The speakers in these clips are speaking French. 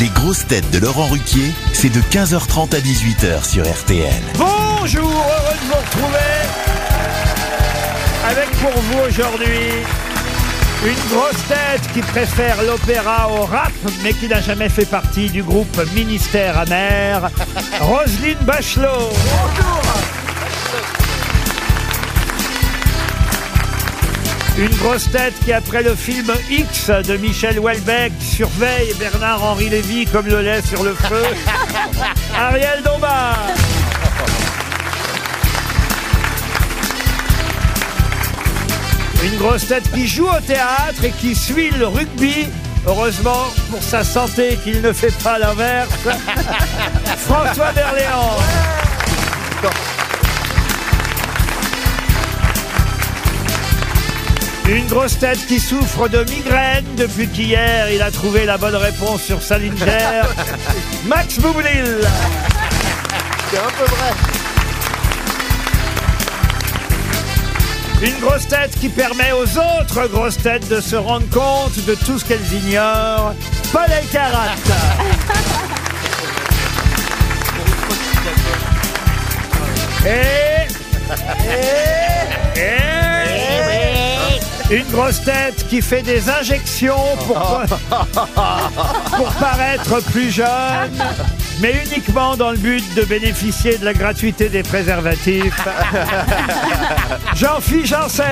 Les grosses têtes de Laurent Ruquier, c'est de 15h30 à 18h sur RTL. Bonjour, heureux de vous retrouver avec pour vous aujourd'hui une grosse tête qui préfère l'opéra au rap, mais qui n'a jamais fait partie du groupe Ministère Amer, Roselyne Bachelot. Une grosse tête qui, après le film X de Michel Houellebecq, surveille Bernard-Henri Lévy comme le lait sur le feu, Ariel Dombard. Une grosse tête qui joue au théâtre et qui suit le rugby. Heureusement pour sa santé qu'il ne fait pas l'inverse. François Berléand. Une grosse tête qui souffre de migraine depuis qu'hier il a trouvé la bonne réponse sur Salinger. Max Boublil. C'est un peu vrai. Une grosse tête qui permet aux autres grosses têtes de se rendre compte de tout ce qu'elles ignorent. Paul Elkarat. Et... Et... Une grosse tête qui fait des injections pour, pa- pour paraître plus jeune, mais uniquement dans le but de bénéficier de la gratuité des préservatifs. Jean-Philippe Janssen.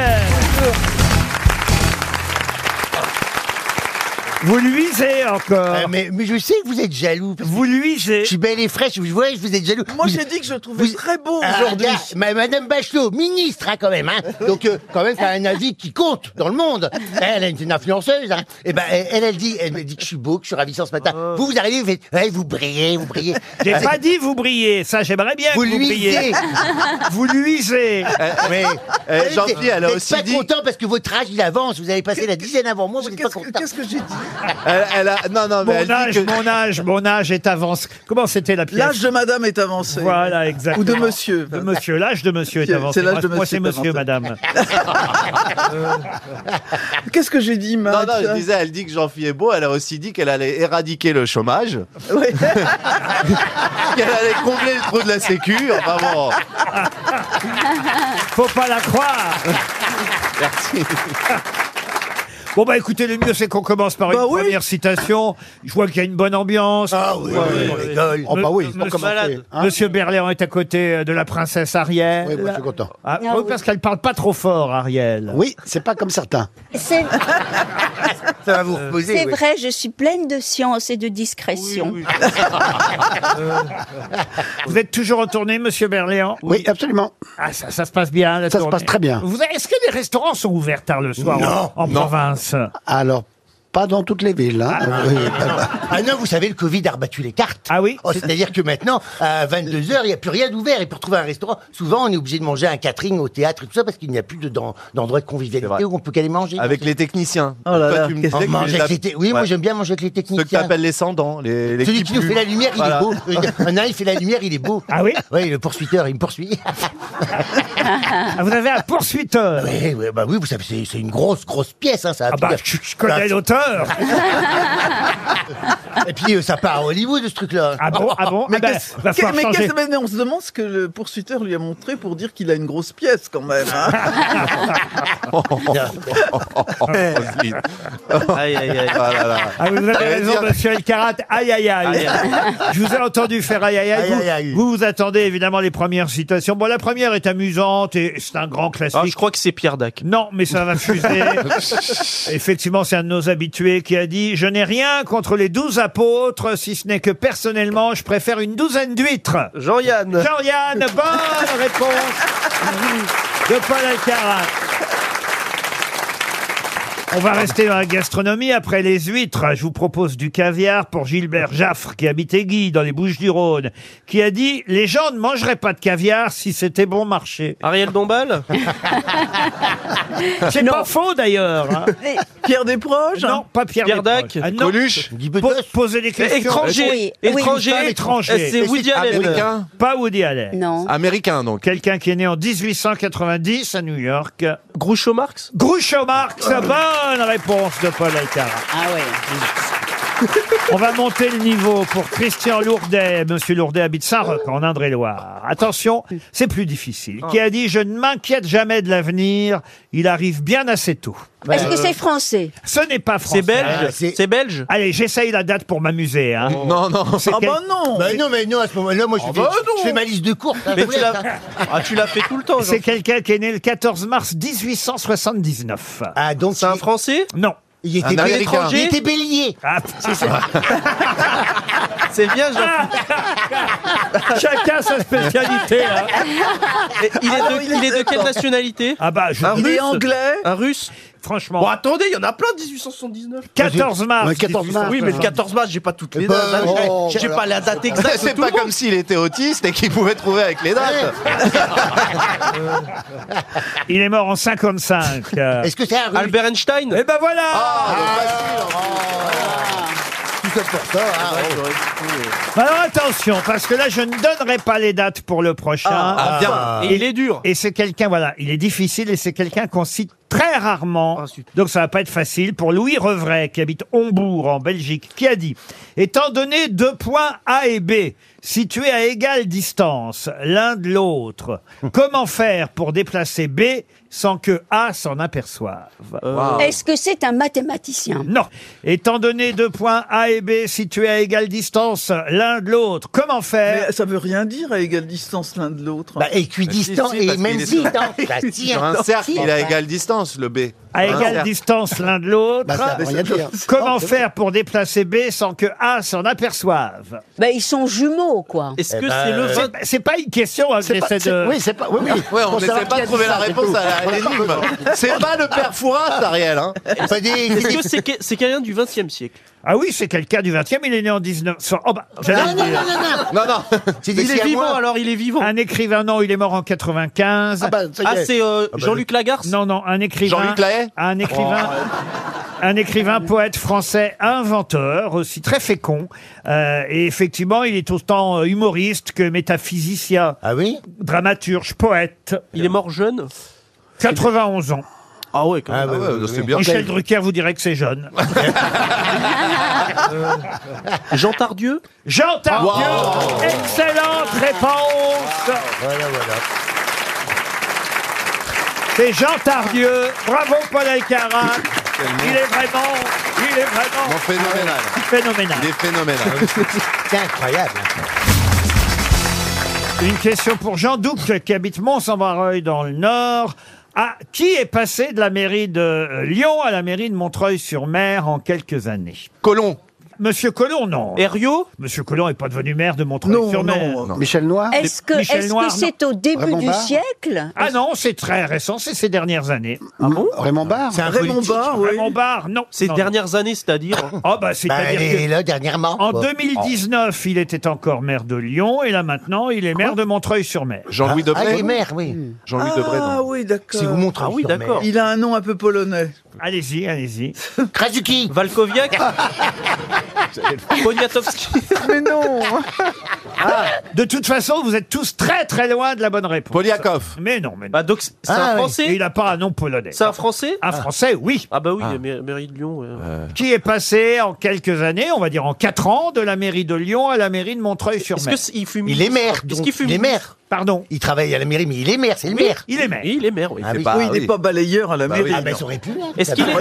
Vous luisez encore. Euh, mais, mais je sais que vous êtes jaloux. parce que Vous luisez. je suis belle et fraîche, vous voyez, vous êtes jaloux. Moi, Vous- j'ai dit que je le trouvais vous- très beau Ah, aujourd'hui. regarde, ma- Madame Bachelot, ministre, hein, quand même. Hein. Donc, euh, quand même, c'est un avis qui compte dans le monde. Elle est une influenceuse. Hein. Et ben, elle, elle, elle dit, elle me dit que je suis beau, que je suis ravissant ce matin. Vous, vous arrivez, vous faites, ouais, vous brillez, vous brillez. Oh. J'ai pas dit vous brillez. Ça, j'aimerais bien Vous que vous luisez. brilliez. Vous luisez. Mais euh, Jean-Pierre, elle a aussi pas dit- content parce que votre âge, il avance. Vous avez passé la dizaine avant moi, vous n'êtes pas Qu'est-ce que, content. qu'est-ce que j'ai dit Elle, elle a, non, non, Ah, mais Mon elle âge, dit que... mon âge, mon âge est avancé. Comment c'était la pièce L'âge de madame est avancé. Voilà, exactement. Ou de monsieur. De monsieur. L'âge de monsieur est C'est- avancé. c'est l'âge Moi, de Moi, c'est monsieur qui est monsieur, madame. Qu'est-ce que j'ai dit, Non, Max non, je disais, elle dit que Jean-Philippe est beau, elle a aussi dit qu'elle allait éradiquer le chômage, Ouais. qu'elle allait combler le trou de la sécu, enfin bon, Faut pas la croire. merci. Bon, bah, écoutez, le mieux, c'est qu'on commence par Bah une oui. première citation. Je vois qu'il y a une bonne ambiance. Ah oui, oui, on rigole. Me- Pour monsieur, commencer, hein. monsieur Berléand est à côté euh, de la princesse Ariel. Oui, moi, je suis content. Ah, oui, parce qu'elle parle pas trop fort, Ariel. Oui, c'est pas comme certains. C'est Ça va vous reposer. c'est oui. vrai, je suis pleine de science et de discrétion. Euh, Vous êtes toujours en tournée, monsieur Berléand Oui, absolument. Ah, ça, ça se passe bien, la Ça se tournée. passe très bien. Vous avez- Est-ce que les restaurants sont ouverts tard le soir Non, en, en province Alors, pas dans toutes les villes. hein. Oui, bah, Ah non, vous savez, le Covid a rebattu les cartes. Ah oui Oh, C'est-à-dire que maintenant, à 22h, il n'y a plus rien d'ouvert. Et pour trouver un restaurant, souvent, on est obligé de manger un catering au théâtre et tout ça parce qu'il n'y a plus de- d'en- d'endroit de C'est vrai. convivialité où on peut qu'aller manger. Avec les techniciens. Oh Toi, là là, tu me qu'est-ce disais On que mange tu les avec les app- te- Oui, moi Ouais. j'aime bien manger avec les Ceux que techniciens. t'appelles les sans-dents, les, les Celui qui nous puent. fait la lumière, il Voilà. est beau. Il y en a un, il fait la lumière, il est beau. Ah oui Oui, le poursuiteur, il me poursuit. Ah, Vous avez un poursuiteur Oui, oui, bah oui, vous savez, c'est- c'est une grosse, grosse pièce, hein, ça. a Ah tout bah, bien. je, je connais l'auteur Et puis, euh, ça part à Hollywood, ce truc-là. Ah bon, ah bon Mais Ah bah, qu'est-ce va falloir mais changer. qu'est-ce- mais on se demande ce que le poursuiteur lui a montré pour dire qu'il a une grosse pièce quand même. hein. Roselyne. Ah Oh là là. Ah, vous avez Ça veut raison, dire- monsieur Elkarat. Aïe, aïe, aïe. Je vous ai entendu faire aïe, aïe, aïe. Aïe, Vous- aïe, aïe. Vous vous attendez évidemment les premières citations. Bon, la première est amusante et c'est un grand classique. Ah, je crois que c'est Pierre Dac. Non, mais ça va fuser. Effectivement, c'est un de nos habitués qui a dit Je n'ai rien contre les douze apôtres, si ce n'est que personnellement, je préfère une douzaine d'huîtres. Jean-Yann. Jean-Yann, bonne réponse de Paul Alcarat. On va rester dans la gastronomie. Après les huîtres, je vous propose du caviar pour Gilbert Jaffre, qui habite Aiguille, dans les Bouches-du-Rhône, qui a dit « Les gens ne mangeraient pas de caviar si c'était bon marché Ariel Dombal. ». C'est pas faux, d'ailleurs. hein. Pierre Desproges Non, pas Pierre, Pierre Dac. Desproches. Ah non. Coluche, Guy Po- Bedos. Poser des questions. Étranger. Oui, oui. Étranger. Eh, Pas étranger. Ah, C'est Woody Allen. Ah, américain, Pas Woody Allen. Non. américain donc. Quelqu'un qui est né en 1890 à New York. Groucho Marx. Groucho Marx, bonne réponse de Paul Alcarat. Ah ouais. On va monter le niveau pour Christian Lourdet. Monsieur Lourdet habite Saint-Roch, en Indre-et-Loire. Attention, c'est plus difficile. Qui a dit « Je ne m'inquiète jamais de l'avenir, il arrive bien assez tôt Euh, Est-ce que c'est français ». Ce n'est pas français. Ah, C'est belge c'est- C'est belge Allez, j'essaye la date pour m'amuser. Hein. Non, non. C'est Ah quel- bah non Bah non, mais non, à ce moment-là, moi, je, fais, bah je non. fais ma liste de courses. hein, Ah Mais vous tu voulez, l'as hein. Ah, tu l'as fait tout le temps. C'est Jean-Pierre. quelqu'un qui est né le 14 mars 1879. Ah, donc, C'est un il, Français Non. il était Un bélier. Américain. Il était bélier. Ah, C'est bien, Jean. Ah, chacun sa spécialité. hein. Et Il est Ah non, de- il est- il est de quelle nationalité Ah bah, je, Un Il russe est anglais Un russe franchement, attendez, il y en a plein de 1879. 14 mars. Ouais, 14 mars. Oui, mais le 14 mars, j'ai pas toutes Eh les Bah, dates. hein. J'ai- oh, J'ai pas la date exacte. ben, C'est pas comme s'il était autiste et qu'il pouvait trouver avec les dates. Il est mort en 55. euh. Est-ce que c'est un russe Albert Einstein Eh ben voilà Ah, Ah, Tout ça pour ah, ça. ah, hein, ouais. Bah, Alors attention, parce que là, je ne donnerai pas les dates pour le prochain. Ah, bien. Et il est dur. Et c'est quelqu'un, voilà, il est difficile et c'est quelqu'un qu'on cite très rarement. Ah, super. donc ça va pas être facile pour Louis Revray, qui habite Hombourg, en Belgique, qui a dit « Étant donné deux points A et B, situés à égale distance, l'un de l'autre, comment faire pour déplacer B sans que A s'en aperçoive ?» Ah. Est-ce que c'est un mathématicien Non. Étant donné deux points A et B situés à égale distance l'un de l'autre, comment faire Mais ça veut rien dire à égale distance l'un de l'autre. Bah, équidistant si, si, et parce même qu'il est sur- vite. hein. Bah, si, Sur hein. un cercle, Si, il est à enfin. égale distance, le B. à Sur un égale cercle. distance l'un de l'autre Bah, ça veut rien dire. Comment faire pour déplacer B sans que A s'en aperçoive Ben, Ils sont jumeaux, quoi. Est-ce Eh que ben, c'est le euh, 20 C'est pas une question hein, que C'est pas- j'essaie de... c'est- Oui, c'est pas. Oui, oui. Ouais, on Pour n'essaie savoir qui pas a de trouver dit la ça, c'est réponse tout. à la- à l'énigme. C'est pas le père Fouras, Ariel. Hein. Pas des- Est-ce que c'est que- c'est quelqu'un du 20 e siècle Ah oui, c'est quelqu'un du 20e, il est né en 19... Oh bah, j'allais Non, le non, non, dire. non, non. Non, non. C'est Il d'ici est à vivant moi. alors, il est vivant. Un écrivain, non, il est mort en 95. Ah bah, ça y Ah, est. c'est euh, Jean-Luc Lagarce Non, non, un écrivain... Jean-Luc Lahaye Un écrivain... Oh, Un écrivain, poète français, inventeur, aussi très fécond. Euh, et effectivement, il est autant euh, humoriste que métaphysicien, Ah oui dramaturge, poète. Il est mort jeune 91 ans. Ah ouais, quand Ah même. ouais, ouais, c'est bien. Michel Drucker vous dirait que c'est jeune. Jean Tardieu Jean Tardieu, excellente réponse. C'est Jean Tardieu. Bravo Paul Alcarat. Il est vraiment, il est Bon, vraiment Ah, phénoménal. phénoménal. Il est phénoménal. C'est incroyable. hein. Une question pour Jean Douc qui habite Mont-Saint-Barreuil dans le Nord. À qui est passé de la mairie de euh, Lyon à la mairie de Montreuil-sur-Mer en quelques années Colon. Monsieur Colomb, non. Herriot Monsieur Colomb n'est pas devenu maire de non, Montreuil-sur-Mer. non. Michel Noir. Est-ce que Ah, Michel est-ce que Noir, c'est au début Raymond du Barre siècle Ah non, c'est très récent, c'est ces dernières années. Ah Raymond Barre. C'est un Raymond politique. Barre, oui. Raymond Barre, Ah, non. Ces Non. dernières années, c'est-à-dire Ah bah Bah, c'est-à-dire elle que est là dernièrement. en quoi. 2019, il était encore maire de Lyon et là maintenant, il est maire de Montreuil-sur-Mer. Jean-Louis Ah, il est Debré. maire, oui. Jean-Louis Debré. Ah non. Si oui, vous d'accord. montrez. Ah oui, d'accord. Il a un nom un peu polonais. Allez-y, allez-y. Krasuki. Valkoviak Poniatowski Mais non Ah, De toute façon, vous êtes tous très très loin de la bonne réponse. Poliakov. Mais non, mais non. Bah donc, c'est Ah, oui. un Et Français il n'a pas un nom polonais. C'est un Français Un français, oui. Ah bah oui, la mairie mairie de Lyon. ouais. Qui est passé en quelques années, on va dire en quatre ans, de la mairie de Lyon à la mairie de Est-ce Montreuil-sur-Mer. qu'il fume Il est maire. Est-ce donc, qu'il fume Il est maire. Pardon. Il travaille à la mairie, mais il est maire, c'est le maire. Il est maire. Oui, il est maire, oui. Ah, oui. bah Oui, il n'est pas balayeur à la Bah mairie. oui. Ah, ben, ça aurait pu. hein. Est-ce qu'il est,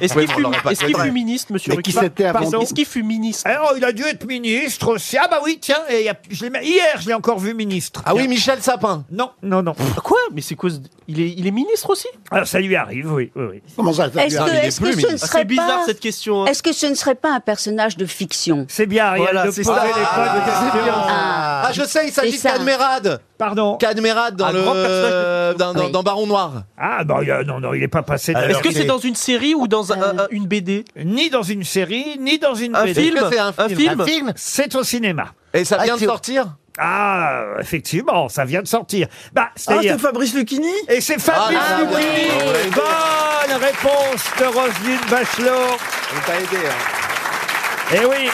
est-ce qu'il Oui, mais on fume- l'aurait pas est-ce qu'il fait. fut ministre, monsieur Mais qui Ruquier c'était avant pardon Est-ce qu'il fut ministre Alors, il a dû être ministre aussi. Ah bah oui, tiens, et il y a- je l'ai- hier, je l'ai encore vu ministre. Ah oui, Michel Sapin. Non, non, non. Quoi Mais c'est quoi ce- il est, il est ministre aussi Alors, ça lui arrive, oui, oui, oui. Comment ça ça Est-ce vient que, il est est-ce plus que ce ne ministre. Ah, serait C'est bizarre pas cette question. hein. Est-ce que ce ne serait pas un personnage de fiction C'est bien, Ariel, Voilà, de c'est poser ça. les bonnes questions. Ah, je sais, il s'agit de ça. Cadmerade. Pardon. Cadmerade dans Un grand le. euh, personnage de- Dans, dans- Oui. dans Baron Noir. Ah, non, il a- non, non, il n'est pas passé Euh, de- Est-ce que il c'est est- dans une série ou dans un- un- une BD ni dans une série, ni dans une Un BD. film que c'est un film Un film C'est au cinéma. Et ça Ah, vient de c'est- sortir Ah, effectivement, ça vient de sortir. Bah, Ah, c'est-à-dire... c'est Fabrice Lucchini et c'est Fabrice Ah, Lucchini. ouais, ouais. Bonne hein. réponse de Roselyne Bachelot On t'a aidé. Eh oui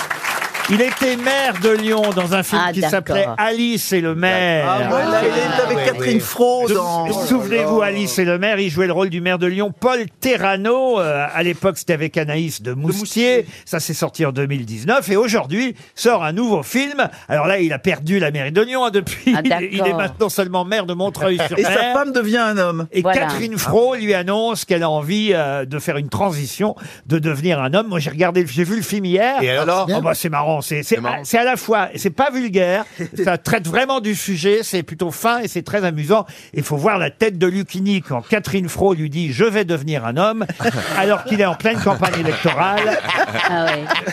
Il était maire de Lyon dans un film Ah, qui d'accord. s'appelait Alice et le maire. Ah, voilà, il est avec ouais, Catherine ouais. Fro dans. Sou- Souvenez-vous, Alice et le maire, il jouait le rôle du maire de Lyon, Paul Terrano. Euh, à l'époque, c'était avec Anaïs de Moustier. Ça s'est sorti en 2019. Et aujourd'hui, sort un nouveau film. Alors là, il a perdu la mairie de Lyon hein, depuis. Ah, Il- d'accord. il est maintenant seulement maire de Montreuil-sur-Mer. Et sa femme devient un homme. Et Voilà. Catherine Fro lui annonce qu'elle a envie euh, de faire une transition, de devenir un homme. Moi, j'ai regardé, le- j'ai vu le film hier. Et alors Oh, bah, c'est marrant, c'est c'est marrant. à, c'est à la fois, c'est pas vulgaire, ça traite vraiment du sujet, c'est plutôt fin et c'est très amusant. Il faut voir la tête de Lucchini quand Catherine Fro lui dit je vais devenir un homme, alors qu'il est en pleine campagne électorale. Ah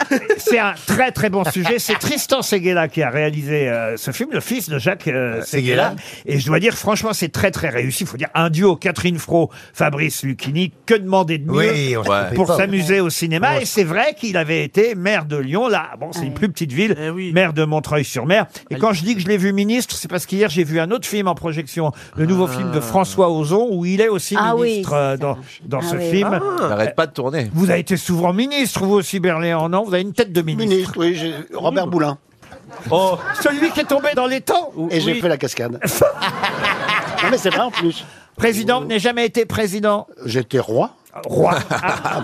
ouais. C'est un très très bon sujet. C'est Tristan Seguela qui a réalisé euh, ce film, le fils de Jacques euh, Seguela. Et je dois dire, franchement, c'est très très réussi. Il faut dire un duo Catherine Fro, Fabrice Lucchini. Que demander de mieux Oui, on se Ouais. fait pour pas. s'amuser au cinéma. Et c'est vrai qu'il avait été maire de Lyon. Là, bon, c'est Ouais. une plus petite ville, Eh oui. maire de Montreuil-sur-Mer. Et quand je dis que je l'ai vu ministre, c'est parce qu'hier j'ai vu un autre film en projection, le nouveau film de François Ozon, où il est aussi Ah oui, ministre euh, dans, dans Ah ce oui. film. N'arrête pas de tourner. Vous avez été souvent ministre, vous aussi, Berléand, non Vous avez une tête de ministre. Ministre, oui, j'ai- Robert Boulin. Oh, celui qui est tombé dans les temps Et j'ai fait la cascade. non, mais c'est vrai en plus. Président, vous n'avez jamais été président. J'étais roi. Roi.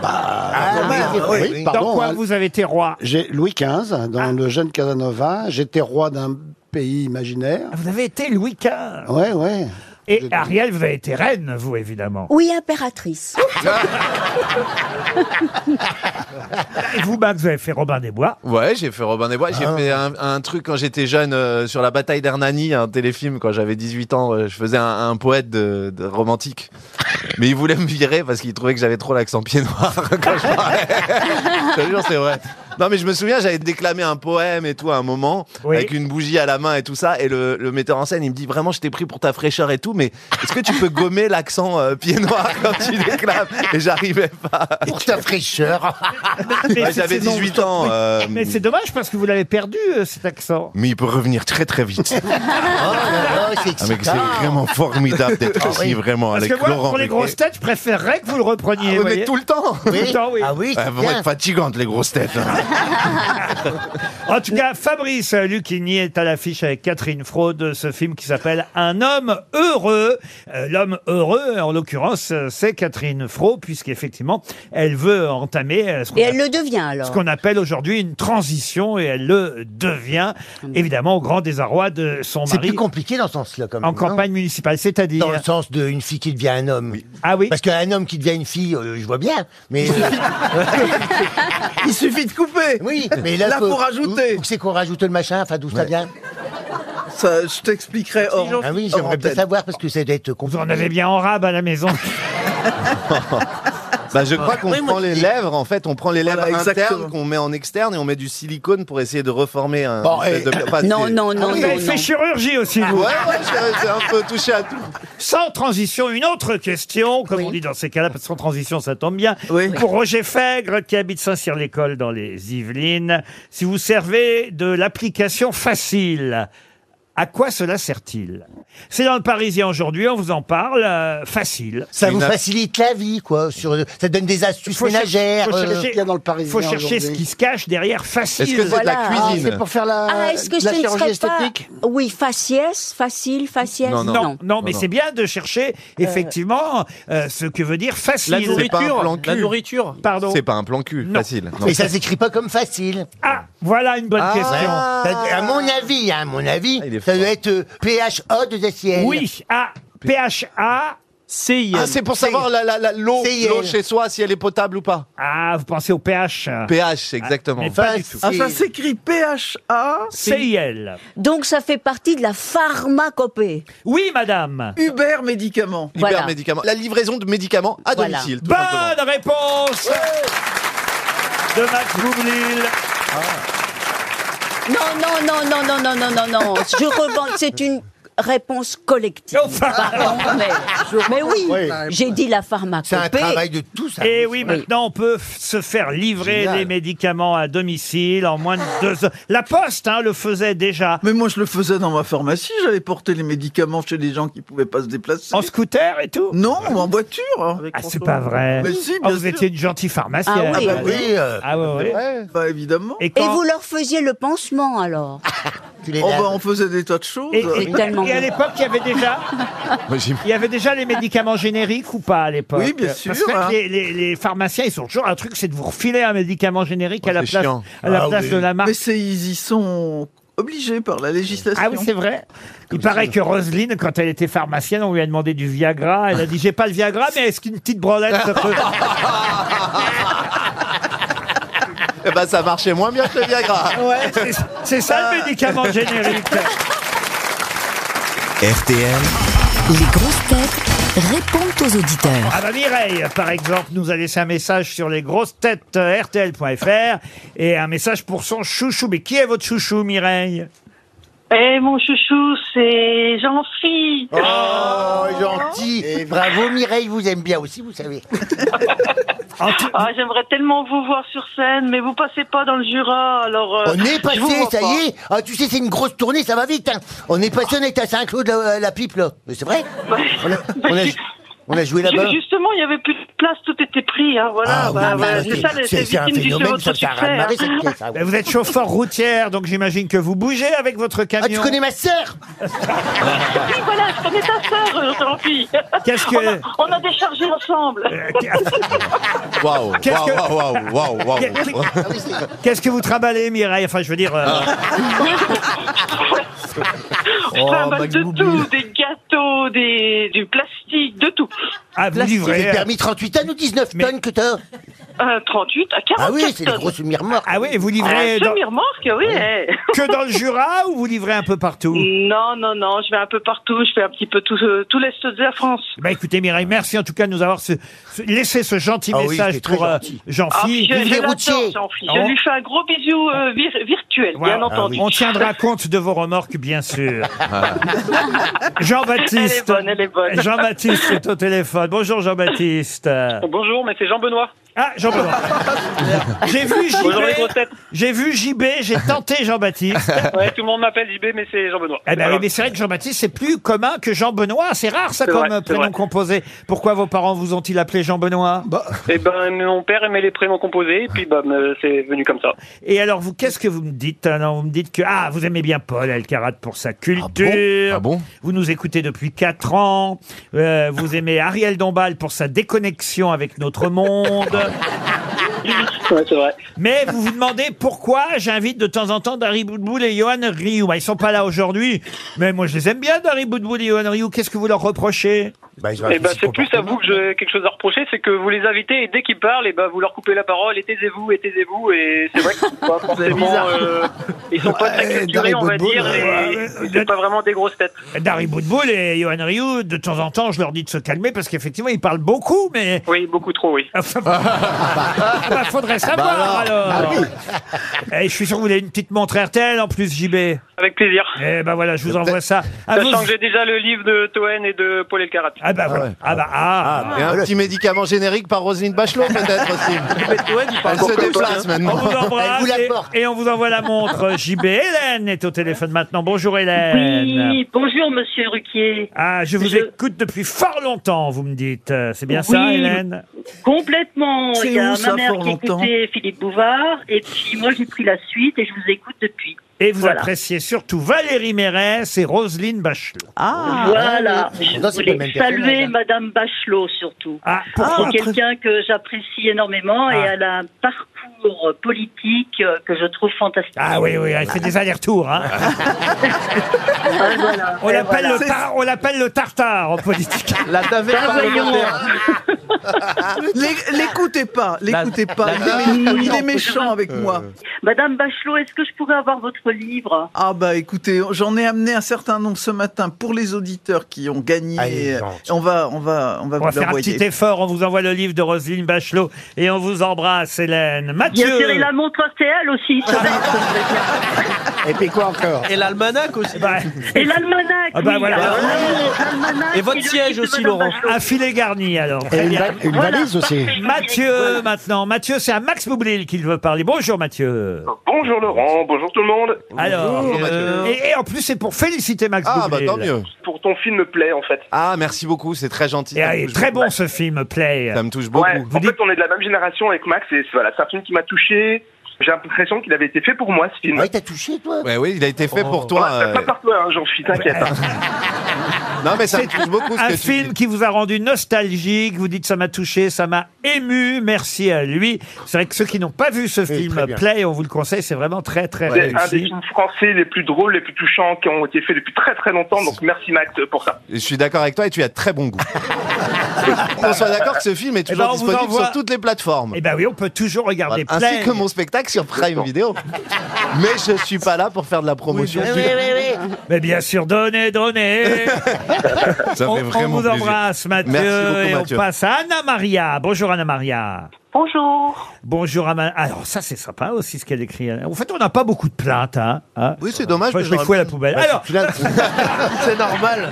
Ah, bah, oui, oui, oui. dans pardon. quoi hein. vous avez été roi J'ai Louis XV, Ah. dans le jeune Casanova. J'étais roi d'un pays imaginaire. Ah, Vous avez été Louis XV. Ouais, ouais. Et Ariel, vous avez été reine, vous, évidemment. Oui, impératrice. Et vous, Max, vous avez fait Robin des Bois. Ouais, j'ai fait Robin des Bois. Ah. J'ai fait un, un truc quand j'étais jeune euh, sur la bataille d'Hernani, un téléfilm quand j'avais 18 ans. euh, je faisais un, un poète de, de romantique. Mais il voulait me virer parce qu'il trouvait que j'avais trop l'accent pied noir quand je parlais. je te jure, c'est vrai. Non, mais je me souviens, j'avais déclamé un poème et tout à un moment, Oui. avec une bougie à la main et tout ça. Et le, le metteur en scène, il me dit vraiment, je t'ai pris pour ta fraîcheur et tout, mais est-ce que tu peux gommer l'accent euh, pied noir quand tu déclames Et j'arrivais pas. Pour ta fraîcheur. Mais c'est- Ouais, Bah, Ah, j'avais c'est- 18 ans. euh, Mais c'est dommage parce que vous l'avez perdu, euh, cet accent. mais il peut revenir très très vite. Oh là là, c'est Ah, mais que excitant. c'est vraiment formidable d'être ici, vraiment, Ah, Parce que avec moi, Laurent. pour les Ruquier. grosses têtes, je préférerais que vous le Ah, repreniez. oui, vous mais voyez. tout le temps Tout le temps, oui. Ah oui, Elles c'est vont bien. être fatigantes, les grosses têtes. hein. En tout cas, Fabrice Lucchini est à l'affiche avec Catherine Fraude de ce film qui s'appelle Un homme heureux. Euh, L'homme heureux, en l'occurrence, euh, c'est Catherine Fraude, puisqu'effectivement, elle veut entamer euh, ce qu'on Et elle appelle- le devient ce alors. qu'on appelle aujourd'hui une transition, et elle le devient, Hum. évidemment, au grand désarroi de son C'est plus mari compliqué dans ce sens-là, quand même. en non campagne municipale. C'est-à-dire. Dans le sens d'une fille qui devient un homme. Ah oui. Parce qu'un homme qui devient une fille, euh, je vois bien, mais euh, Il suffit de couper. oui, mais là, Là, faut rajouter. Où, où c'est qu'on rajoute le machin Enfin, d'où ça vient Ça, je t'expliquerai. hors- Ah oui, hors j'aimerais bien antenne. savoir parce que ça doit être Vous compliqué. en avez bien en rab à la maison. Bah, je crois qu'on Oui, moi, prend les lèvres, en fait, on prend les lèvres Voilà, exactement. internes qu'on met en externe et on met du silicone pour essayer de reformer un. Bon, espèce et- de- enfin, Non, Ah c'est- non, Ah non, Vous non, avez non. fait chirurgie aussi, Ouais, vous. ouais, j'ai j'ai un peu touché à tout. Sans transition, une autre question, comme Oui. on dit dans ces cas-là, parce que sans transition, ça tombe bien. Oui. Pour Roger Fègre, qui habite Saint-Cyr-l'École dans les Yvelines, si vous servez de l'application facile, à quoi cela sert-il C'est dans le Parisien aujourd'hui, on vous en parle. euh, facile. Ça Une vous app- facilite la vie, quoi. Sur, ça donne des astuces Faut cher- ménagères. faut euh, chercher- Il y a dans le Parisien faut chercher ce aujourd'hui. qui se cache derrière facile. Est-ce que c'est de Voilà. la cuisine Pour faire la, Ah, est-ce que la ce ne chirurgie serait pas... esthétique Oui, faciès, facile, faciès. Non, Non, non, mais Non, c'est non. bien de chercher effectivement euh, ce que veut dire La facile. C'est pas un plan nourriture, cul. la nourriture. Pardon. C'est pas un plan cul, Non. facile. Non. Mais ça s'écrit pas comme facile. Ah, voilà une bonne question. Ça- à mon avis, hein, à mon avis, Ah, il est ça fort. doit être euh, PHO de SIL. Oui, A, PHA. CIM. Ah, c'est pour savoir la- la- la- l'eau C'est- l'eau chez soi, si elle est potable ou pas. Ah, vous pensez au PH. euh, pH, exactement. mais pas du tout. Ah, ça s'écrit PHA CIL. Donc ça fait partie de la pharmacopée. Oui, madame. Uber médicaments. Hyper Voilà. médicament. La livraison de médicaments à Voilà. domicile. tout Bonne simplement. réponse de Max Boublil. Non, non, non, non, non, non, non, non, non. Je revends. C'est une réponse collective. Pardon, mais, mais oui, Oui. j'ai dit la C'est un pharmacopée. travail de tous. ça. Et Eh oui, maintenant, on peut f- se faire livrer Génial. des médicaments à domicile en moins de deux heures. La Poste hein, le faisait déjà. Mais moi, je le faisais dans ma pharmacie. J'allais porter les médicaments chez les gens qui pouvaient pas se déplacer. En scooter et tout Non, en voiture. Avec Ah, c'est François. pas vrai. Mais si, Ah, bien vous sûr. étiez une gentille pharmacienne. Ah oui. Ah bah Oui, euh, Ah ouais, ouais. Bah évidemment. Et, Et quand- vous leur faisiez le pansement alors tu les Oh, laves. bah, on faisait des tas de choses. et- et- Tellement. et à l'époque, il y avait déjà, Moi, j'ai- il y avait déjà les médicaments génériques ou pas à l'époque Oui, bien Parce que sûr, hein. les, les- les pharmaciens, ils sont toujours un truc, c'est de vous refiler un médicament générique Oh, à la c'est place, chiant. à la Ah place oui. de la marque. Mais c'est- ils y sont obligés par la législation. Ah oui, c'est vrai. Il paraît que Roselyne, quand elle était pharmacienne, on lui a demandé du Viagra. Elle a dit J'ai pas le Viagra, mais est-ce qu'une petite branlette ça peut. Eh ben, ça marchait moins bien que le Viagra. Ah. C'est- C'est ça le médicament générique. RTL, Les grosses têtes répondent aux auditeurs. Ah bah Mireille, par exemple, nous a laissé un message sur les grosses têtes euh, RTL.fr et un message pour son chouchou. Mais qui est votre chouchou, Mireille Eh, mon chouchou, c'est Jean-Phi. Oh, gentil. Bravo Mireille, vous aime bien aussi, vous savez. En tout- Ah, j'aimerais tellement vous voir sur scène, mais vous passez pas dans le Jura, alors. euh, On est je vous passé, vois ça pas. y est. Ah, tu sais, c'est une grosse tournée, ça va vite. hein. On est passé, on était à Saint-Cloud, la, la pipe, là. Mais c'est vrai on a, on a- on a joué là-bas. Bah, Ju- Justement, il y avait plus de place, tout était pris. Hein, voilà, Ah, oui, Bah, mais voilà, c'est- c'est ça, les c'est- les c'est un victimes du phénomène, votre ça ça a succès. ras-de-marée, hein. cette pièce, ah oui. Vous êtes chauffeur routière, donc j'imagine que vous bougez avec votre Ah, tu camion. connais ma sœur Oui, voilà, je connais ta sœur, Jean-Phi. Qu'est-ce que- On a, on a déchargé ensemble. Euh, qu'est- Waouh, waouh, Qu'est-ce que- waouh, waouh, waouh, waouh. Qu'est-ce que vous travaillez, Mireille Enfin, je veux dire. euh, Ah. Oh, Putain, bah, de tout, des gâteaux, des, du plastique, de tout. ah, vous J'ai livrez. euh, permis 38 tonnes ou 19 Mais- tonnes que t'as Euh, 38 à 44 Ah oui, c'est des tonnes. grosses mire-morts. Ah oui, et vous livrez Ah, dans- semi-remorque, oui. eh. que dans le Jura ou vous livrez un peu partout Non, non, non, je vais un peu partout, je fais un petit peu tout, euh, tout l'Est de la France. Bah écoutez Mireille, merci en tout cas de nous avoir ce- ce- laissé ce gentil Ah oui, message c'est très pour euh, gentil. Ah, puis Jean-Philippe. je, Olivier je l'adore, Routier. Jean-Philippe. Ah, Je on- lui fais un gros bisou euh, vir- virtuel, bien Voilà. Ah Ah entendu. On tiendra compte de vos remorques, bien sûr. Jean-Baptiste. Elle est bonne, elle est bonne. Jean-Baptiste est au téléphone. Bonjour Jean-Baptiste. Bonjour, mais c'est Jean-Benoît. Ah, Jean-Baptiste. J'ai vu JB. J'ai vu JB, j'ai tenté Jean-Baptiste. Ouais, tout le monde m'appelle JB, mais c'est Jean-Benoît. Eh ben oui, mais c'est vrai que Jean-Baptiste, c'est plus commun que Jean-Benoît. C'est rare ça C'est comme vrai, euh, c'est prénom vrai. composé. Pourquoi vos parents vous ont-ils appelé Jean-Benoît Et ben, mon père aimait les prénoms composés, et puis bah, c'est venu comme ça. Et alors, vous, qu'est-ce que vous me dites alors, Vous me dites que ah, vous aimez bien Paul Elkarat pour sa culture. Ah bon vous nous écoutez depuis 4 ans. Euh, vous aimez Ariel Dombal pour sa déconnexion avec notre monde. Ouais, c'est vrai. Mais vous vous demandez pourquoi j'invite de temps en temps Dari Boudboul et Johan Rioux. Bah, Ils sont pas là aujourd'hui, mais moi je les aime bien, Dari Boudboul et Johan Rioux. Qu'est-ce que vous leur reprochez Bah, ils ont un Et ben, souci c'est plus à vous que j'ai quelque chose à reprocher, c'est que vous les invitez et dès qu'ils parlent, et ben, vous leur coupez la parole, et taisez-vous, et taisez-vous, et c'est vrai qu'ils sont pas forcément, bizarre. euh, ils sont pas très Ouais, culturés, Darry on va Boudboul, dire, et ouais, ouais. et c'est pas vraiment des grosses têtes. Dari Boudboul et Johan Rioux, de temps en temps, je leur dis de se calmer parce qu'effectivement, ils parlent beaucoup, mais Oui, beaucoup trop, oui. Enfin, bah, faudrait savoir alors. Ah Eh, je suis sûr que vous voulez une petite montre RTL en plus, JB. Eh Avec plaisir. ben voilà, je vous envoie ça. À Sachant vos- que j'ai déjà le livre de Toen et de Paul Elkarat. Ah bah voilà. ouais. Ah bah ah. Et un petit médicament générique par Roselyne Bachelot, peut-être aussi. Elle se déplace On maintenant. vous embrasse Elle vous et- l'apporte. et, on vous envoie la montre. JB Hélène est au téléphone maintenant. Bonjour Hélène. bonjour Monsieur Ruquier. Ah, je vous Je- écoute depuis fort longtemps, vous me dites. Euh, C'est bien ça, Oui. Hélène Complètement. C'est Il y a où, ma ça, mère fort qui longtemps écoutait Philippe Bouvard, et puis moi j'ai pris la suite et je vous écoute depuis. Et vous Voilà. appréciez surtout Valérie Mérès et Roselyne Bachelot. voilà. oui. Je Ah. Non, c'est pas le voulais même personnage, saluer hein. Madame Bachelot surtout. Ah, C'est pourquoi quelqu'un que j'apprécie énormément et Ah. elle a un parcours politique euh, que je trouve fantastique. Ah oui, oui, elle fait des allers-retours. Hein. on l'appelle le tar- on l'appelle le tartare en politique. La taverne Ah, voyons. parlementaire. L'é- L'écoutez pas, l'écoutez pas. Il est, mé- il est méchant avec moi. Euh. Madame Bachelot, est-ce que je pourrais avoir votre livre Ah bah écoutez, j'en ai amené un certain nombre ce matin pour les auditeurs qui ont gagné. Allez, on va, on va, on va On va vous faire un l'envoyer. petit effort, on vous envoie le livre de Roselyne Bachelot et on vous embrasse, Hélène. Il y a Mathieu Thierry Lamontre, c'est elle aussi. Et puis quoi encore Et l'almanach aussi. Et l'almanach. Ah bah oui, voilà. alors, l'almanach Et votre le siège livre de aussi, Madame Laurent. Bachelot. Un filet garni alors. Et Très une bien. va- une Voilà, valise aussi. parfait. Mathieu Voilà. maintenant. Mathieu, c'est à Max Boublil qu'il veut parler. Bonjour Mathieu. Bonjour Laurent, bonjour tout le monde. Alors, euh, et, et en plus c'est pour féliciter Max Ah, Boublil. bah, tant mieux. Pour ton film me plaît en fait. Ah, merci beaucoup, c'est très gentil. Et, allez, Ah, très bon ce film, Play. Ça me touche beaucoup. Ouais, en fait, on est de la même génération avec Max et c'est- voilà, c'est un film qui m'a touché. J'ai l'impression qu'il avait été fait pour moi ce film. Ouais, t'as touché toi Ouais, oui, il a été fait pour toi. euh. Pas par toi, hein, j'en suis, t'inquiète. hein. Non, mais ça me C'est touche beaucoup ce Un que tu film qui vous a rendu nostalgique, vous dites ça m'a touché, ça m'a ému, merci à lui. C'est vrai que ceux qui n'ont pas vu ce film très bien. Play, on vous le conseille, c'est vraiment très très C'est un des réussi. films français les plus drôles, les plus touchants qui ont été faits depuis très très longtemps. Donc merci Max pour ça. Je suis d'accord avec toi et tu as très bon goût. on soit d'accord que ce film est Eh ben, toujours on vous disponible envoie- sur toutes les plateformes. Eh ben oui, on peut toujours regarder Voilà. Play. Ainsi que mon spectacle sur Prime Video. Mais je suis pas là pour faire de la promotion. Oui, bien sûr. Oui, Mais bien sûr, donnez, donnez. Ça on, fait vraiment on vous plaisir. embrasse, Mathieu, Merci beaucoup, et Mathieu. on passe à Anna Maria. Bonjour Anna Maria. Bonjour. Bonjour Anna. Alors ça c'est sympa aussi ce qu'elle écrit. En fait, on n'a pas beaucoup de plaintes. Hein, oui, c'est dommage. je les fous à la Bah, poubelle. Bah, Alors, c'est normal.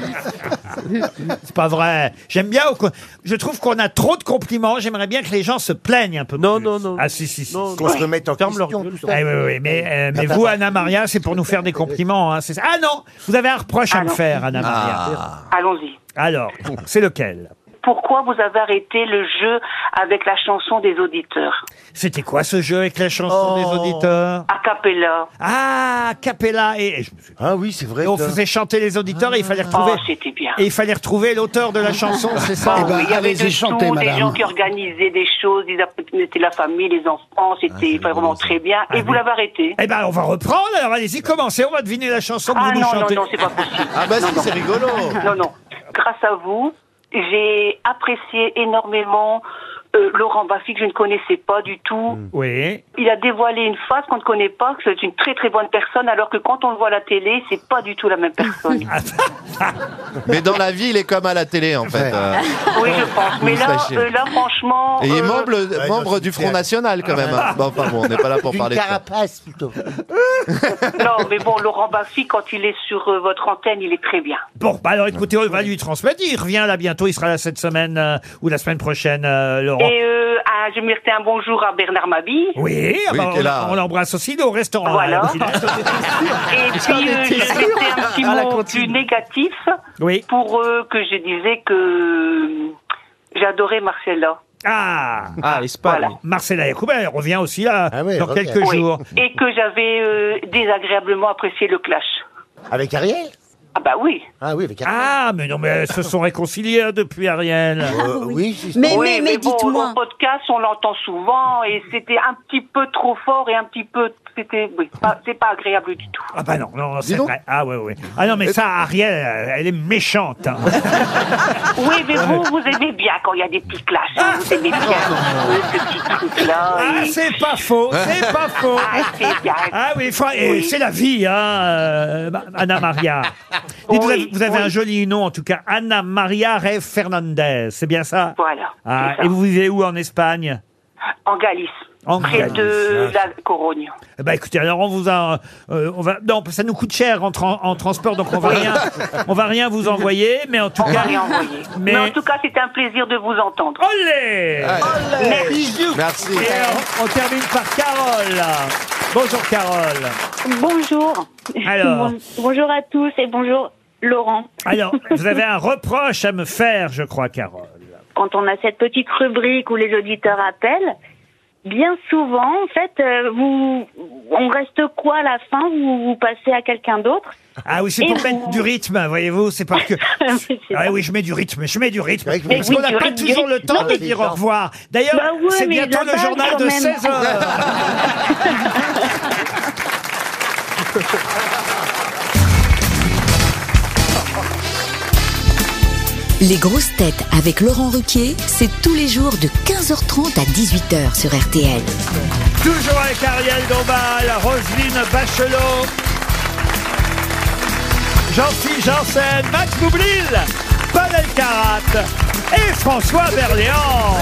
C'est pas vrai. J'aime bien. au co- Je trouve qu'on a trop de compliments. J'aimerais bien que les gens se plaignent un peu non, plus. Non, non, Ah, si, si, si. Qu'on se remette en question. tout ça. Ah, oui, oui, oui. Mais, euh, mais Ah, bah, vous, bah. Anna Maria, c'est pour nous faire des compliments. hein. C'est ça. Ah non, vous avez un reproche à me Ah, non. faire, Anna Maria. Ah. Allons-y. Alors, c'est lequel Pourquoi vous avez arrêté le jeu avec la chanson des auditeurs C'était quoi ce jeu avec la chanson Oh. des auditeurs A cappella. Ah, Capella et, Ah oui, c'est vrai. et on ça. faisait chanter les auditeurs et il fallait retrouver. Oh, c'était bien. Et il fallait retrouver l'auteur de la chanson, c'est ça Eh ben, Oh, oui, il y avait de tout, des gens qui organisaient des choses, ils apprenaient la famille, les enfants, c'était vraiment très bien. Et vous l'avez arrêté. Eh ben, on va reprendre. Alors, allez-y, commencez. On va deviner la chanson que Ah vous nous non, non, chantez. non, c'est pas possible. Ah bah Non, si, non. c'est rigolo. Non, non. Grâce à vous, j'ai apprécié énormément euh, Laurent Baffy, que je ne connaissais pas du tout. Mm. Oui. Il a dévoilé une face qu'on ne connaît pas, que c'est une très très bonne personne, alors que quand on le voit à la télé, c'est pas du tout la même personne. Mais dans la vie, il est comme à la télé, en fait. Euh, oui, je pense. Mais là, Moustaché. euh, là franchement. Et il est euh, membre, membre du Front National, quand même. hein. Bon, enfin bon, on n'est pas là pour D'une parler de ça. carapace plutôt. Non, mais bon, Laurent Baffy, quand il est sur euh, votre antenne, il est très bien. Bon, bah alors écoutez, on va lui transmettre. Il revient là bientôt. Il sera là cette semaine euh, ou la semaine prochaine, euh, Laurent. Et euh, ah, je méritais un bonjour à Bernard Mabille. Oui, ah bah, qui est on, là. on l'embrasse aussi il est au restaurant. Voilà. là. Et puis, euh, je mettais un petit mot plus négatif Oui. pour euh, que je disais que euh, j'adorais Marcella. Ah, Ah, Espagne. Marcela Yacoub, elle revient aussi là dans revient. quelques Oui. jours. Et que j'avais euh, désagréablement apprécié le clash. Avec Ariel Ah bah oui. Ah oui, avec Ariel. Ah, mais non, mais elles se sont réconciliées hein, depuis Ariel. Euh, oui, si, si. Ah Mais, Oui, mais, mais, bon, dites-moi. le podcast, on l'entend souvent et c'était un petit peu trop fort et un petit peu... C'était... Oui, pas- c'est pas agréable du tout. Ah bah non, non, non, c'est donc. vrai. Ah ouais, ouais. Ah non, mais ça, Ariel, euh, elle est méchante. hein. Oui, mais vous, vous aimez bien quand il y a des petits clashs. hein, Vous aimez bien euh, ce petit truc-là. Ah, et- c'est pas faux, c'est pas faux. Ah, c'est bien. Ah oui, enfin, et Oui. c'est la vie, hein, euh, Ma- Anna Maria. Dites, vous Oui, avez, vous avez oui. un joli nom, en tout cas, Anna Maria Rey Fernandez, c'est bien ça Voilà. Ah, c'est ça. Et vous vivez où en Espagne En Galice. En près Galice, ah. de la Corogne. Eh ben, écoutez, alors on vous a, euh, on va, non, ça nous coûte cher en, tran- en transport, donc on va rien, on va rien vous envoyer, mais en tout On va cas, les envoyer. Mais- Mais... en tout cas, c'était un plaisir de vous entendre. olé Merci. Et on, on termine par Carole. Bonjour Carole. Bonjour. Alors. Bon- bonjour à tous et bonjour Laurent. Alors, vous avez un reproche à me faire, je crois, Carole. Quand on a cette petite rubrique où les auditeurs appellent, bien souvent, en fait, euh, vous, on reste quoi à la fin Vous, vous passez à quelqu'un d'autre Ah oui, c'est Et pour vous- mettre du rythme, voyez-vous, c'est parce que... C'est Ah ça. oui, je mets du rythme, je mets du rythme. C'est vrai que Mais Parce oui, qu'on n'a du pas rythme, du toujours le rythme. temps Non, de mais- dire au revoir. D'ailleurs, Bah ouais, c'est mais bientôt le la base, journal quand de même. 16 heures. Les grosses têtes avec Laurent Ruquier, c'est tous les jours de 15h30 à 18h sur RTL. Toujours avec Ariel Dombal, Roselyne Bachelot, Jean-Philippe Janssen, Max Boublil, Paul Elkarat et François Berléand.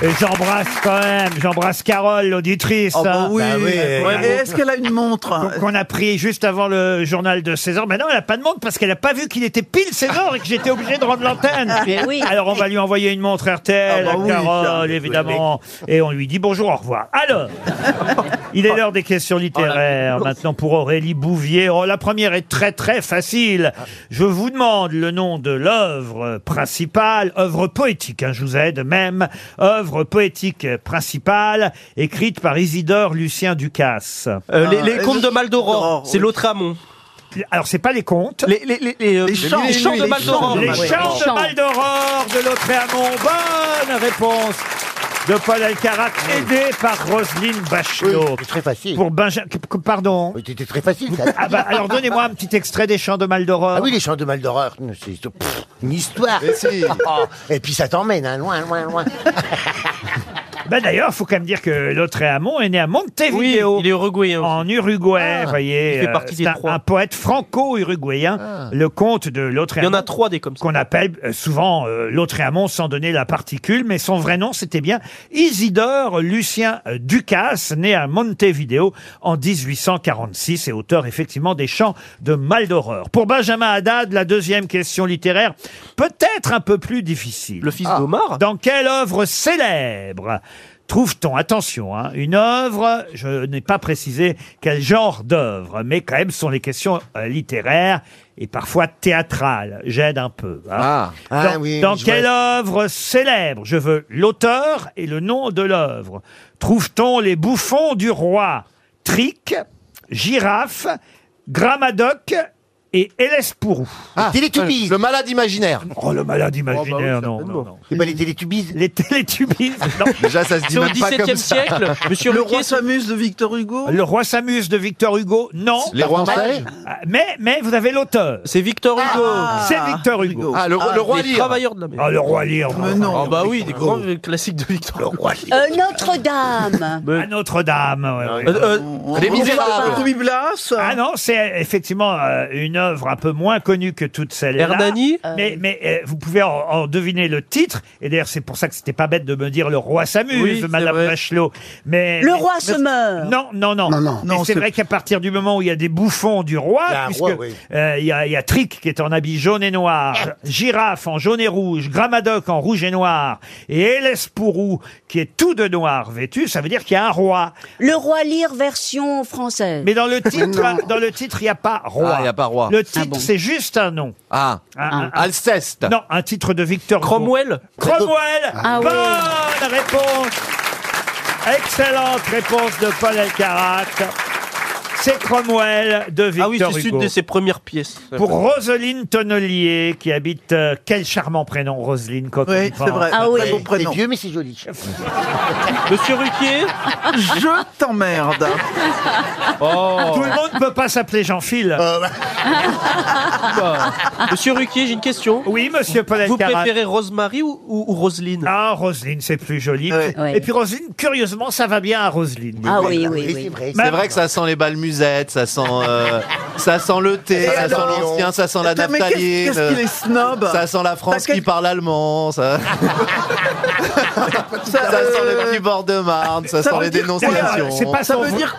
Et j'embrasse quand même, j'embrasse Carole, l'auditrice. Oh, bah hein. oui. Ouais, mais est-ce qu'elle a une montre hein Qu'on a pris juste avant le journal de 16h. Maintenant, elle n'a pas de montre parce qu'elle n'a pas vu qu'il était pile 16h et que j'étais obligé de rendre l'antenne. Mais Ah oui. Alors, on va lui envoyer une montre RTL Ah bah oui, à ça, Carole, oui, évidemment. Et on lui dit bonjour, au revoir. Alors, il est l'heure des questions Oh littéraires. Maintenant, pour Aurélie Bouvier. Oh, la première est très, très facile. Je vous demande le nom de l'œuvre principale, œuvre poétique, hein, je vous aide même, œuvre poétique principale, écrite par Isidore Lucien Ducasse. Euh, les, Ah, Oh, les contes de Maldoror, c'est l'autre amont. Alors, c'est pas les contes. Les, les, les, les, euh, Les chants, les chants les de chants, Maldoror. les chants de Maldoror de Lautréamont. Bonne réponse de Paul Alcarat, aidé par Roselyne Bachelot. Oh, très facile. Pour Benjamin. Pardon. C'était très facile. ça. Ah bah, alors donnez-moi un petit extrait des chants de Maldoror. Ah oui, les chants de Maldoror, c'est pff, une histoire. Oh, et puis ça t'emmène, hein, loin, loin, loin. Ben d'ailleurs, faut quand même dire que Lautréamont est né à Montevideo. il est uruguayen. En Uruguay, vous voyez. Ah. Il fait euh, partie des c'est un, trois. un poète franco-uruguayen, Ah. le comte de Lautréamont. Il y en a trois des comme ça. Qu'on appelle euh, souvent euh, Lautréamont sans donner la particule, mais son vrai nom, c'était bien Isidore Lucien euh, Ducasse, né à Montevideo en 1846 et auteur effectivement des chants de Maldoror. Pour Benjamin Haddad, la deuxième question littéraire, peut-être un peu plus difficile. Le fils d'Omar Dans quelle œuvre célèbre Trouve-t-on, attention, hein, une œuvre, je n'ai pas précisé quel genre d'œuvre, mais quand même ce sont les questions euh, littéraires et parfois théâtrales. J'aide un peu. hein. Dans, Ah oui, dans je quelle vois. œuvre célèbre Je veux l'auteur et le nom de l'œuvre. Trouve-t-on les bouffons du roi Tric, girafe, Gramadoc et Élespourou. Ah, Télétubbies. Le malade imaginaire. Oh, le malade imaginaire, non, non, non. les télétubies Les télétubies, non. Déjà, ça se dit C'est au même pas 17e comme ça. siècle, monsieur le Ruquier, roi ce- s'amuse de Victor Hugo. Ah, Le roi s'amuse de Victor Hugo, non. Les rois en série Ah, Mais, mais vous avez l'auteur. Ah. C'est Victor Hugo. C'est Victor Hugo. Ah, le, le roi lire. travailleurs de la mer. Ah, le roi lire. Mais non. Ah, bah oui, des grands classiques de Victor Hugo. Euh, Notre-Dame. À Notre-Dame. ouais, ouais. Les Misérables. Ruy Blas. Ah non, c'est effectivement euh, une œuvre un peu moins connue que toutes celles-là. Hernani Mais, mais euh, vous pouvez en, en deviner le titre. Et d'ailleurs, c'est pour ça que c'était pas bête de me dire le roi s'amuse, Oui, c'est Madame vrai. Bachelot. Mais Le mais- roi mais- se meurt. Non, non, non. Non, non. Mais Non, c'est c'est- vrai qu'à partir du moment où il y a des bouffons du roi, Ah, Il y a un Ah, puisque roi, oui. euh, il y a, il y a Trick qui est en habit jaune et noir, Ah. Girafe en jaune et rouge, Gramadoc en rouge et noir, et Hélespourou qui est tout de noir vêtu, ça veut dire qu'il y a un roi. Le roi lire version française. Mais dans le titre, dans le titre, il n'y a pas roi. Ah, il n'y a pas roi. Le titre, c'est juste un nom. Ah. Un- un- Alceste. Non, un titre de Victor Hugo. Cromwell Cromwell Ah Bonne oui. réponse Excellente réponse de Paul Elkarat. C'est Cromwell de Victor Ah oui, c'est Hugo. une de ses premières pièces. Pour Roseline Tonnelier, qui habite... euh, quel charmant prénom, Roseline quand on y pense. Ah C'est vieux, mais c'est joli. Monsieur Ruquier Je t'emmerde. Oh. Tout le monde ne peut pas s'appeler Jean-Phil. Ah, Bah, Monsieur Ruquier, j'ai une question. Oui, monsieur Paul Vous Elkarat. préférez Rosemary ou, ou, ou Roselyne Ah, Roselyne, c'est plus joli. Ouais. Et puis Roselyne, curieusement, ça va bien à Roselyne. Ah Ah C'est vrai que ça sent les balles musettes, ça sent, euh, ça sent le thé, Et ça alors sent l'ancien, ça sent la Attends, mais qu'est-ce- naphtaline. qu'est-ce qu'il est snob Ça sent la France qui parle allemand, ça. ça, sent le petit bord de Marne, ça, sent les dénonciations. C'est pas son- D'ailleurs,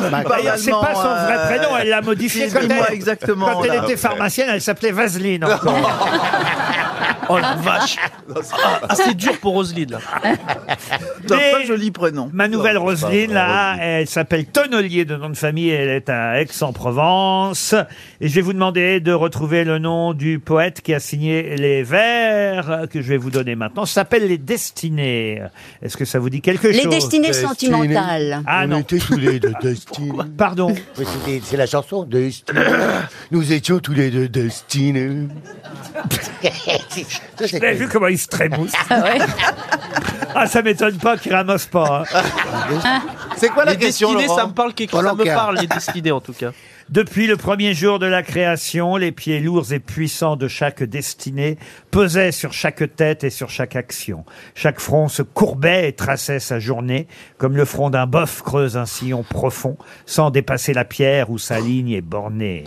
bah, C'est pas son vrai euh, prénom, elle l'a modifié quand Dis-moi elle, euh, exactement, quand elle là. était pharmacienne, elle s'appelait Vaseline. encore. Oh la vache Ah, ah, c'est dur pour Roselyne, là. Mais pas joli prénom. Ma nouvelle Non, c'est pas Roselyne, vrai, là, elle s'appelle Tonnelier de nom de famille, elle est à Aix-en-Provence. Et je vais vous demander de retrouver le nom du poète qui a signé les vers euh, que je vais vous donner maintenant. Ça s'appelle Les Destinées. Est-ce que ça vous dit quelque Les chose Destinées Destinées. sentimentales. Ah non. était tous les deux destinés. Pardon. C'est la chanson Destinée. Nous étions tous les deux destinés. Vous avez vu comment il se trémousse Ah, ça m'étonne pas qu'il ramasse pas. hein. C'est quoi la les question, destinées, Laurent ça me parle quelque chose. Ça me parle, les destinées, en tout cas. Depuis le premier jour de la création, les pieds lourds et puissants de chaque destinée pesaient sur chaque tête et sur chaque action. Chaque front se courbait et traçait sa journée, comme le front d'un boeuf creuse un sillon profond, sans dépasser la pierre où sa ligne est bornée.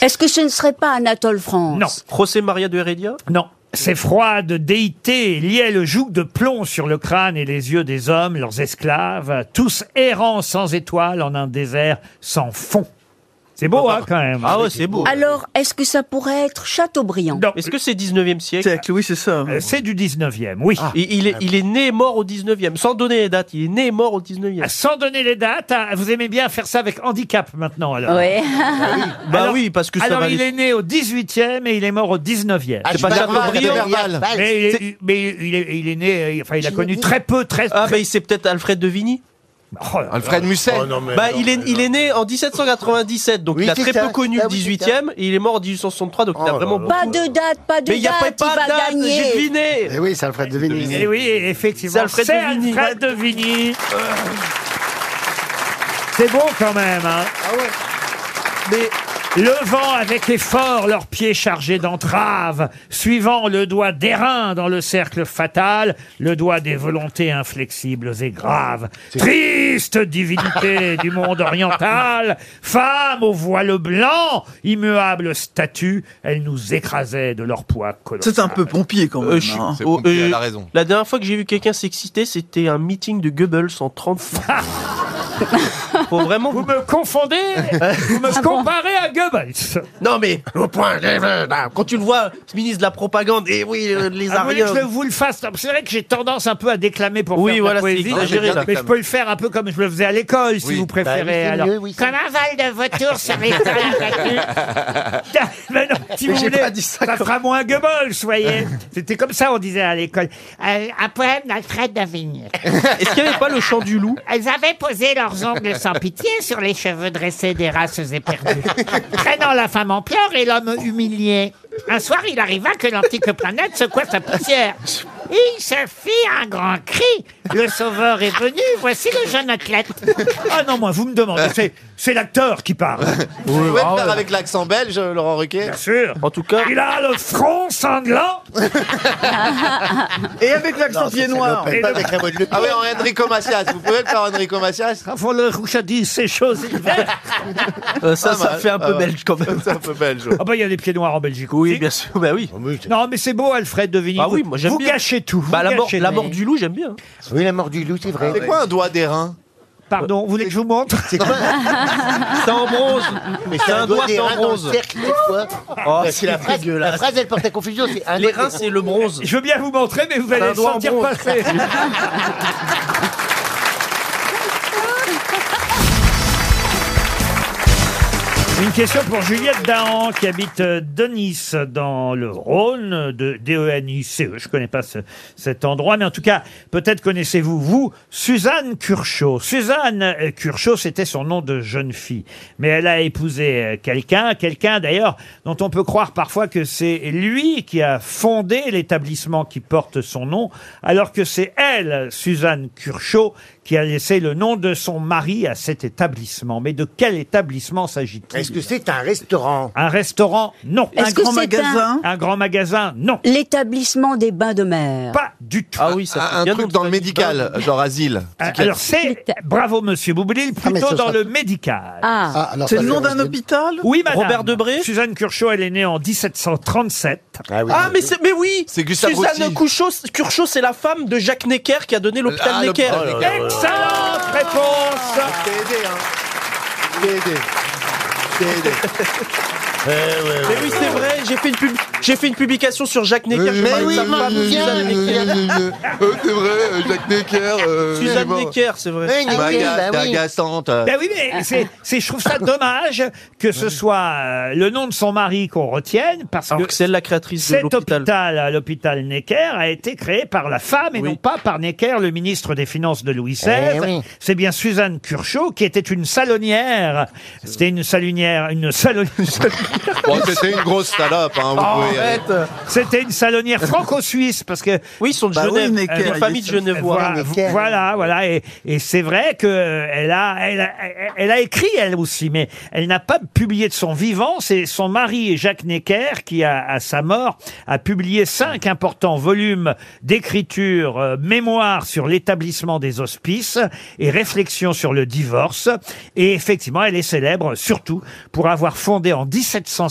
Est-ce que ce ne serait pas Anatole France Non. José Maria de Heredia Non. Ces froides déités liaient le joug de plomb sur le crâne et les yeux des hommes, leurs esclaves, tous errants sans étoile en un désert sans fond. C'est beau, hein, quand même. Ah ouais, c'est beau. Alors, est-ce que ça pourrait être Chateaubriand Est-ce que c'est 19e siècle Ah. Oui, c'est ça. Euh, C'est du 19e, oui. Il, il est, il est né et mort au 19e, sans donner les dates. Il est né et mort au 19e. Ah, Sans donner les dates, ah, vous aimez bien faire ça avec handicap maintenant, alors. Ouais. Ah oui. Bah oui, parce que ça alors, va il les- est né au 18e et il est mort au 19e. Ah, C'est pas Chateaubriand. Chateaubriand. Mais, il est, mais il est- il est né, euh, enfin, il a connu très peu, très Ah, bah, il c'est peut-être Alfred de Vigny Alfred Musset. Oh, non, mais bah, non, il, est, mais il est né en 1797, donc Oui, il a c'est très ça. Oh peu connu Ah le oui, c'est 18e, et il est mort en 1863, donc il a vraiment Pas beaucoup- de date, pas de Mais il n'y a date, pas, pas il va de date, gagner. j'ai deviné Eh oui, c'est Alfred de Vigny. Et oui, effectivement. C'est Alfred c'est de Vigny. Alfred de Vigny. C'est bon quand même. Hein. Ah Mais levant avec effort leurs pieds chargés d'entraves, suivant le doigt d'airain dans le cercle fatal, le doigt des volontés inflexibles et graves. Triste divinité du monde oriental, femme au voile blanc, immuable statue, elle nous écrasait de leur poids colossal. C'est un peu pompier quand même. Euh, je- hein. oh, euh, La dernière fois que j'ai vu quelqu'un s'exciter, c'était un meeting de Goebbels en 30 Faut vraiment vous me confondez, vous me comparez à Goebbels. Non mais au point, euh, euh, quand tu le vois, ce ministre de la propagande, et oui, euh, les Ah, vous voulez Ariens. que je vous le fasse C'est vrai que j'ai tendance un peu à déclamer pour Oui, faire de voilà, la c'est poésie, exagéré, là, mais quand je même. peux le faire un peu comme je le faisais à l'école, si vous préférez. Bah, alors. Comment va le vautour sur les Mais non, si Mais vous j'ai voulez, pas ça, fera moins Goebbels, vous voyez. C'était comme ça, on disait à l'école. Euh, un poème d'Alfred d'Avigny. Est-ce qu'il n'y avait pas le chant du loup Elles avaient posé leurs ongles sans pitié sur les cheveux dressés des races éperdues, traînant la femme en pleurs et l'homme humilié. Un soir, il arriva que l'antique planète secoua sa poussière. Il se fit un grand cri. Le sauveur est venu, voici le jeune athlète. Ah non, moi, vous me demandez, c'est, l'acteur qui parle. Vous pouvez le faire avec l'accent belge, euh, Laurent Ruquier Bien sûr. En tout cas. Il a le front sanglant. Et avec l'accent pied noir. Ah oui, en Enrico Macias. Vous pouvez le faire Enrico Macias Avant le rouge a dit Ah, ces choses. Euh, ça, Ah, ça fait un peu belge quand même. C'est un peu belge. Ah bah il y a des pieds noirs en Belgique. Oui, bien sûr, bah oui. Non, mais c'est beau, Alfred de Vigny. Ah oui, Vous- moi j'aime vous bien. gâchez tout. Bah, vous la, mort, gâchez la tout. mort du loup, j'aime bien. Oui, la mort du loup, c'est vrai. C'est quoi un doigt d'airain Pardon, vous voulez que je vous montre C'est quoi C'est en bronze. Mais C'est un doigt, des c'est en reins dans le bronze. cercle, des fois. Oh, Bah, c'est c'est la phrase, dégueulasse. la phrase, elle porte à confusion. c'est un Les doigt- reins, c'est le bronze. Je veux bien vous montrer, mais vous allez un le doigt en sentir bronze. passer. Une question pour Juliette Dahan qui habite euh, Denis dans le Rhône, de D-E-N-I-C-E. Je connais pas ce- cet endroit, mais en tout cas, peut-être connaissez-vous, vous, Suzanne Curchot. Suzanne euh, Curchot, c'était son nom de jeune fille. Mais elle a épousé euh, quelqu'un, quelqu'un d'ailleurs dont on peut croire parfois que c'est lui qui a fondé l'établissement qui porte son nom, alors que c'est elle, Suzanne Curchot, qui a laissé le nom de son mari à cet établissement. Mais de quel établissement s'agit-il Est-ce que c'est un restaurant un restaurant, non. Est-ce Un que grand c'est magasin un... grand magasin, non. L'établissement des bains de mer. Pas du tout. Ah oui, ça un, un truc dans le médical, genre asile. Euh, Alors c'est, bravo monsieur Boublil, mais plutôt ce dans sera- le médical. Ah. C'est le nom d'un hôpital Oui, madame. Robert Debré Suzanne Curchot, elle est née en 1737. Ah, Ah, mais, c'est- mais oui C'est Gustave Suzanne Routy. Curchot, Curchot, c'est la femme de Jacques Necker qui a donné l'hôpital Ah, le- Necker. Eh oh là là là là. Excellente réponse T'es aidé, hein. T'es aidé. T'es aidé. Mais Eh oui, c'est vrai, j'ai fait, une pub... j'ai fait une publication sur Jacques Necker. je Mais parlais de oui, sa femme, mais Suzanne oui, Necker. Euh, c'est vrai, Jacques Necker. euh. Suzanne Necker, c'est vrai. Ouais, Necker, bah Euh, oui. agaçante. Ben oui, mais c'est, c'est- je trouve ça dommage que ce soit euh, le nom de son mari qu'on retienne, parce Alors que que c'est elle la créatrice de cet l'hôpital. hôpital, euh, l'hôpital Necker, a été créé par la femme et non pas par Necker, le ministre des Finances de Louis XVI. Eh oui. C'est bien Suzanne Curchot qui était une salonnière. C'était une salonnière, une salonnière. Bon, c'était une grosse salope, hein, vous Oh, pouvez arrête. C'était une salonnière franco-suisse parce que oui, ils sont de Bah oui, Genève, Necker, une il famille est de sur- Voilà, Genevois. voilà, voilà. Et, et c'est vrai que euh, elle a, elle, a, elle- elle a écrit elle aussi, mais elle n'a pas publié de son vivant. C'est son mari Jacques Necker qui, à, à sa mort, a publié cinq importants volumes d'écriture, euh, mémoire sur l'établissement des hospices et réflexions sur le divorce. Et effectivement, elle est célèbre surtout pour avoir fondé en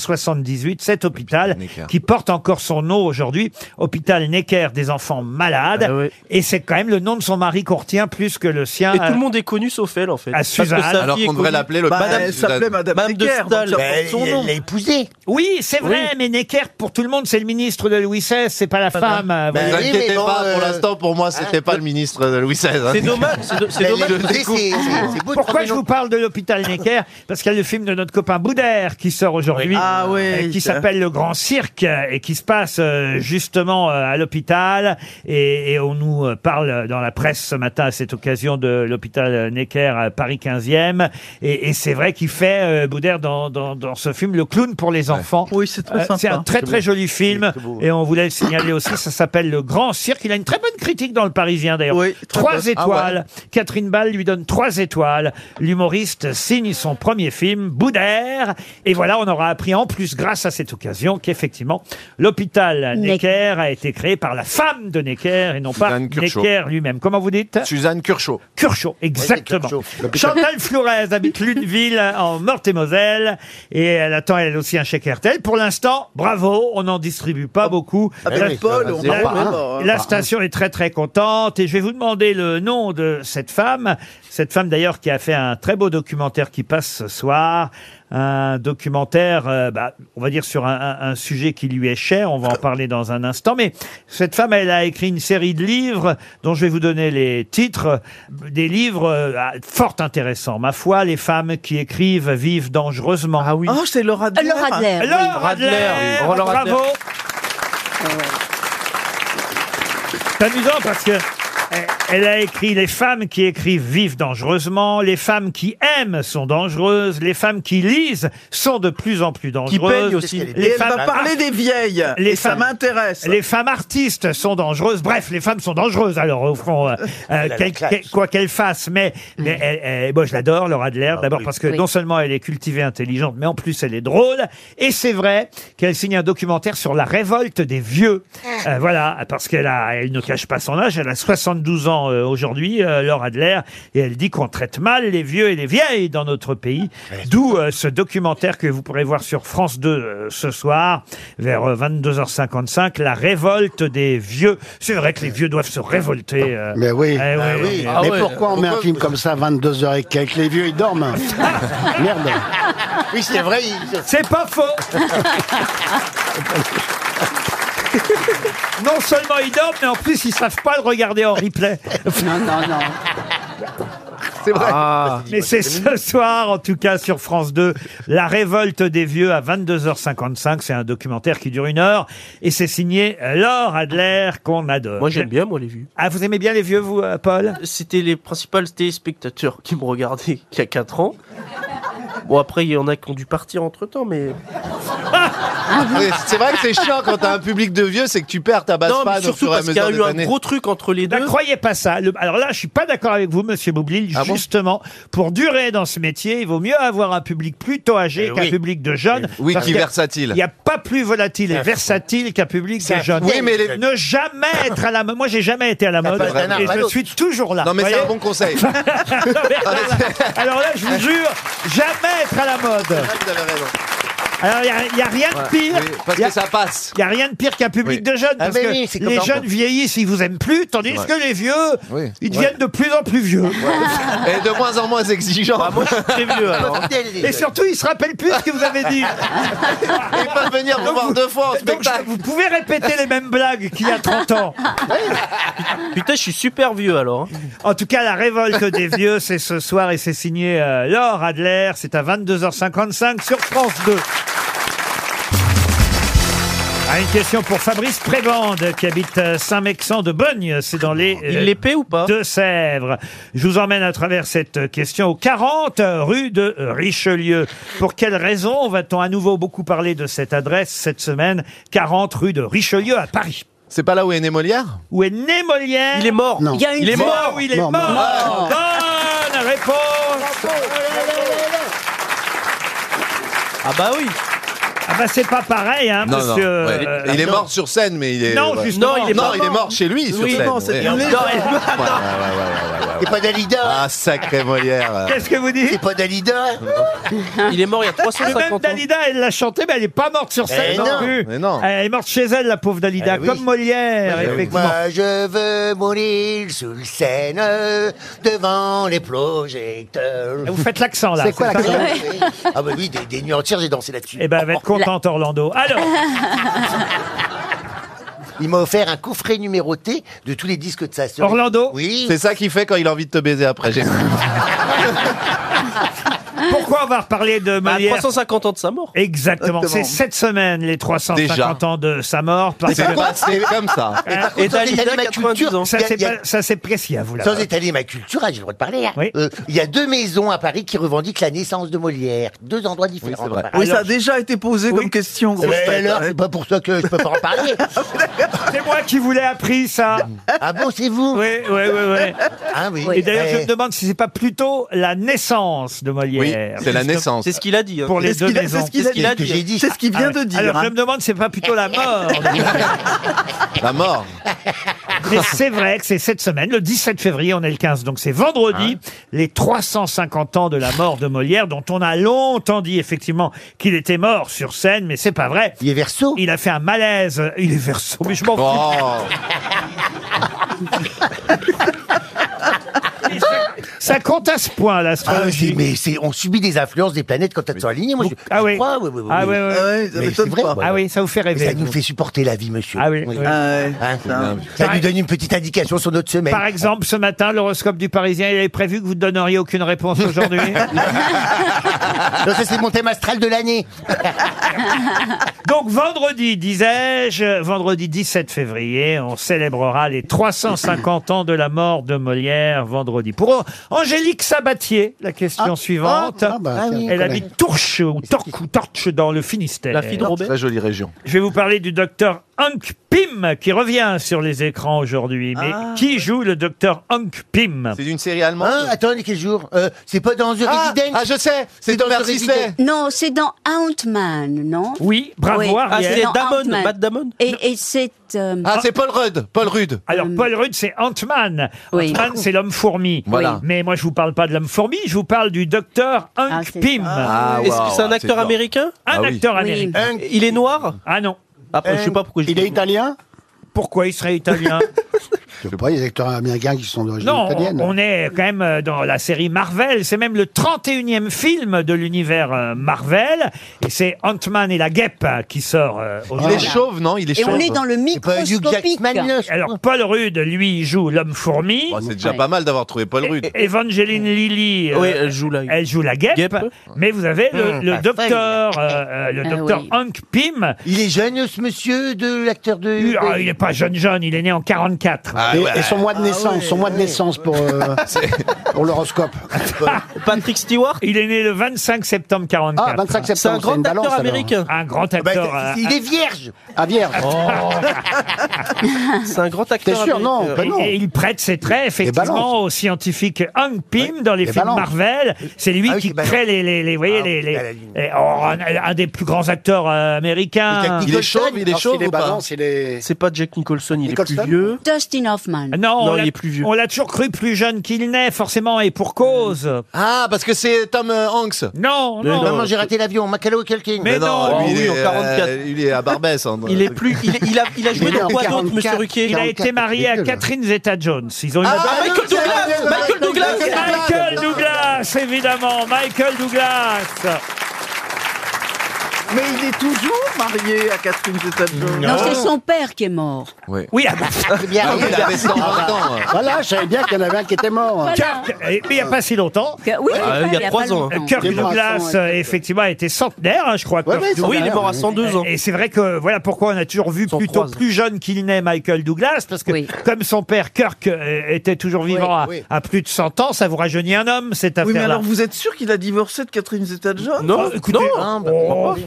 1778 cet hôpital qui porte encore son nom aujourd'hui, hôpital Necker des enfants malades. Et c'est quand même le nom de son mari qu'on retient plus que le sien. Et tout le monde est connu sauf elle en fait. À Ah. Suzanne. Alors qu'on devrait l'appeler le- Madame Bah, Madame Suzanne. Bah, Madame Bah, de Bah, Necker, Staël. donc ça porte son nom. épousée. Oui, c'est vrai, Oui. mais Necker, pour tout le monde, c'est le ministre de Louis XVI, c'est pas la femme. euh, vous Ben, ne vous voyez. inquiétez pas, pour l'instant, pour moi, c'était pas le ministre de Louis XVI. hein. euh, hein, C'est dommage, c'est do- c'est Mais dommage. je le découvre. Pourquoi je vous parle de l'hôpital Necker Parce qu'il y a le film de notre copain Boudère qui sort aujourd'hui, euh, qui s'appelle Le Grand Cirque euh, et qui se passe euh, justement euh, à l'hôpital. Et, et on nous euh, parle dans la presse ce matin à cette occasion de l'hôpital Necker à Paris 15e. Et, et c'est vrai qu'il fait euh, Boudère dans, dans, dans ce film le clown pour les enfants. Oui, c'est Euh, C'est un très très joli film et on voulait le signaler aussi. Ça s'appelle Le Grand Cirque. Il a une très bonne critique dans le Parisien d'ailleurs. trois bonne. Ah étoiles. Catherine Ball lui donne trois étoiles. L'humoriste signe son premier film, Boudère. Et voilà, on aura appris en plus grâce à cette occasion qu'effectivement l'hôpital Necker a été créé par la femme de Necker et non pas Suzanne Curchaud. Necker lui-même. Comment vous dites Suzanne Curchaud. Curchaud, exactement. Chantal Flores habite Luneville en Meurthe-et-Moselle et elle attend elle aussi un chèque RTL. Pour l'instant, bravo, on n'en distribue pas beaucoup. Ah ben, La- oui, Paul, la- on va voir, hein. la station est très très contente et je vais vous demander le nom de cette femme. Cette femme d'ailleurs qui a fait un très beau documentaire qui passe ce soir. Un documentaire, euh, bah, on va dire sur un, un- un sujet qui lui est cher. On va en parler dans un instant. Mais cette femme, elle a écrit une série de livres dont je vais vous donner les titres. Des livres euh, ah, fort intéressants. Ma foi, les femmes qui écriivent vivent dangereusement. Ah oui. Oh, c'est Laura Adler. Laura Adler. Laura Adler. Laura Adler. Bravo. C'est amusant parce que elle- elle a écrit Les femmes qui écrivent vivent dangereusement, les femmes qui aiment sont dangereuses, les femmes qui lisent sont de plus en plus dangereuses. peignent aussi. Et elle va parler des vieilles. Et ça m'intéresse. Les femmes artistes sont dangereuses. Bref, les femmes sont dangereuses. Alors au fond, euh, euh, Elle a quel- la classe. quel- quoi qu'elle fasse, mais, mais elle- elle- moi je l'adore, Laura Adler. D'abord parce que Oui. non seulement elle est cultivée, intelligente, mais en plus elle est drôle. Et c'est vrai qu'elle signe un documentaire sur la révolte des vieux. Euh, voilà, parce qu'elle a, elle ne cache pas son âge. Elle a 72 ans euh, aujourd'hui, euh, Laura Adler, et elle dit qu'on traite mal les vieux et les vieilles dans notre pays. D'où euh, ce documentaire que vous pourrez voir sur France 2 euh, ce soir, vers euh, 22h55, la révolte des vieux. C'est vrai que les vieux doivent se révolter. euh. Mais oui. Eh ouais, Mais eh ouais. pourquoi on met un film comme ça à 22h et quelques Les vieux, ils dorment. Merde. Oui, c'est vrai. C'est pas faux. Non seulement ils dorment, mais en plus ils savent pas le regarder en replay. Non, non, non. C'est vrai. mais c'est ce soir, en tout cas, sur France 2, La révolte des vieux à 22h55. C'est un documentaire qui dure une heure et c'est signé Laure Adler qu'on adore. Moi j'aime bien moi les vieux. Ah vous aimez bien les vieux vous, euh, Paul C'était les principales téléspectateurs qui me regardaient il y a 4 ans. Bon après il y en a qui ont dû partir entre temps mais... Ah, Oui, C'est vrai que c'est chiant quand t'as un public de vieux, c'est que tu perds ta base Non, mais fan au surtout fur et à parce qu'il y a mesure eu des un années. gros truc entre les deux. Ne croyez pas ça. Le- alors là, je suis pas d'accord avec vous, Monsieur Boublil. Ah justement, pour durer dans ce métier, il vaut mieux avoir un public plutôt âgé Eh qu'un oui. public de jeunes. Eh Oui, Parce qui qu'il y a- versatile. Il n'y a pas plus volatile et versatile qu'un public de un jeunes. Oui, mais les- ne jamais être à la mode. Moi, j'ai jamais été à la mode pas d'un art et à je l'autre. suis toujours là. Non, mais c'est voyez un bon conseil. alors là, je vous jure, jamais être à la mode. Vous avez raison. Alors, il n'y a, rien de Ouais, pire. oui, parce y a- que ça passe. Il n'y a rien de pire qu'un public Oui. de jeunes. Ah, Parce mais que oui, c'est les complètement. jeunes vieillissent, ils vous aiment plus, tandis Ouais. que les vieux, Oui. ils Ouais. deviennent de plus en plus vieux. Et de moins en moins exigeant. Bah, moi, je suis très vieux, alors. Et surtout, ils se rappellent plus ce que vous avez dit. Et pas venir vous Donc voir vous- deux fois en donc spectacle. vous pouvez répéter les mêmes blagues qu'il y a 30 ans. Putain je suis super vieux alors. hein. En tout cas, la révolte des vieux, c'est ce soir et c'est signé euh, Laure Adler. C'est à 22h55 sur France 2. Ah, une question pour Fabrice Prébande qui habite euh, Saint-Mexan de Bogne, c'est dans les Il l'épée ou pas Deux Sèvres. Je vous emmène à travers cette euh, question au 40 rue de Richelieu. Pour quelle raison va-t-on à nouveau beaucoup parler de cette adresse cette semaine 40 rue de Richelieu à Paris. C'est pas là où est né Molière Où est né Molière Il est mort. Non. Il, y a une Il est fois Ah. mort. où il est Mort, mort. mort. Bonne réponse. Ah bah oui. Ah bah c'est pas pareil, hein, Non, non, monsieur. ouais. euh, Il est non. mort sur scène, mais il est. Non, ouais. justement, il est non, pas il est mort. mort chez lui sur Oui, scène. non, c'est ouais. une Ouais, légende. ouais, ouais, ouais, ouais, ouais, ouais. C'est pas Dalida. Ah, sacré Molière. Qu'est-ce que vous dites C'est pas Dalida. Il est mort il y a même 350 ans. Dalida, elle l'a chanté, mais elle n'est pas morte sur scène Eh non, non, plus. mais non. Elle est morte chez elle, la pauvre Dalida, Eh oui. Bah, comme Molière, Ouais, effectivement. Moi, je veux mourir sous le Seine, devant les projecteurs. Vous faites l'accent, là. C'est quoi C'est l'accent pas Ah bah oui, des, des nuits entières, j'ai dansé là-dessus. Eh ben, elle va être contente, Orlando. Alors, Il m'a offert un coffret numéroté de tous les disques de sa sœur. Orlando Oui. C'est ça qu'il fait quand il a envie de te baiser après. j'ai- pourquoi on va reparler de Bah, Molière 350 ans de sa mort. Exactement. C'est Exactement. cette semaine, les 350 Déjà. ans de sa mort. parce C'est que- passé comme ça. Mais par contre, Et sans Dalida, étaler ma 90 culture, ans. il y a- Ça, c'est il y a- pas- ça, c'est précis à vous, là. Sans étaler ma culture, ah, j'ai le droit de parler. hein. Euh, Oui. Il y a deux maisons à Paris qui revendiquent la naissance de Molière. Deux endroits différents. Oui, de Paris. ça a déjà été posé comme question. Eh ben, alors, c'est pas pour ça que je peux pas en parler. C'est moi qui vous l'ai appris, ça. Ah bon, c'est vous Oui, oui, oui, oui. Ah oui. Et d'ailleurs, Eh, je me demande si c'est pas plutôt la naissance de Oui, Molière. c'est la naissance. C'est ce qu'il a dit. hein. Pour les C'est ce deux qu'il a- maisons. C'est ce qu'il C'est a ce dit. que j'ai dit. C'est ce qu'il vient de dire. Ah Alors, hein. je me demande, c'est pas plutôt la mort La mort. Mais c'est vrai que c'est cette semaine, le 17 février, on est le 15, donc c'est vendredi, les 350 ans de la mort de Molière, dont on a longtemps dit effectivement qu'il était mort sur scène, mais c'est pas vrai. Il est verso. Il a fait un malaise, il est verso, mais je m'en fous. Oh. Ça compte à ce Ah, point, mais l'astrologie. c'est- mais c'est, on subit des influences des planètes quand elles sont alignées. Moi, je, Ah je oui. crois, oui, oui, oui. Ah oui, oui, oui. Ouais, ça Mais m'étonne c'est vrai, pas. ouais. Ah oui, ça vous fait Mais rêver. ça nous vous. fait supporter la vie, monsieur. Ah oui, oui. Ah ouais, Hein putain. Ça Pareil. nous donne une petite indication sur notre semaine. Par exemple, ce matin, l'horoscope du Parisien, il avait prévu que vous ne donneriez aucune réponse aujourd'hui. Non, ça, c'est mon thème astral de l'année. Donc vendredi, disais-je, vendredi 17 février, on célébrera les 350 ans de la mort de Molière vendredi. Pour Angélique Sabatier, la question suivante. Ah, bah, tiens, Elle connais. habite Tourche ou Torque ou Torche dans le Finistère. La fille de Robert. Eh, Très jolie région. Je vais vous parler du docteur Hank Pym qui revient sur les écrans aujourd'hui. Mais qui joue le docteur Hank Pym C'est d'une série allemande. Hein Attendez, quel jour Euh, C'est pas dans The ah, Resident ah, je sais. C'est dans Tom The Sisley. Resident. Non, c'est dans Ant-Man, non Oui, bravo Oui. Ah, Ariel. c'est Non, Damon, Ant-Man. Matt Damon. Et, et c'est... euh, Ah, c'est Paul Rudd. Paul Rudd. Alors, Paul Rudd, c'est Ant-Man. Oui. Ant-Man, c'est l'homme fourmi. Voilà. Mais moi, je vous parle pas de l'homme fourmi, je vous parle du docteur Ah, Hank c'est Pym. Ah, Est-ce waouh, que c'est un acteur fort. américain Un Ah oui. acteur Oui. américain. Il est noir Ah non. Après, je sais pas pourquoi je Il dis est italien Pourquoi il serait italien Je sais pas, il y a des acteurs américains qui sont d'origine Non, italienne. on est quand même euh, dans la série Marvel. C'est même le 31e film de l'univers euh, Marvel. Et c'est Ant-Man et la guêpe euh, qui sort euh, Il est aujourd'hui. chauve, non Il est Et chauve. on est dans le C'est pas Hugh microscopique. Jackman, là, je Alors, Paul Rudd, lui, joue l'homme fourmi. Oh, c'est déjà pas mal d'avoir trouvé Paul Rudd. Evangeline Lilly, euh, Oui, elle joue là. elle joue la guêpe. Guêpe. Mais vous avez le, le pas docteur, euh, euh, le Ah docteur oui. Hank Pym. Il est jeune, ce monsieur, de l'acteur de. Lui, ah, il est pas jeune jeune, il est né en 44. Ah, Et, ouais. et son mois de naissance, son mois de naissance pour, euh, pour l'horoscope. Patrick Stewart Il est né le 25 septembre 44. Ah, 25 septembre, C'est un grand une balance, alors. acteur américain. Un grand Bah, acteur. c'est- euh, il est vierge. Ah, vierge. C'est un grand acteur T'es sûr, non, américain. pas- ben non. Et, et il prête ses traits, balances. effectivement, au scientifique Hank Pym dans les les films balances. Marvel. C'est lui Ah oui, qui c'est balance. crée les, les, les- vous voyez, Ah les, oui, les- à la ligne. eh, oh, un, un des plus grands acteurs euh, américains. Il est chauve, il est Alors, chauve s'il est ou pas balance, il est. C'est pas Jack Nicholson, il est Nicholson plus vieux. Ah, Dustin Hoffman. Non, Oh, on Non, l'a- il est plus vieux. on l'a toujours cru plus jeune qu'il n'est, forcément, et pour cause. Ah, parce que c'est Tom euh, Hanks. Non, Mais non. non. Maman, j'ai raté l'avion. Macalo, quelqu'un. Mais- non, oh oui, lui, il, est, en 44. euh, il est à Barbès. hein, dans Il le est truc. plus. Il, est- il a, il a joué Il est dans en quoi d'autre, 44, Monsieur Ruquier Il a été marié à ridicule. Catherine Zeta-Jones. Ils ont une Ah, Ah, Michael non, Douglas c'est- Michael Douglas Michael Douglas, évidemment, Michael Douglas. Mais il est toujours marié à Catherine Zeta-Jones. Non, c'est son père qui est mort. Oui. ah bah. Ah oui, il avait 120 ans. hein. bah. Voilà, je savais bien qu'il y en avait un qui était mort. Kirk, et- mais il n'y a pas si longtemps. Que- oui, Ah, il y a il y a pas trois longtemps. ans. Kirk Il y a trois Douglas, ans, euh, effectivement, était centenaire, hein, je crois. Ouais, Kirk ouais, il est Douglas. Oui, il est mort à 102 ans. Et c'est vrai que voilà pourquoi on a toujours vu plutôt plus jeune qu'il n'est Michael Douglas, parce que comme son père Kirk euh, était toujours vivant à, oui. à plus de 100 ans, ça vous rajeunit un homme, cette Oui, mais affaire-là. alors vous êtes sûr qu'il a divorcé de Catherine Zeta-Jones Non, écoutez, Hein, bah, oh. bah,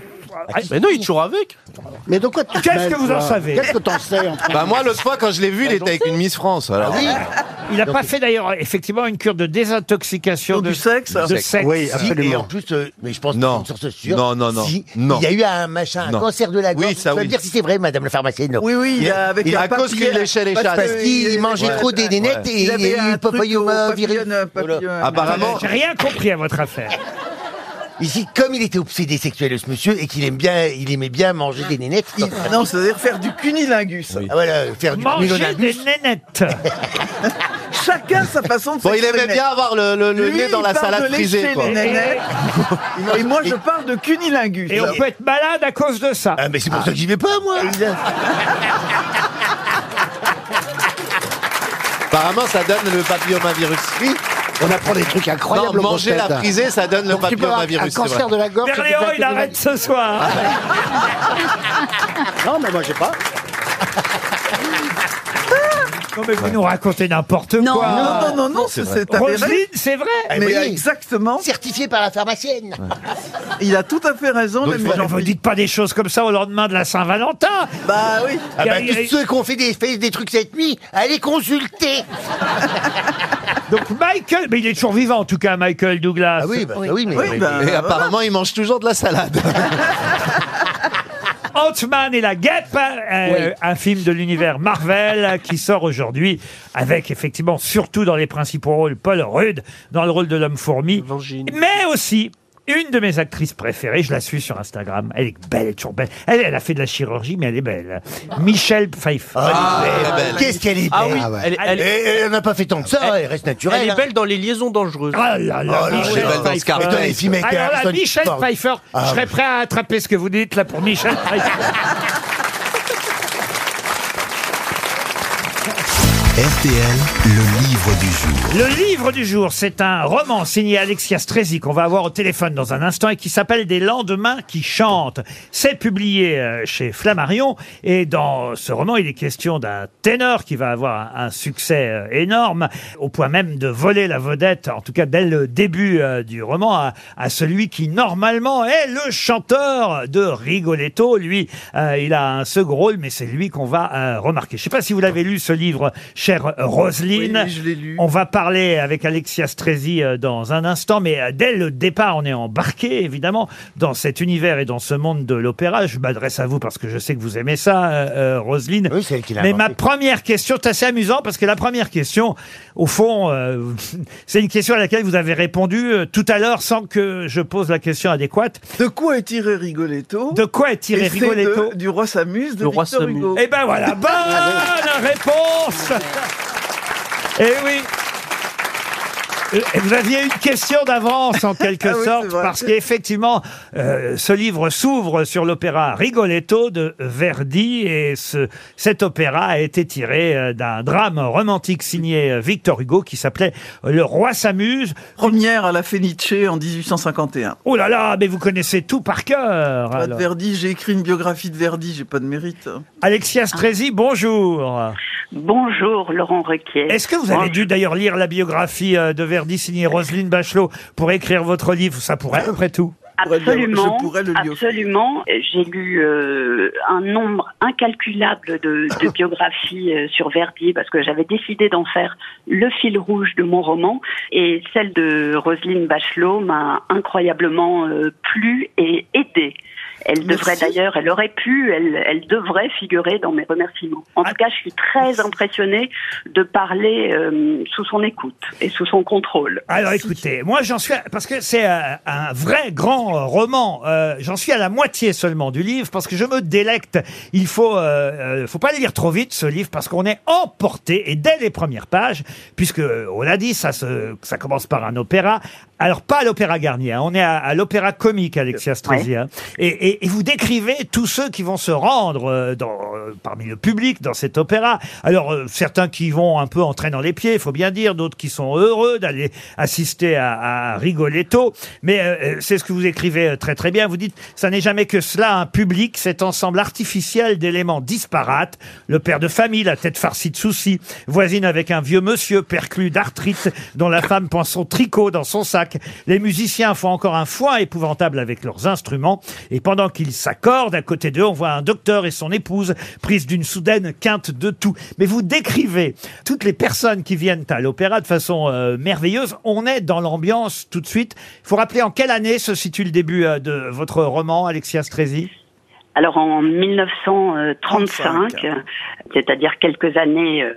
Mais non, il est toujours avec. Mais de quoi tu te Qu'est-ce mêles, que vous en toi savez Qu'est-ce que t'en sais en fait Bah moi l'autre fois quand je l'ai vu, il était avec une Miss France. Alors. Il n'a Donc- pas fait d'ailleurs effectivement une cure de désintoxication de, hein. de sexe. Oui, absolument. et en plus, euh, mais je pense Non. que sur ce sûr. Non, non, non. si, Non. Il y a eu un machin, un Non. cancer de la Oui, gorge. ça, Tu vas oui. me dire si c'est vrai, madame la pharmacienne. Oui, oui, il a- avec Il- un à cause qu'il papillon- léchait les parce chats. que Parce qu'il mangeait trop des nénettes et Il avait il y a eu un le papilloma truc au virus. papillon- papillon- Apparemment- J'ai rien compris à votre affaire. Ici, comme il était obsédé sexuel, ce monsieur, et qu'il aime bien, il aimait bien manger des nénettes. Non, c'est-à-dire faire du cunilingus. Ah, voilà, faire du Manger cunilingus. des nénettes. Chacun sa façon de Bon, il aimait s'exprimer. bien avoir le- le- le Lui, nez dans il la parle salade de frisée, lécher quoi. les nénettes. Et moi, je parle de cunilingus. Et on peut être malade à cause de ça. Ah, mais c'est pour ça que j'y vais pas, moi. Apparemment ça donne le papillomavirus. Oui. On apprend des trucs incroyables. Non, manger la frisée, ça donne le papillomavirus. Un cancer de la gorge. c'est Berléand, quelqu'un qui il arrête ce soir. Ah, Non, mais moi, j'ai pas. Non, mais vous nous racontez n'importe quoi. Non, non, non, non, non, c'est c'est avéré. Ah, Roselyne, c'est vrai. Eh, Mais exactement. Certifié par la pharmacienne. Il a tout à fait raison, Donc, l'ami vous, vous Jean-Philippe. dites pas des choses comme ça au lendemain de la Saint-Valentin. Bah oui. Ah bah, Il y a- tous ceux qui ont fait des, fait des trucs cette nuit, allez consulter. Donc Michael, mais il est toujours vivant en tout cas, Michael Douglas. Ah oui, bah, Oui. oui, mais- Oui, bah, Et apparemment il mange toujours de la salade. Ant-Man et la guêpe, euh, Oui. un film de l'univers Marvel euh, qui sort aujourd'hui avec effectivement surtout dans les principaux rôles Paul Rudd dans le rôle de l'homme fourmi, mais aussi une de mes actrices préférées, je la suis sur Instagram, elle est belle, elle est toujours belle. Elle, elle a fait de la chirurgie, mais elle est belle. Michelle Pfeiffer. Ah, elle est belle. Qu'est-ce qu'elle est belle. Eh, Ah oui, elle- elle- Et- et elle n'a pas fait tant que ça, elle, reste naturelle. Elle est hein. belle dans les liaisons dangereuses. Ah là là, Oh, elle est Michelle belle dans Pfeiffer. Scarface. Et dans les films avec euh, Alors là, Harrison Michelle Ford. Pfeiffer, Ah, je serais prêt à attraper ce que vous dites là pour Michelle Pfeiffer. RTL, le livre du jour. Le livre du jour, c'est un roman signé Alexia Strezi qu'on va avoir au téléphone dans un instant et qui s'appelle Des lendemains qui chantent. C'est publié euh, chez Flammarion et dans ce roman, il est question d'un ténor qui va avoir un, un succès euh, énorme au point même de voler la vedette, en tout cas dès le début euh, du roman, à, à celui qui normalement est le chanteur de Rigoletto. Lui, euh, il a un second rôle, mais c'est lui qu'on va euh, remarquer. Je sais pas si vous l'avez lu ce livre, chère Roselyne. Oui, je l'ai lu. On va parler avec Alexia Strezi euh, dans un instant, mais euh, dès le départ, on est embarqué, évidemment, dans cet univers et dans ce monde de l'opéra. Je m'adresse à vous parce que je sais que vous aimez ça, euh, euh, Roselyne. Oui, c'est elle qui l'a Mais ma inventé. première question, c'est assez amusant parce que la première question, au fond, euh, c'est une question à laquelle vous avez répondu euh, tout à l'heure sans que je pose la question adéquate. De quoi est tiré Rigoletto De quoi est tiré Et c'est Rigoletto de- Du roi Samuse de Le roi Ah Victor Samu. Hugo. Eh ben voilà, bonne réponse Eh oui Et vous aviez une question d'avance en quelque Ah oui, c'est sorte, vrai. parce qu'effectivement, euh, ce livre s'ouvre sur l'opéra Rigoletto de Verdi, et ce, cet opéra a été tiré euh, d'un drame romantique signé euh, Victor Hugo qui s'appelait Le Roi s'amuse. Première à la Fenice en 1851. Oh là là, mais vous connaissez tout par cœur Pas de alors. Verdi, j'ai écrit une biographie de Verdi, j'ai pas de mérite. Alexia Strezi, bonjour Bonjour Laurent Requier. Est-ce que vous avez dû d'ailleurs lire la biographie euh, de Verdi signée Roselyne Bachelot pour écrire votre livre Ça pourrait après tout. Absolument, Je pourrais le lui offrir. absolument. J'ai lu euh, un nombre incalculable de, de biographies euh, sur Verdi parce que j'avais décidé d'en faire le fil rouge de mon roman et celle de Roselyne Bachelot m'a incroyablement euh, plu et aidée. Elle devrait d'ailleurs, elle aurait pu, elle, elle devrait figurer dans mes remerciements. Ah. En tout cas, je suis très impressionnée de parler euh, sous son écoute et sous son contrôle. Alors écoutez, moi j'en suis à- parce que c'est euh, un vrai grand euh, roman. euh, j'en suis à la moitié seulement du livre parce que je me délecte. Il faut, euh, euh, faut pas le lire trop vite ce livre parce qu'on est emporté et dès les premières pages, puisque euh, on l'a dit, ça se, ça commence par un opéra. Alors, pas à l'Opéra Garnier, hein. on est à, à l'Opéra Comique, Alexia Strozzi. Ouais. hein. Et, et- et vous décrivez tous ceux qui vont se rendre euh, dans, euh, parmi le public dans cet opéra. Alors, euh, certains qui vont un peu en traînant les pieds, il faut bien dire, d'autres qui sont heureux d'aller assister à, à Rigoletto. Mais euh, euh, c'est ce que vous écrivez euh, très très bien. Vous dites, ça n'est jamais que cela, un public, cet ensemble artificiel d'éléments disparates. Le père de famille, la tête farcie de soucis, voisine avec un vieux monsieur perclus d'arthrite, dont la femme pense son tricot dans son sac. Les musiciens font encore un foin épouvantable avec leurs instruments. Et pendant qu'ils s'accordent, à côté d'eux, on voit un docteur et son épouse prises d'une soudaine quinte de tout. Mais vous décrivez toutes les personnes qui viennent à l'opéra de façon euh, merveilleuse. On est dans l'ambiance tout de suite. Il faut rappeler en quelle année se situe le début euh, de votre roman, Alexia Strezi Alors en 1935, c'est-à-dire quelques années euh,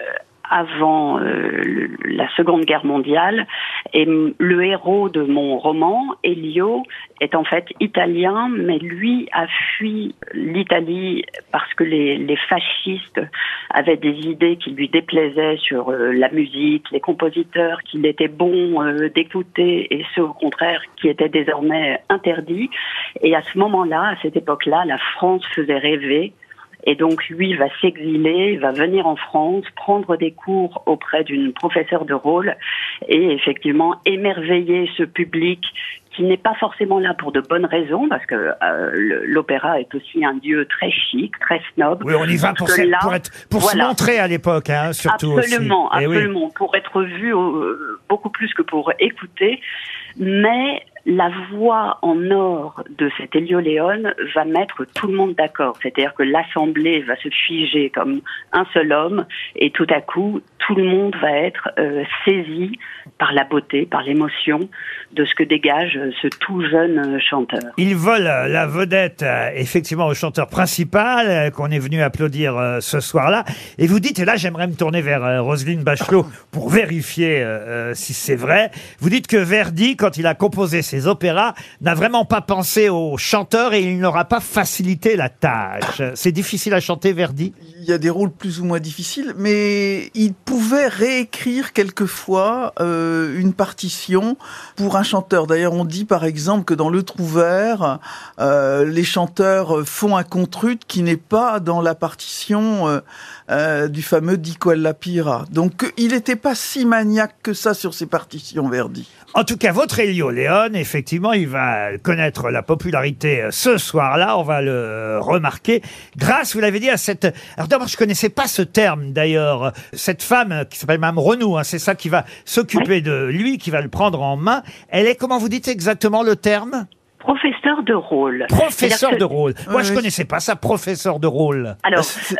avant euh, le- la Seconde Guerre mondiale, et m- le héros de mon roman, Elio, est en fait italien, mais lui a fui l'Italie parce que les, les fascistes avaient des idées qui lui déplaisaient sur euh, la musique, les compositeurs qu'il était bon euh, d'écouter et ceux au contraire qui étaient désormais interdits. Et à ce moment-là, à cette époque-là, la France faisait rêver. Et donc lui va s'exiler, va venir en France, prendre des cours auprès d'une professeure de rôle et effectivement émerveiller ce public qui n'est pas forcément là pour de bonnes raisons, parce que euh, le- l'opéra est aussi un lieu très chic, très snob. Oui, on y va pour, Parce que se- là, pour être- pour se voilà. montrer à l'époque, hein, surtout Absolument, aussi. Eh oui. absolument, pour être vu euh, beaucoup plus que pour écouter. Mais la voix en or de cet Elio Léon va mettre tout le monde d'accord. C'est-à-dire que l'Assemblée va se figer comme un seul homme et tout à coup, tout le monde va être euh, saisi par la beauté, par l'émotion de ce que dégage euh, ce tout jeune euh, chanteur. Ils volent euh, la vedette, euh, effectivement, au chanteur principal euh, qu'on est venu applaudir euh, ce soir-là. Et vous dites, et là j'aimerais me tourner vers euh, Roselyne Bachelot pour vérifier euh, euh, si c'est vrai, vous dites que Verdi, quand il a composé ses opéras, n'a vraiment pas pensé aux chanteurs et il n'aura pas facilité la tâche. C'est difficile à chanter, Verdi Il y a des rôles plus ou moins difficiles, mais il pouvait réécrire quelquefois euh, une partition pour un chanteur. D'ailleurs, on dit par exemple que dans Le Trouvert, euh, les chanteurs font un contrut qui n'est pas dans la partition euh, euh, du fameux Dico alla Pira. Donc, il n'était pas si maniaque que ça sur ses partitions, Verdi. En tout cas, votre Elio Léon, effectivement, il va connaître la popularité euh, ce soir-là. On va le euh, remarquer. Grâce, vous l'avez dit, à cette. Alors d'abord, je connaissais pas ce terme d'ailleurs. Cette femme euh, qui s'appelle Mme Renaud, hein, c'est ça qui va s'occuper de lui, qui va le prendre en main. Elle est, comment vous dites exactement le terme Professeur de rôle. Professeur C'est-à-dire de que- rôle. Moi, Oui, je oui. connaissais pas ça, professeur de rôle. Alors, euh, c'est-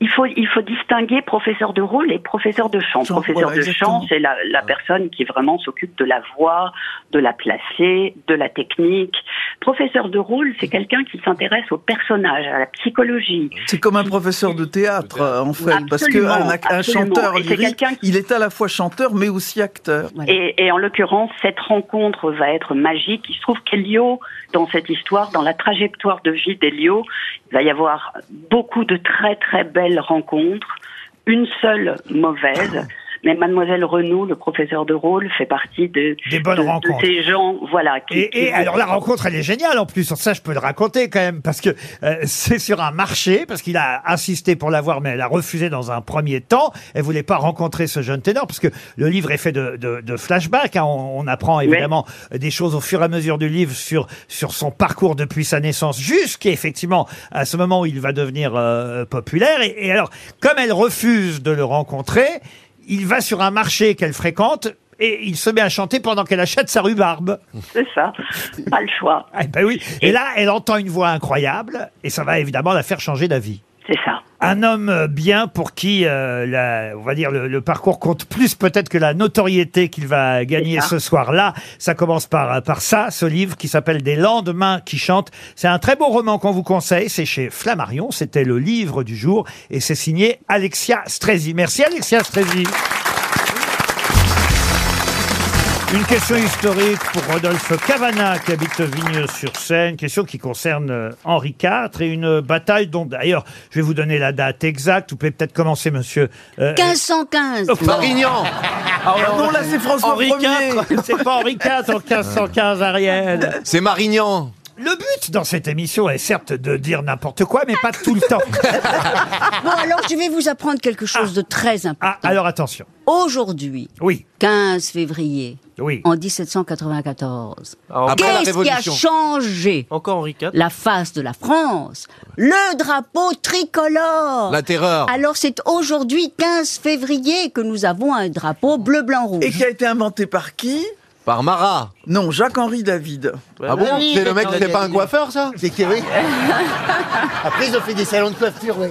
il, faut, il faut distinguer professeur de rôle et professeur de chant. professeur voilà, de exactement. chant, c'est la, la personne qui vraiment s'occupe de la voix, de la placer, de la technique. Professeur de rôle, c'est quelqu'un qui s'intéresse au personnage, à la psychologie. C'est comme un professeur de théâtre, euh, en fait, parce Absolument, qu'un ac- un absolument. chanteur Et c'est lyrique, quelqu'un il est à la fois chanteur, mais aussi acteur. Et, et en l'occurrence, cette rencontre va être magique. Il se trouve qu'Elio, dans cette histoire, dans la trajectoire de vie d'Elio, il va y avoir beaucoup de très très belles rencontres, une seule mauvaise. Mais Mademoiselle Renaud, le professeur de rôle, fait partie de, Des bonnes de- de rencontres. ces gens, voilà. qui- Et, et qui- alors la rencontre, elle est géniale en plus. Ça, je peux le raconter quand même parce que euh, c'est sur un marché parce qu'il a insisté pour l'avoir, mais elle a refusé dans un premier temps. Elle voulait pas rencontrer ce jeune ténor parce que le livre est fait de, de, de flashbacks. hein. On, on apprend évidemment des choses au fur et à mesure du livre sur sur son parcours depuis sa naissance jusqu'à effectivement à ce moment où il va devenir euh, populaire. Et, et alors, comme elle refuse de le rencontrer, il va sur un marché qu'elle fréquente. Et il se met à chanter pendant qu'elle achète sa rhubarbe. C'est ça, pas le choix. Eh ben oui. Et là, elle entend une voix incroyable, et ça va évidemment la faire changer d'avis. C'est ça. Un homme bien pour qui, euh, la- on va dire, le, le parcours compte plus peut-être que la notoriété qu'il va gagner ça. ce soir-là. Ça commence par, euh, par ça, ce livre qui s'appelle Des lendemains qui chantent. C'est un très beau roman qu'on vous conseille. C'est chez Flammarion. C'était le livre du jour et c'est signé Alexia Strezi. Merci Alexia Strezi. Une question historique pour Rodolphe Cavana qui habite Vigneux-sur-Seine, question qui concerne euh, Henri IV et une bataille dont d'ailleurs, je vais vous donner la date exacte, vous pouvez peut-être commencer monsieur. euh, Ah, 1515. Oh, Marignan. Ah, non, là, c'est François Henri Ier. IV. C'est pas Henri IV en 1515, Ariel. C'est Marignan. Le but dans cette émission est certes de dire n'importe quoi, mais pas tout le temps. Bon, alors je vais vous apprendre quelque chose de très important. Ah, Alors attention. Aujourd'hui, Oui. 15 février, Oui. en 1794, Après la qu'est-ce qui a Révolution. changé Encore Henri IV. la face de la France Le drapeau tricolore La terreur. Alors c'est aujourd'hui 15 février que nous avons un drapeau bleu, blanc, rouge. Et qui a été inventé par qui Par Marat. Non, Jacques-Henri David. Ah bon C'est le mec, c'est pas un coiffeur, ça C'est que oui. Après, ils ont fait des salons de coiffure, oui.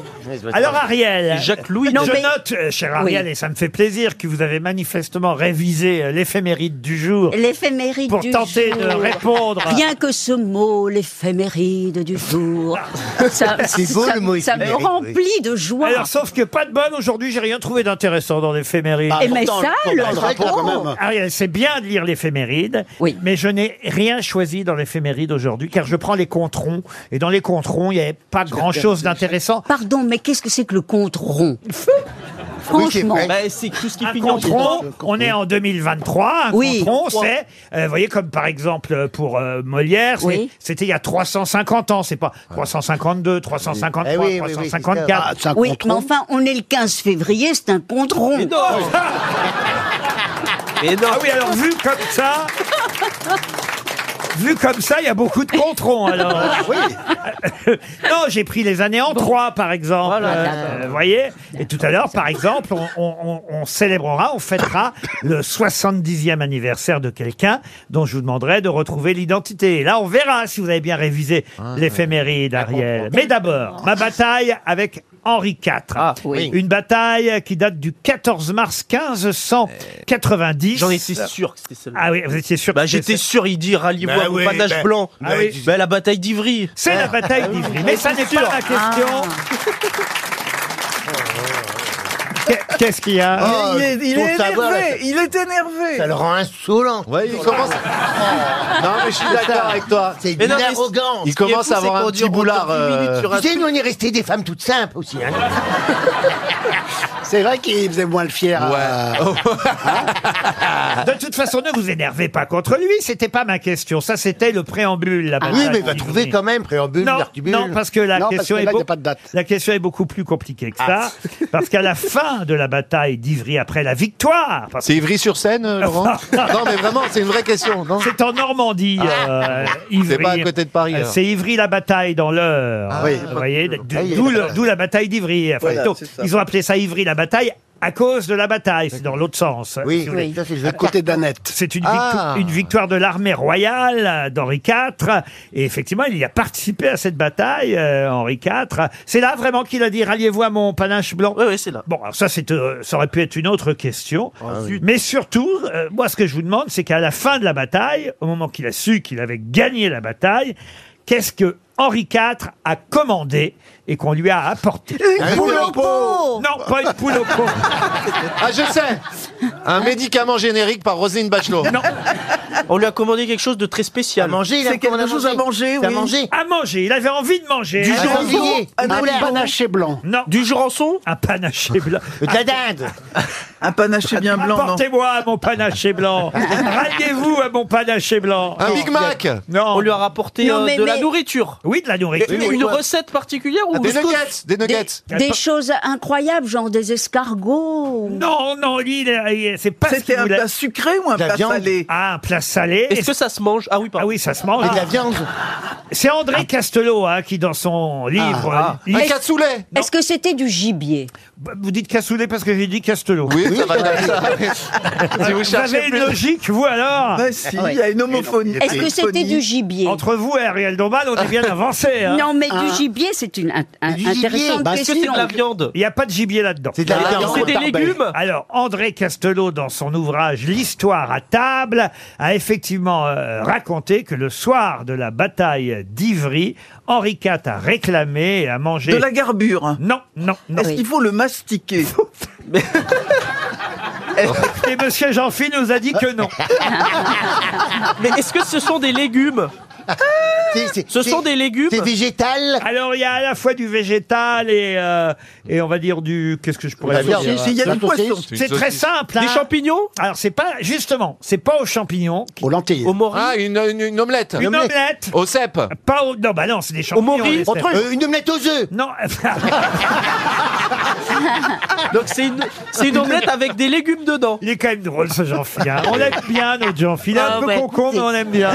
Alors Ariel, Et Jacques-Louis, Non, je mais- note, euh, cher Ariel, Oui. et ça me fait plaisir que vous avez manifestement révisé euh, l'éphéméride du jour. L'éphéméride Pour du tenter jour. de répondre. Rien que ce mot, l'éphéméride du jour. ça, C'est beau, ça- le mot Ça me éphéméride, oui. remplit de joie. Alors, sauf que pas de bonne aujourd'hui, j'ai rien trouvé d'intéressant dans l'éphéméride. Ah, Eh, mais pourtant, ça, le- le pourtant, drapeau, le drapeau. quand même. Ariel, c'est bien de lire l'éphéméride, mais je n'ai rien choisi dans l'éphéméride aujourd'hui, car je prends les controns, et dans les controns, il n'y avait pas grand-chose d'intéressant. Pardon, mais qu'est-ce que c'est que le compte rond Franchement. c'est tout ce qui Un finit en contron, on est en 2023, un Oui. contron, c'est, euh, vous voyez, comme par exemple euh, pour euh, Molière, c'est- Oui. c'était il y a 350 ans, c'est pas 352, 353, Eh oui, oui, oui, c'est ça. 354. oui, mais enfin, on est le 15 février, c'est un compte rond. Ah oui, alors vu comme ça. Vu comme ça, il y a beaucoup de controns, alors. non, j'ai pris les années en trois, par exemple. Voilà. Euh, Vous voyez Et tout à l'heure, par exemple, on, on- on- on célébrera, on fêtera le 70e anniversaire de quelqu'un dont je vous demanderai de retrouver l'identité. Et là, on verra si vous avez bien révisé Ah, l'éphéméride, Ariel. Mais d'abord, ma bataille avec Henri IV. Ah, oui. Une bataille qui date du 14 mars 1590. J'en étais sûr que c'était celle-là. Ah oui, vous étiez sûr Bah, que c'était j'étais ça. sûr, il dit ralliez-vous Bah à vos oui, panaches bah- blancs. Ah oui. Bah, la bataille d'Ivry. C'est la Ah. bataille d'Ivry. Mais ça n'est J'étais pas sûr. la question. Ah. Qu'est- Qu'est-ce qu'il y a Ah, il, est, il est pour énervé, Oh, savoir, là, il est énervé. Ça le rend insolent. Ouais, il commence. Non, mais je suis d'accord avec toi. C'est Mais une non, mais arrogance. il commence à avoir un petit boulard. euh, Tu sais, nous, on est restés des femmes toutes simples aussi. hein. C'est vrai qu'il faisait moins le fier. Ah, euh, De toute façon, ne vous énervez pas contre lui. C'était pas ma question. Ça, c'était le préambule. La Ah oui, bataille mais il va d'Ivry. trouver quand même préambule, Non, l'artibule. non, parce que la Non, parce question que est là, il y a beau- pas de date. Ah. La question est beaucoup plus compliquée que ça, parce qu'à la fin de la bataille d'Ivry, après la victoire, parce C'est Ivry-sur-Seine, euh, Laurent Non, mais vraiment, c'est une vraie question. Non Ah. C'est en Normandie, euh, Ivry. C'est pas à côté de Paris, Euh, alors. C'est Ivry la bataille dans l'heure. Ah oui. Vous voyez, d- Ah, il est d'où là. le- d'où la bataille d'Ivry. Enfin, Voilà, donc, c'est ça. ils ont appelé ça Ivry la bataille à cause de la bataille. C'est dans l'autre sens. Oui, si vous voulez. ça, c'est le jeu de Côté d'Annette. C'est une, Ah. victo- une victoire de l'armée royale euh, d'Henri IV. Et effectivement, il y a participé à cette bataille, euh, Henri IV. C'est là vraiment qu'il a dit ralliez-vous à mon panache blanc. Oui, oui, c'est là. Oh, Ah Bon, alors ça, c'est, euh, ça aurait pu être une autre question. Mais surtout, euh, moi, ce que je vous demande, c'est qu'à la fin de la bataille, au moment qu'il a su qu'il avait gagné la bataille, qu'est-ce que Henri IV a commandé et qu'on lui a apporté Un poule au pot. Oh, Non, pas une poule au pot. Ah, je sais Un médicament générique par Roselyne Bachelot. Non. On lui a commandé quelque chose de très spécial. Manger, il a C'est quelque chose à manger, Ça oui. manger. À manger, il avait envie de manger. Du Un jambon, sanglier, un Ah, un poulard. panaché blanc. Non. Du jurançon Un panaché blanc. De la dinde. Un panaché bien blanc, non Apportez-moi à mon panaché blanc. Ralliez-vous à mon panaché blanc. Un Big Mac Non. On lui a rapporté Non, euh, mais- de la mais- nourriture. Oui, de la nourriture. Une- une recette particulière ou Des nuggets Des nuggets Des, des choses incroyables, genre des escargots. ou- Non, non, lui, il a- il- c'est pas ce C'était qu'il un voulait. plat sucré ou un La plat viande. salé Ah, un plat salé. Est-ce que ça se mange Ah oui, Ah pardon. oui, ça se mange. Et Ah. de la viande. C'est André Castelot hein, qui, dans son livre... euh, Un li- cassoulet Est-ce que c'était du gibier Vous dites Cassoulet parce que j'ai dit Castelot. Oui, ça va comme ça. si vous Vous cherchez avez une plus... logique, vous, alors Bah si, il y a une homophonie. Est-ce que c'était du Homophonie. gibier Entre vous et Ariel Dombal, on est bien avancé. hein. Non, mais Ah. du gibier, c'est une in- in- Du gibier, intéressante bah, Est-ce que c'est question. de la viande Il n'y a pas de gibier là-dedans. C'est de la Ah, viande. C'est des légumes Alors, André Castelot, dans son ouvrage L'histoire à table, a effectivement euh, raconté que le soir de la bataille d'Ivry, Henri IV a réclamé et a mangé... De la garbure. Non, non, non. Est-ce qu'il faut le mastiquer Et Monsieur Jean-Phi nous a dit que non. Mais est-ce que ce sont des légumes Ce sont des légumes C'est végétal Alors, il y a à la fois du végétal et, euh, et on va dire du... Qu'est-ce que je pourrais La dire viande. Si, si, il y a euh, du poisson. C'est très simple. Des champignons Alors, c'est pas... Justement, c'est pas aux champignons. Aux lentilles. Aux morilles. Ah, une, une- une omelette. Une omelette. Au cèpe. Pas au... Non, bah non, c'est des champignons. morilles. les cèpes. Autre- euh, une omelette aux œufs Non. Donc c'est une, c'est une omelette avec des légumes dedans. Il est quand même drôle ce jean Bien, on l'aime bien, notre Jean-Phi. Il est un Ah peu ouais, concon, mais on l'aime bien.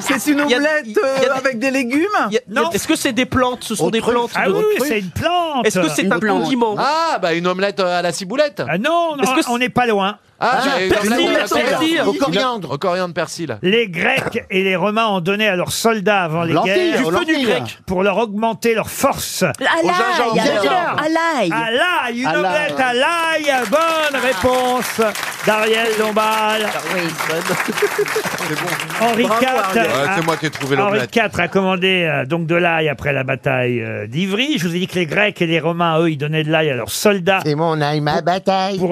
C'est une Il y a- omelette euh, avec des légumes Non. Est-ce que c'est des plantes Ce sont Oh, des Autruche. plantes. Ah de oui, votre oui, truc c'est une plante. Est-ce que c'est Une un plante. condiment Ah, bah une omelette euh, à la ciboulette. Ah non, Est-ce que c'est- on n'est pas loin. Ah, j'ai une persil, omelette au persil. persil. Au coriandre. Au coriandre persil. Les Grecs et les Romains ont donné à leurs soldats avant les Lentilles, guerres du feu du lentilles. grec. pour leur augmenter leur force. À l'ail, alors, à l'ail. À l'ail, une À l'ail. omelette à l'ail. Bonne réponse d'Ariel Dombal. Ah Henri Bravo, IV. Ariel. a- Ouais, c'est moi qui ai trouvé Henri l'omelette. IV a commandé euh, donc de l'ail après la bataille euh, d'Ivry. Je vous ai dit que les Grecs et les Romains, eux, ils donnaient de l'ail à leurs soldats. C'est mon ail, ma bataille. Pour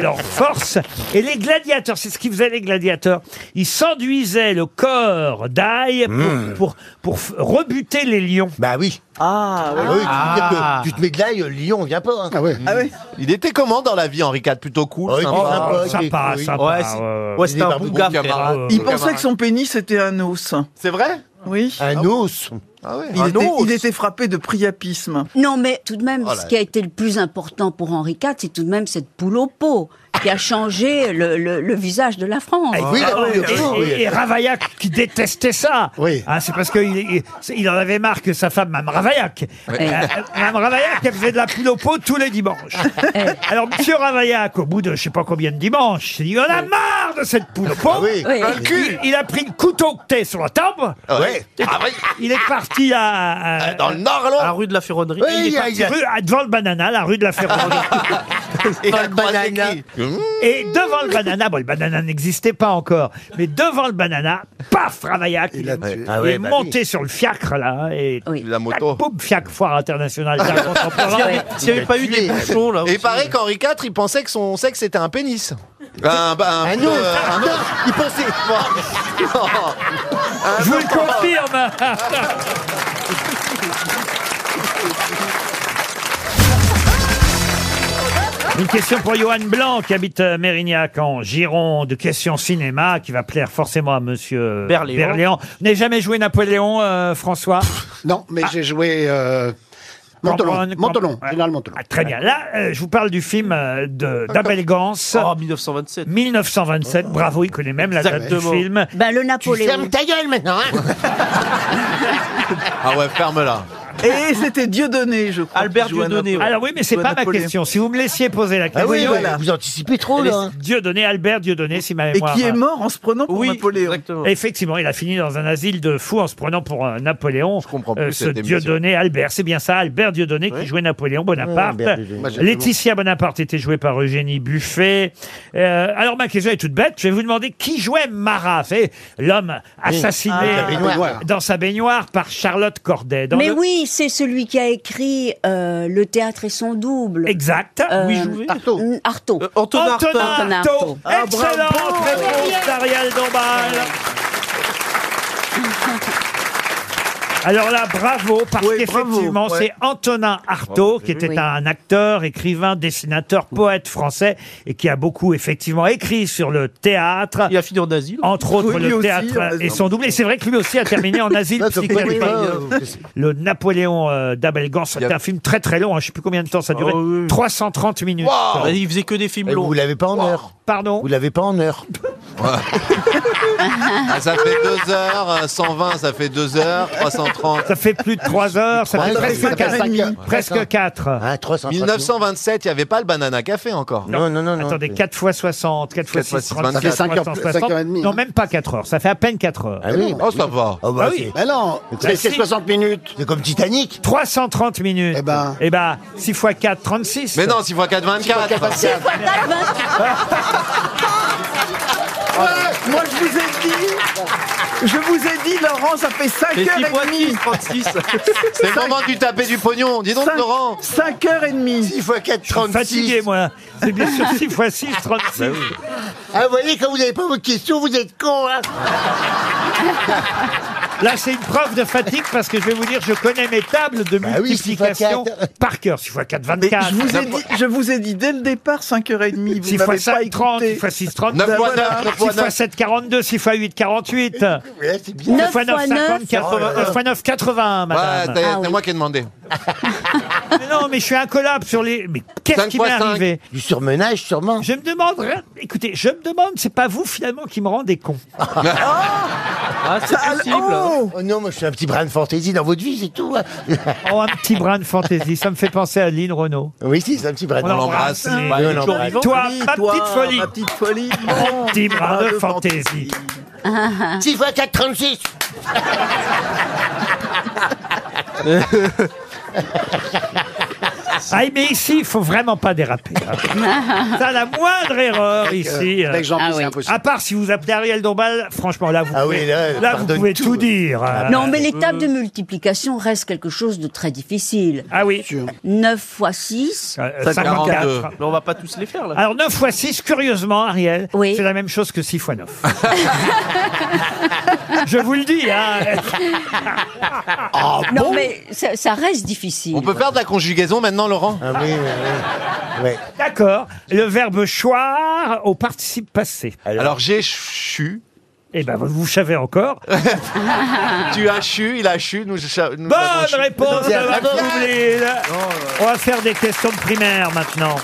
leur force. Et les gladiateurs, c'est ce qu'ils faisaient les gladiateurs. Ils s'enduisaient le corps d'ail pour, Hmm. Mm. pour, pour f- rebuter les lions. Bah oui. Ah, Ah oui, tu, veux dire que tu te mets de l'ail, euh, Lyon, vient pas. hein. Ah Il était comment dans la vie, Henri IV Plutôt cool, Oh, il était sympa, sympa. Sympa, oui. sympa, Ouais, c'est- ouais, ouais, il c'était était un un bon bon gars. camarade. camarade. Il pensait que son pénis était un os. C'est vrai Oui. Un os Ah Il, était, il était frappé de priapisme. Non, mais tout de même, Oh là ce qui a été le plus important pour Henri IV, c'est tout de même cette poule au pot qui a changé le, le- le visage de la Eh, France. Ah, et- et, et- et Ravaillac qui détestait ça. Ah, c'est parce qu'il il, il en avait marre que sa femme, Mme Ravaillac, Oui. euh, Mme Ravaillac, elle faisait de la poule au pot tous les dimanches. Eh. Alors, Monsieur Ravaillac, au bout de je sais pas combien de dimanches, il dit, on a marre de cette poule au pot. Ah oui. Oui. Un Il, il a pris le couteau que t'es sur la table. Ah Ouais. Euh, Et puis, Il est parti à, Dans le Nord, alors À la rue de la Ferronnerie. il est parti rue- à- devant le banana, la rue de la Ferronnerie. Hum Et devant le banana, bon, le banana n'existait pas encore, mais devant le banana, paf, Ravaillac, il, tué. il Ah ouais, est bah monté sur le fiacre, là, et la moto. Boum, fiacre, foire internationale d'art contemporain. S'il y avait- s'il y avait pas eu des bouchons, là. Et il paraît qu'Henri IV, il pensait que son sexe était un pénis. Un, bah, un, os. euh, un os. Il pensait. Ah, Je vous le confirme Une question pour Johan Blanc qui habite euh, Mérignac en Gironde. Question cinéma qui va plaire forcément à Monsieur euh, Berléand. Berléand. Vous n'avez jamais joué Napoléon, euh, François Non, mais j'ai joué euh, Montolon. Cambronne, Montolon, Cambronne. général Montolon. Très bien. Là, euh, je vous parle du film euh, de d'Abel Gans. Oh, 1927. 1927. Bravo, il connaît même la date du Exactement. film. Ben, le Napoléon. fermes ta gueule maintenant, hein Ah ouais, ferme-la. Et c'était Dieudonné, je crois. Albert Alors oui, mais c'est pas ma question. Si vous me laissiez poser la Ah question, oui, voilà. Vous anticipez trop, Allez, là. hein. Dieu donné, Albert Dieu donné, si ma Et mémoire. qui est mort en se prenant pour Oui, Napoléon. Effectivement, il a fini dans un asile de fous en se prenant pour un Napoléon. Je comprends plus ce cette émission. Dieudonné, Albert, c'est bien ça, Albert Dieudonné qui jouait Napoléon Bonaparte. Ouais, Albert Dieudonné. Moi, j'ai Laetitia Bonaparte était jouée par Eugénie Buffet. Euh, alors ma question est toute bête. Je vais vous demander qui jouait Marat, c'est l'homme assassiné Ah. Avec la baignoire. dans sa baignoire par Charlotte Corday. Dans mais le- oui, c'est celui qui a écrit euh, Le théâtre et son double. Exact. Euh, Oui, joué. Artaud. Artaud. Euh, Antonin Artaud. Antonin Artaud. Ah, Excellente bravo. réponse d'Ariel Dombal. Alors là, bravo, parce qu'effectivement, bravo, ouais. c'est Antonin Artaud, qui était un acteur, écrivain, dessinateur, poète français, et qui a beaucoup, effectivement, écrit sur le théâtre. Il a fini en asile. Entre autres, Oui, lui le aussi, en théâtre asile. et son double. Et c'est vrai que lui aussi a terminé en asile Ouais, comme psychiatrique. quoi, euh, hein. oui, Le Napoléon euh, d'Abel Gans, c'était un film très très long, hein, je sais plus combien de temps ça durait. 330 minutes. Bah, Il faisait que des films Et longs. vous l'avez Pas en heure. Pardon Vous l'avez pas en heure. Ah, ça fait 2 heures, euh, 120, ça fait 2 heures, 330. Ça fait plus de 3 heures, ça fait presque quatre- presque 4. 1927, il n'y avait pas le banana café encore. Non, non, non. Attendez, 4 fois 60, 4 fois 6, 60, ça fait cinq heures, cinq heures et demie, Non, même pas 4 heures, ça fait à peine 4 heures. Ah oui. Oh, ça va. Ah bah, Ah oui. c'est- Mais non, Bah c'est c'est si. 60 minutes. C'est comme Titanic. 330 minutes. Eh ben. 6 fois 4, 36. Mais non, 6 x 4, 24. Six fois quatre, Voilà, ben, vrai Moi, je vous ai dit, je vous ai dit, Laurent, ça fait 5 Mais six heures fois et demie. six, 36. C'est le moment du taper du pognon. Dis donc, Laurent. 5 heures et demie. 6 fois 4, 36. fatigué, moi. C'est bien sûr 6 fois 6, Bah 36. Ah, vous voyez, quand vous n'avez pas votre question, vous êtes con, hein Là, c'est une preuve de fatigue parce que je vais vous dire, je connais mes tables de oui, six fois multiplication quatre. par cœur. 6 fois 4, Mais 24. je, vous ai dit, je vous ai dit dès le départ 5h30, vous 6 fois m'avez pas 5, 30, écouté. 6 fois 6, 30, Ben voilà. 6 fois 7, 42, 6 fois 8, 48. Ouais, c'est bien. 9 fois 9, 50, 80. 9 fois 9, Ah, 80, Ouais, madame. t'as- c'est moi qui ai demandé. Mais non, mais je suis incollable sur les. Mais qu'est-ce Cinq qui fois m'est cinq. arrivé Du surmenage, sûrement. Je me demande. Écoutez, je me demande, c'est pas vous finalement qui me rendez con. Ah, c'est possible. Oh non, moi, je suis un petit brin de fantaisie dans votre vie, c'est tout. hein. Oh, un petit brin de fantaisie. Ça me fait penser à Lynn Renault. oui, si, c'est un petit brin de On l'embrasse. Oui, Bah, on il est toujours l'embrasse. vivant. Toi, Oui, ma petite folie. Ma petite folie. Mon petit brin Ah, de le fantaisie. 6 fois 4, 36. Ah, mais ici, il faut vraiment pas déraper. hein. Ça, la moindre erreur ici. euh, Avec Jean-Pierre, Ah oui. c'est impossible. À part si vous appelez Ariel Dombal, franchement, là, vous Ah oui, pouvez, là, elle vous pardonne pouvez tout. tout, dire. euh. Non, mais les tables de multiplication restent quelque chose de très difficile. Ah oui, Sûr. 9 fois 6, euh, 42. 54. Mais on va pas tous les faire là. Alors 9 fois 6, curieusement, Ariel, Oui. c'est la même chose que 6 fois 9. Je vous le dis, hein. Ah, non mais ça, ça reste difficile. On peut faire de la conjugaison maintenant, Laurent Ah oui, oui, oui. Ouais. D'accord. Le verbe choir au participe passé. Alors, j'ai chu. Eh ben, vous savez encore. Ah, Ah, Tu as chu, il a chu. Nous, cha- nous Bonne avons chu. réponse de Bien, bravo. Maxime Boublil. On va faire des questions de primaire maintenant.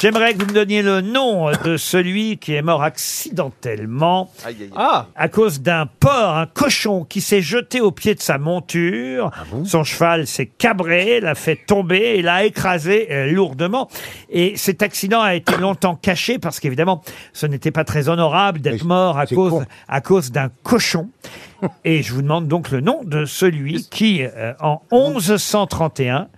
J'aimerais que vous me donniez le nom de celui qui est mort accidentellement Aïe, aïe, aïe. Ah, à cause d'un porc, un cochon qui s'est jeté au pied de sa monture. Ah Son cheval s'est cabré, l'a fait tomber et l'a écrasé euh, lourdement. Et cet accident a été longtemps caché parce qu'évidemment, ce n'était pas très honorable d'être Mais mort à c'est cause, con. à cause d'un cochon. Et je vous demande donc le nom de celui qui, euh, en 1131,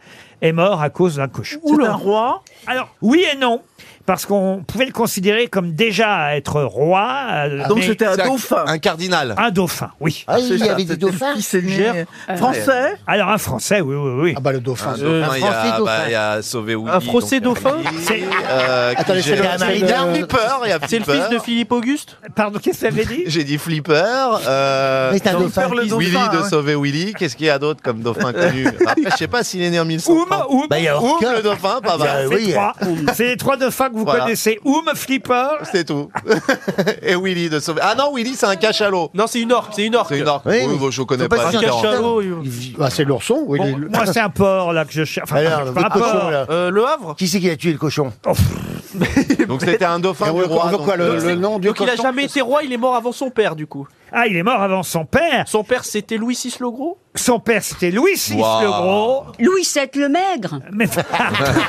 est mort à cause d'un cochon. C'est un roi. Alors, oui et non. Parce qu'on pouvait le considérer comme déjà être roi. euh, Donc mais- c'était un Ah C'est dauphin. Un cardinal. un dauphin, oui. Ah, il y ça, avait des c'était le dauphins. fils aîné Gère. Français. Alors un français, oui, oui, oui. Ah bah le dauphin. Un dauphin, un il y a- français dauphin. bah, il y a sauvé Willy. Ah, Un français donc, dauphin Willy, C'est- euh, qui Attendez, c'est gère- le- c'est Il a le- flipper. il y a c'est le fils Flipper. de Philippe Auguste Pardon, qu'est-ce que ça veut dire J'ai dit flipper. euh, Mais c'est un Donc, dauphin. faire le dauphin. Willy de hein. Sauver Willy, qu'est-ce qu'il y a d'autre comme dauphin connu Après, je sais pas s'il est né en 1130. Oum, Oum, Bah, il y a Oum, Orca. le dauphin, pas Ah, mal. c'est oui, trois. C'est les trois dauphins que vous Voilà. connaissez. Oum, Flipper. C'est tout. Et Willy de Sauver. Ah non, Willy, c'est un cachalot. Non, c'est une orque, c'est une orque. C'est une orque. Oui, Oui, oui. je connais Faut pas se Un pas. la dire. différence. cachalot. il- Bah, c'est l'ourson. Oui, Bon, le- moi, c'est un porc, là, que je cherche. Enfin, Alors, c'est votre pas un cochon, porc. là. Euh, le Havre Qui c'est qui a tué le cochon Donc c'était un dauphin On du veut quoi, roi. on veut donc- quoi, le, le nom du Donc il a cochon jamais été roi, il est mort avant son père du coup. Ah, il est mort avant son père. Son père c'était Louis VI le Gros Son père, c'était Louis VI Wow. le Gros. Louis VII le maigre. Mais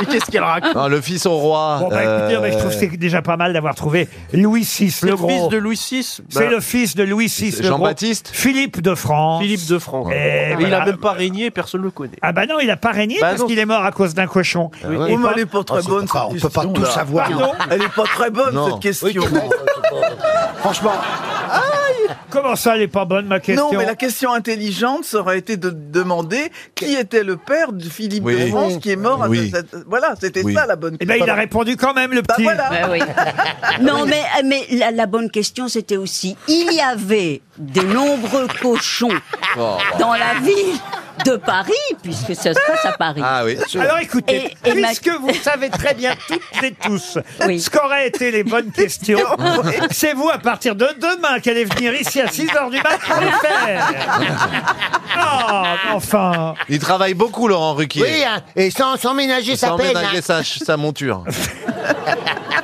Mais qu'est-ce qu'elle raconte Non, le fils au roi. bon, bah, Euh, euh, écoutez, mais je trouve que c'est déjà pas mal d'avoir trouvé Louis VI Le le fils Gros. de Louis VI, C'est bah, le fils de Louis VI le Gros. Jean-Baptiste Philippe de France. Philippe de France. Eh, Mais il voilà. a même pas régné, personne le connaît. Ah bah non, il a pas régné Bah parce non. Ah qu'il est mort à cause d'un cochon. Ah Et Oh, mais pas- elle est pas très Ah, c'est bonne. pas- cette on peut pas question, tout là. savoir. hein. Pardon Elle est pas très bonne Non. cette question. Franchement, Comment ça, elle est pas bonne, ma question Non, mais la question intelligente, ça aurait été de demander qui était le père de Philippe Oui. de France qui est mort. à Oui. cette- Voilà, c'était Oui. ça la bonne Eh ben, question. il a répondu quand même, le Bah petit. voilà. Ben oui. Non mais, euh, mais la, la bonne question c'était aussi, il y avait de nombreux cochons dans la ville de Paris, puisque ça se passe à Paris. Ah oui. Alors écoutez, Et- et ma- puisque vous savez très bien toutes et tous Oui. ce qu'auraient été les bonnes questions, c'est vous à partir de demain qui allez venir ici à 6h du matin pour le faire. Ah, mais enfin. Il travaille beaucoup, Laurent Ruquier. Oui, hein, et sans, sans ménager sa Sans peine. ménager hein. sa, sa monture.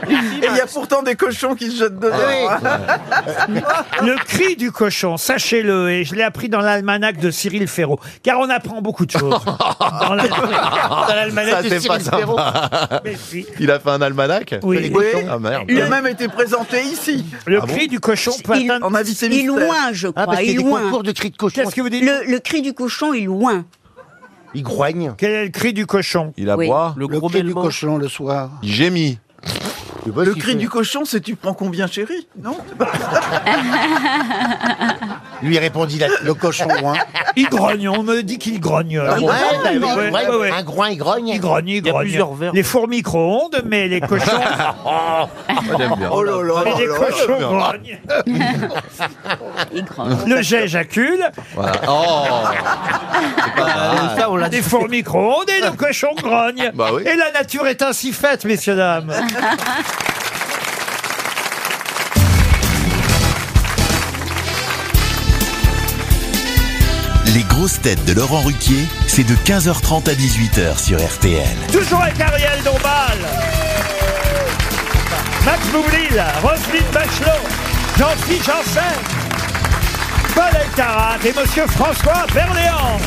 Et il y a pourtant des cochons qui se jettent dedans. Ah. Oui. hein. Le cri du cochon, sachez-le, et je l'ai appris dans l'almanach de Cyril Ferraud, car on apprend beaucoup de choses. Dans la- dans Ça, l'almanach de c'est pas Cyril Ferraud. sympa. Mais si. Il a fait un almanach Oui. Oui. Ah merde. Il a même été présenté ici. Ah Le cri du cochon peut Il- atteindre... En invité Il mystère. loin, je crois, Ah, parce qu'il il y a des loin. concours de cris de cochon. Qu'est-ce que vous dites Le, le cri du cochon est loin. Il groigne. Quel est le cri du cochon Il aboie. Le le gros cri du bêlement. cochon le soir. Il gémit. Le cri du cochon, c'est tu prends combien, chérie Non Ah, bah Lui répondit la- le cochon loin. Il grogne, on me dit qu'il grogne. Ah bon Ouais, Ouais, bah oui, ouais, ouais, ouais. Un groin, il grogne. Il grogne, il y a grogne. plusieurs vers. Les fours micro-ondes, mais les cochons. j'aime bien. Oh là là, Oh les là là, cochons j'aime grognent. Il grogne. Le jet jacule. Voilà. Oh Bah, ça, on l'a Des fours micro-ondes et le cochon grogne. Bah oui. Et la nature est ainsi faite, messieurs, dames. Les grosses têtes de Laurent Ruquier, c'est de 15h30 à 18h sur RTL. Toujours avec Ariel Dombal. Max Boublil, Roselyne Bachelot, Jean-Philippe Janssen, Paul Elkarat et Monsieur François Berléand.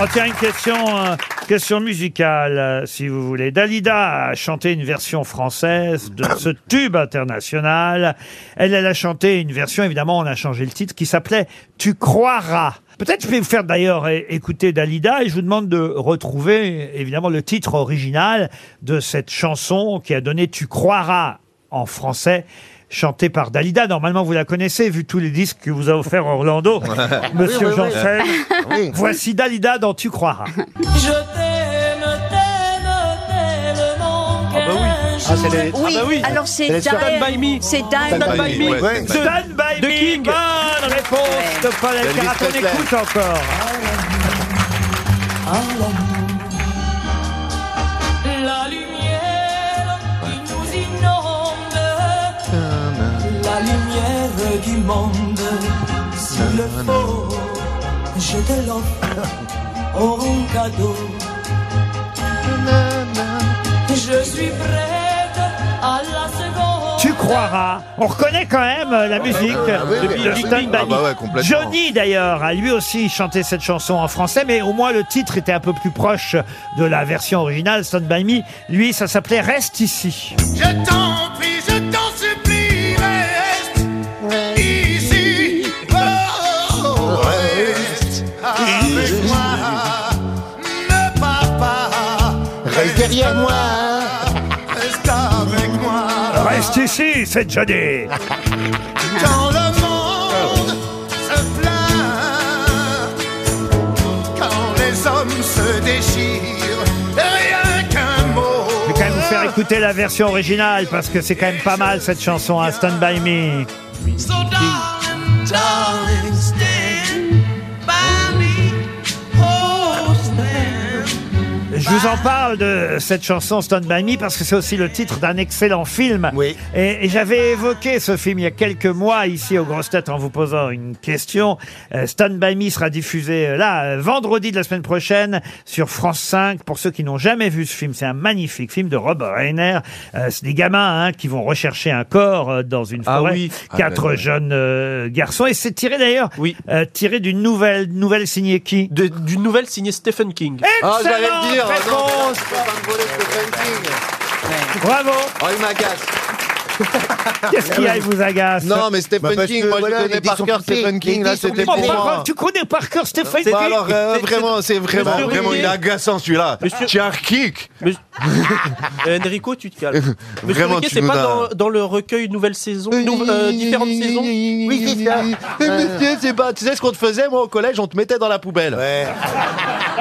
On tient une question, euh, question musicale, euh, si vous voulez. Dalida a chanté une version française de ce tube international. Elle, elle a chanté une version, évidemment, on a changé le titre, qui s'appelait Tu croiras. Peut-être je vais vous faire d'ailleurs é- écouter Dalida et je vous demande de retrouver, évidemment, le titre original de cette chanson qui a donné Tu croiras en français. chantée par Dalida. Normalement, vous la connaissez, vu tous les disques que vous a offert Orlando, Oui, Monsieur oui, oui. Janssen. Oui. Voici Dalida dans Tu croiras. Je t'aime, t'aime, tellement bah oui. qu'un Ah, c'est les- jour- Ah, bah oui. alors c'est Elle est sur- Stand Stand by me. C'est Ah, Stand, Stand by me. Ouais. De- Stand by me. Bonne réponse de Paul Elvis Elkarat. On Presley. écoute encore. La lumière qui nous inonde, la lumière du monde. S'il le faut, je te l'offre en cadeau. Je suis prête à la seconde. Tu croiras. On reconnaît quand même euh, la musique ah oui, de oui, ah oui. Stand by Ah bah Me. ouais, complètement. Johnny d'ailleurs a lui aussi chanté cette chanson en français, mais au moins le titre était un peu plus proche de la version originale Stand by Me. Lui, ça s'appelait Reste ici. Je t'en prie, je t'en supplie, reste ici. Oh, reste avec moi. Ne pars pas, Reste derrière moi. reste avec moi. Reste ici, c'est Johnny. Quand le monde se plaint, quand les hommes se déchirent, rien qu'un mot. Je vais quand même vous faire écouter la version originale parce que c'est quand même pas mal cette chanson à Stand by Me. So darling, darling, stand by me. Oh, stand. Je vous en parle de cette chanson Stand By Me parce que c'est aussi le titre d'un excellent film. Et, et j'avais évoqué ce film il y a quelques mois ici au Grosses Têtes en vous posant une question. Euh, Stand By Me sera diffusé euh, là euh, vendredi de la semaine prochaine sur France 5. Pour ceux qui n'ont jamais vu ce film, c'est un magnifique film de Rob Reiner. Euh, c'est des gamins hein, qui vont rechercher un corps euh, dans une Ah forêt. oui. Quatre Ah, ouais, ouais. jeunes euh, garçons. Et c'est tiré d'ailleurs. Oui. Euh, tiré d'une nouvelle nouvelle signée qui D'une nouvelle signée Stephen King. Ah, j'allais le dire. Excellente non. réponse. Bravo. Oh, il m'agace. Qu'est-ce qu'il y a, il vous agace Non, mais Stephen Bah, parce King, que, moi voilà, je les connais dés par sont cœur piqués, Stephen les King, dés là sont c'était piqués. pour Oh, par moi. contre, Tu connais par cœur Stephen King Bah alors, euh, C'est- vraiment, c'est vraiment, Monsieur vraiment, il Ruquier. est agaçant celui-là. Monsieur- J'ai un kick. Euh, Enrico, tu te calmes. Monsieur Vraiment, Riquet, tu c'est nous pas as- dans, dans le recueil Nouvelle Saison, nou- euh, différentes saisons Euh. Oui, c'est ça. Monsieur, c'est pas- tu sais ce qu'on te faisait, moi, au collège, on te mettait dans la poubelle.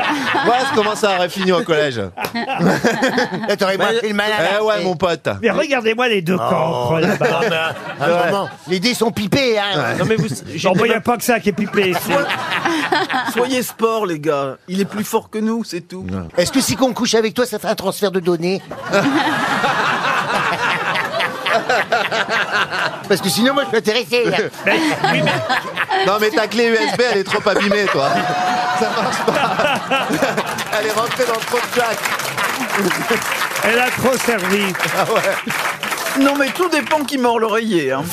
Ouais. Voilà comment ça aurait fini au collège. Là, t'aurais pas fait le euh, mal à Eh ouais, mon pote. Mais regardez-moi les deux cancres là-bas. Non, mais à un Oh. Ah, bah, Ouais. moment, les dés sont pipés. Hein. Non, mais vous. Ah. Non, il n'y a pas que ça qui est pipé. ici. Soyez sport, les gars. Il est plus fort que nous, c'est tout. Est-ce que si qu'on couche avec toi, ça fait un transfert de données Parce que sinon, moi, je suis intéressé. là. Non, mais ta clé USB, elle est trop abîmée, toi. Ça marche pas. Elle est rentrée dans trop de jack. Elle a trop servi. Ah Non, mais tout dépend qui mord l'oreiller. hein.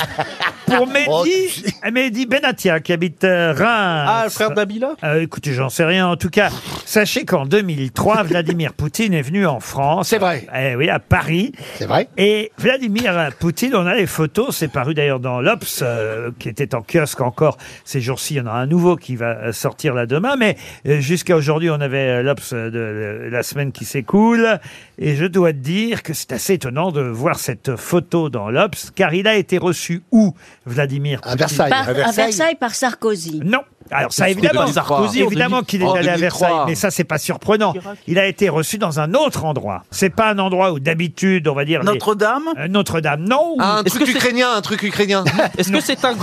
pour Mehdi, Mehdi Benatia, qui habite euh, Reims. Ah, le frère d'Abila Euh, Écoutez, j'en sais rien. En tout cas, sachez qu'en 2003, Vladimir Poutine est venu en France. C'est vrai. oui, à Paris. C'est vrai. Et Vladimir Poutine, on a les photos. C'est paru d'ailleurs dans l'Obs, euh, qui était en kiosque encore ces jours-ci. Il y en a un nouveau qui va euh, sortir là demain. Mais euh, jusqu'à aujourd'hui, on avait euh, l'Obs de euh, la semaine qui s'écoule. Et je dois dire que c'est assez étonnant de voir cette photo dans l'Obs, car il a été reçu où, Vladimir Poutine Par, Ah, à Versailles par Sarkozy. Non. Alors ça évidemment, évidemment qu'il est allé à Versailles, mais ça c'est pas surprenant. Il a été reçu dans un autre endroit. C'est pas un endroit où d'habitude on va dire les- Notre-Dame Euh, Notre-Dame, non. Ah, Un truc ukrainien, un truc ukrainien. Est-ce que c'est un,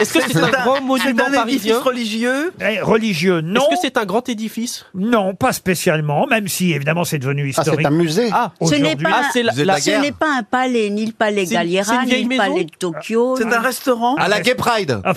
est-ce que c'est un grand monument parisien religieux Eh, religieux, non. Est-ce que c'est un grand édifice Non, pas spécialement, même si évidemment c'est devenu historique. c'est un musée. Ah, Ce n'est aujourd'hui. pas, ce n'est pas un palais, ni le palais C'est une- c'est Galliera, une ni vieille le maison palais de Euh, Tokyo. C'est un restaurant À la Gay Pride. Ah,